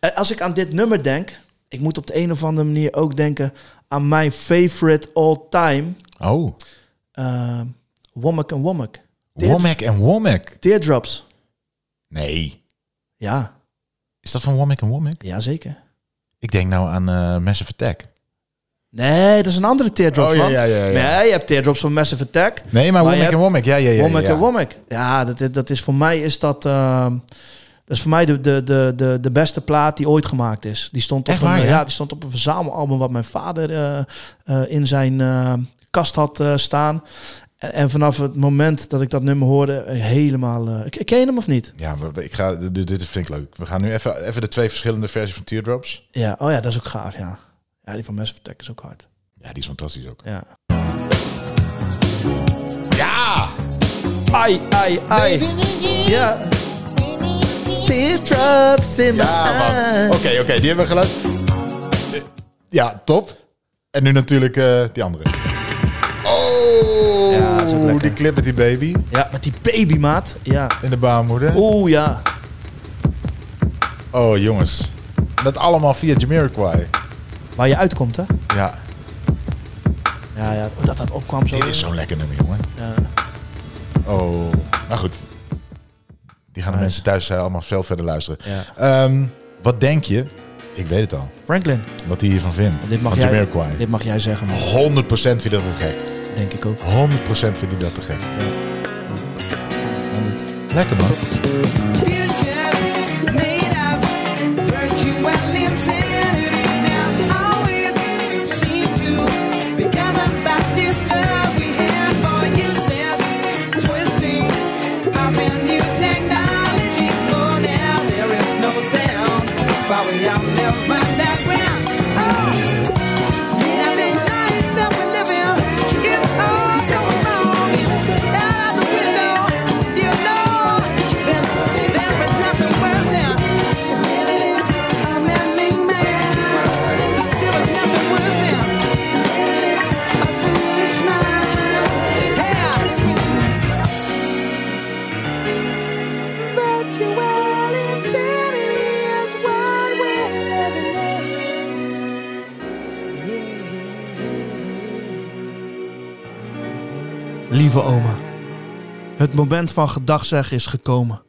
Speaker 2: Eh, Als ik aan dit nummer denk, ik moet op de een of andere manier ook denken aan mijn favorite all time
Speaker 1: Oh,
Speaker 2: Ehm Womack en Womack. Tear-
Speaker 1: Womack en Womack.
Speaker 2: Teardrops.
Speaker 1: Nee.
Speaker 2: Ja,
Speaker 1: Is dat van Womack en Womack?
Speaker 2: ja zeker.
Speaker 1: Ik denk nou aan eh Massive Attack.
Speaker 2: Nee, dat is een andere Teardrops,
Speaker 1: Oh, ja,
Speaker 2: man.
Speaker 1: ja, ja, ja.
Speaker 2: Nee, je hebt Teardrops van Massive Attack.
Speaker 1: Nee, maar,
Speaker 2: je
Speaker 1: Womack
Speaker 2: hebt-
Speaker 1: en Womack. Ja, ja, ja. ja,
Speaker 2: Womack
Speaker 1: ja.
Speaker 2: en Womack. Ja, dat, is- dat is voor mij is dat. ehm, dat is voor mij de, de, de, de, de beste plaat die ooit gemaakt is. Die stond op,
Speaker 1: Echt waar,
Speaker 2: een, eh,
Speaker 1: ja?
Speaker 2: ja? die stond op een verzamelalbum wat mijn vader eh, eh, in zijn eh, kast had eh, staan. En, en vanaf het moment dat ik dat nummer hoorde, eh, helemaal. eh, k- ken je hem of niet?
Speaker 1: Ja, maar ik ga, dit, dit vind ik leuk. We gaan nu even, even de twee verschillende versies van Teardrops.
Speaker 2: Ja, oh ja, dat is ook gaaf, ja. Ja, die van Massive Attack is ook hard.
Speaker 1: Ja, die is fantastisch ook.
Speaker 2: Ja. Ja! Ai, ai, ai. Ja. Teardrops in my
Speaker 1: Ja, Ah, man.
Speaker 2: eyes.
Speaker 1: Oké, oké, die hebben we geluisterd. Ja, top. En nu natuurlijk eh, die andere. Oh,
Speaker 2: Ja, dat is ook lekker.
Speaker 1: die clip met die baby
Speaker 2: Ja, met die babymaat. Ja.
Speaker 1: in de baarmoeder.
Speaker 2: Oeh, ja.
Speaker 1: Oh, jongens. Dat allemaal via Jamiroquai.
Speaker 2: Waar je uitkomt, hè?
Speaker 1: Ja,
Speaker 2: Ja, ja. Oh, Dat dat opkwam zo.
Speaker 1: dit is zo'n lekker nummer, jongen. Oh, maar goed. Die gaan de mensen thuis eh, allemaal veel verder luisteren.
Speaker 2: Ja.
Speaker 1: Ehm, wat denk je? Ik weet het al.
Speaker 2: Franklin,
Speaker 1: Wat hij hiervan vindt.
Speaker 2: dit mag,
Speaker 1: van
Speaker 2: jij,
Speaker 1: Jamiroquai.
Speaker 2: dit mag jij zeggen, man.
Speaker 1: 100% vind je dat te gek.
Speaker 2: Denk ik ook.
Speaker 1: 100% vind je dat te gek. Lekker man.
Speaker 7: I'll never find that ground. Oh, yeah, this life that we live in is all so wrong. Out the window, you know that there is nothing worse than a manly man. There is nothing worse than a foolish man. Yeah. Virtual insanity is what we're living in.
Speaker 2: Lieve oma, het moment van gedagzeggen is gekomen.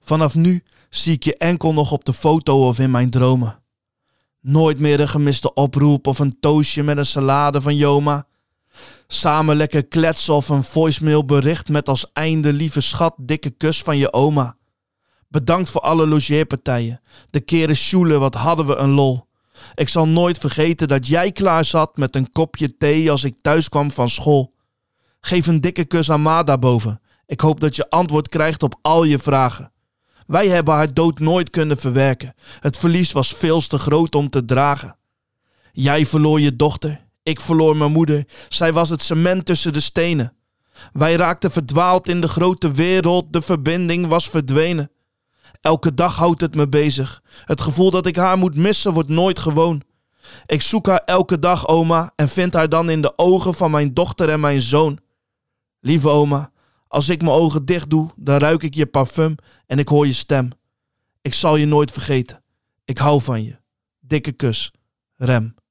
Speaker 2: Vanaf nu zie ik je enkel nog op de foto of in mijn dromen. Nooit meer een gemiste oproep of een toastje met een salade van Joma. Samen lekker kletsen of een voicemail bericht met als einde lieve schat dikke kus van je oma. Bedankt voor alle logeerpartijen. De keren sjoelen, wat hadden we een lol. Ik zal nooit vergeten dat jij klaar zat met een kopje thee als ik thuis kwam van school. Geef een dikke kus aan Ma daarboven. Ik hoop dat je antwoord krijgt op al je vragen. Wij hebben haar dood nooit kunnen verwerken. Het verlies was veel te groot om te dragen. Jij verloor je dochter. Ik verloor mijn moeder. Zij was het cement tussen de stenen. Wij raakten verdwaald in de grote wereld. De verbinding was verdwenen. Elke dag houdt het me bezig. Het gevoel dat ik haar moet missen wordt nooit gewoon. Ik zoek haar elke dag, oma, en vind haar dan in de ogen van mijn dochter en mijn zoon. Lieve oma, als ik mijn ogen dicht doe, dan ruik ik je parfum en ik hoor je stem. Ik zal je nooit vergeten. Ik hou van je. Dikke kus. Rem.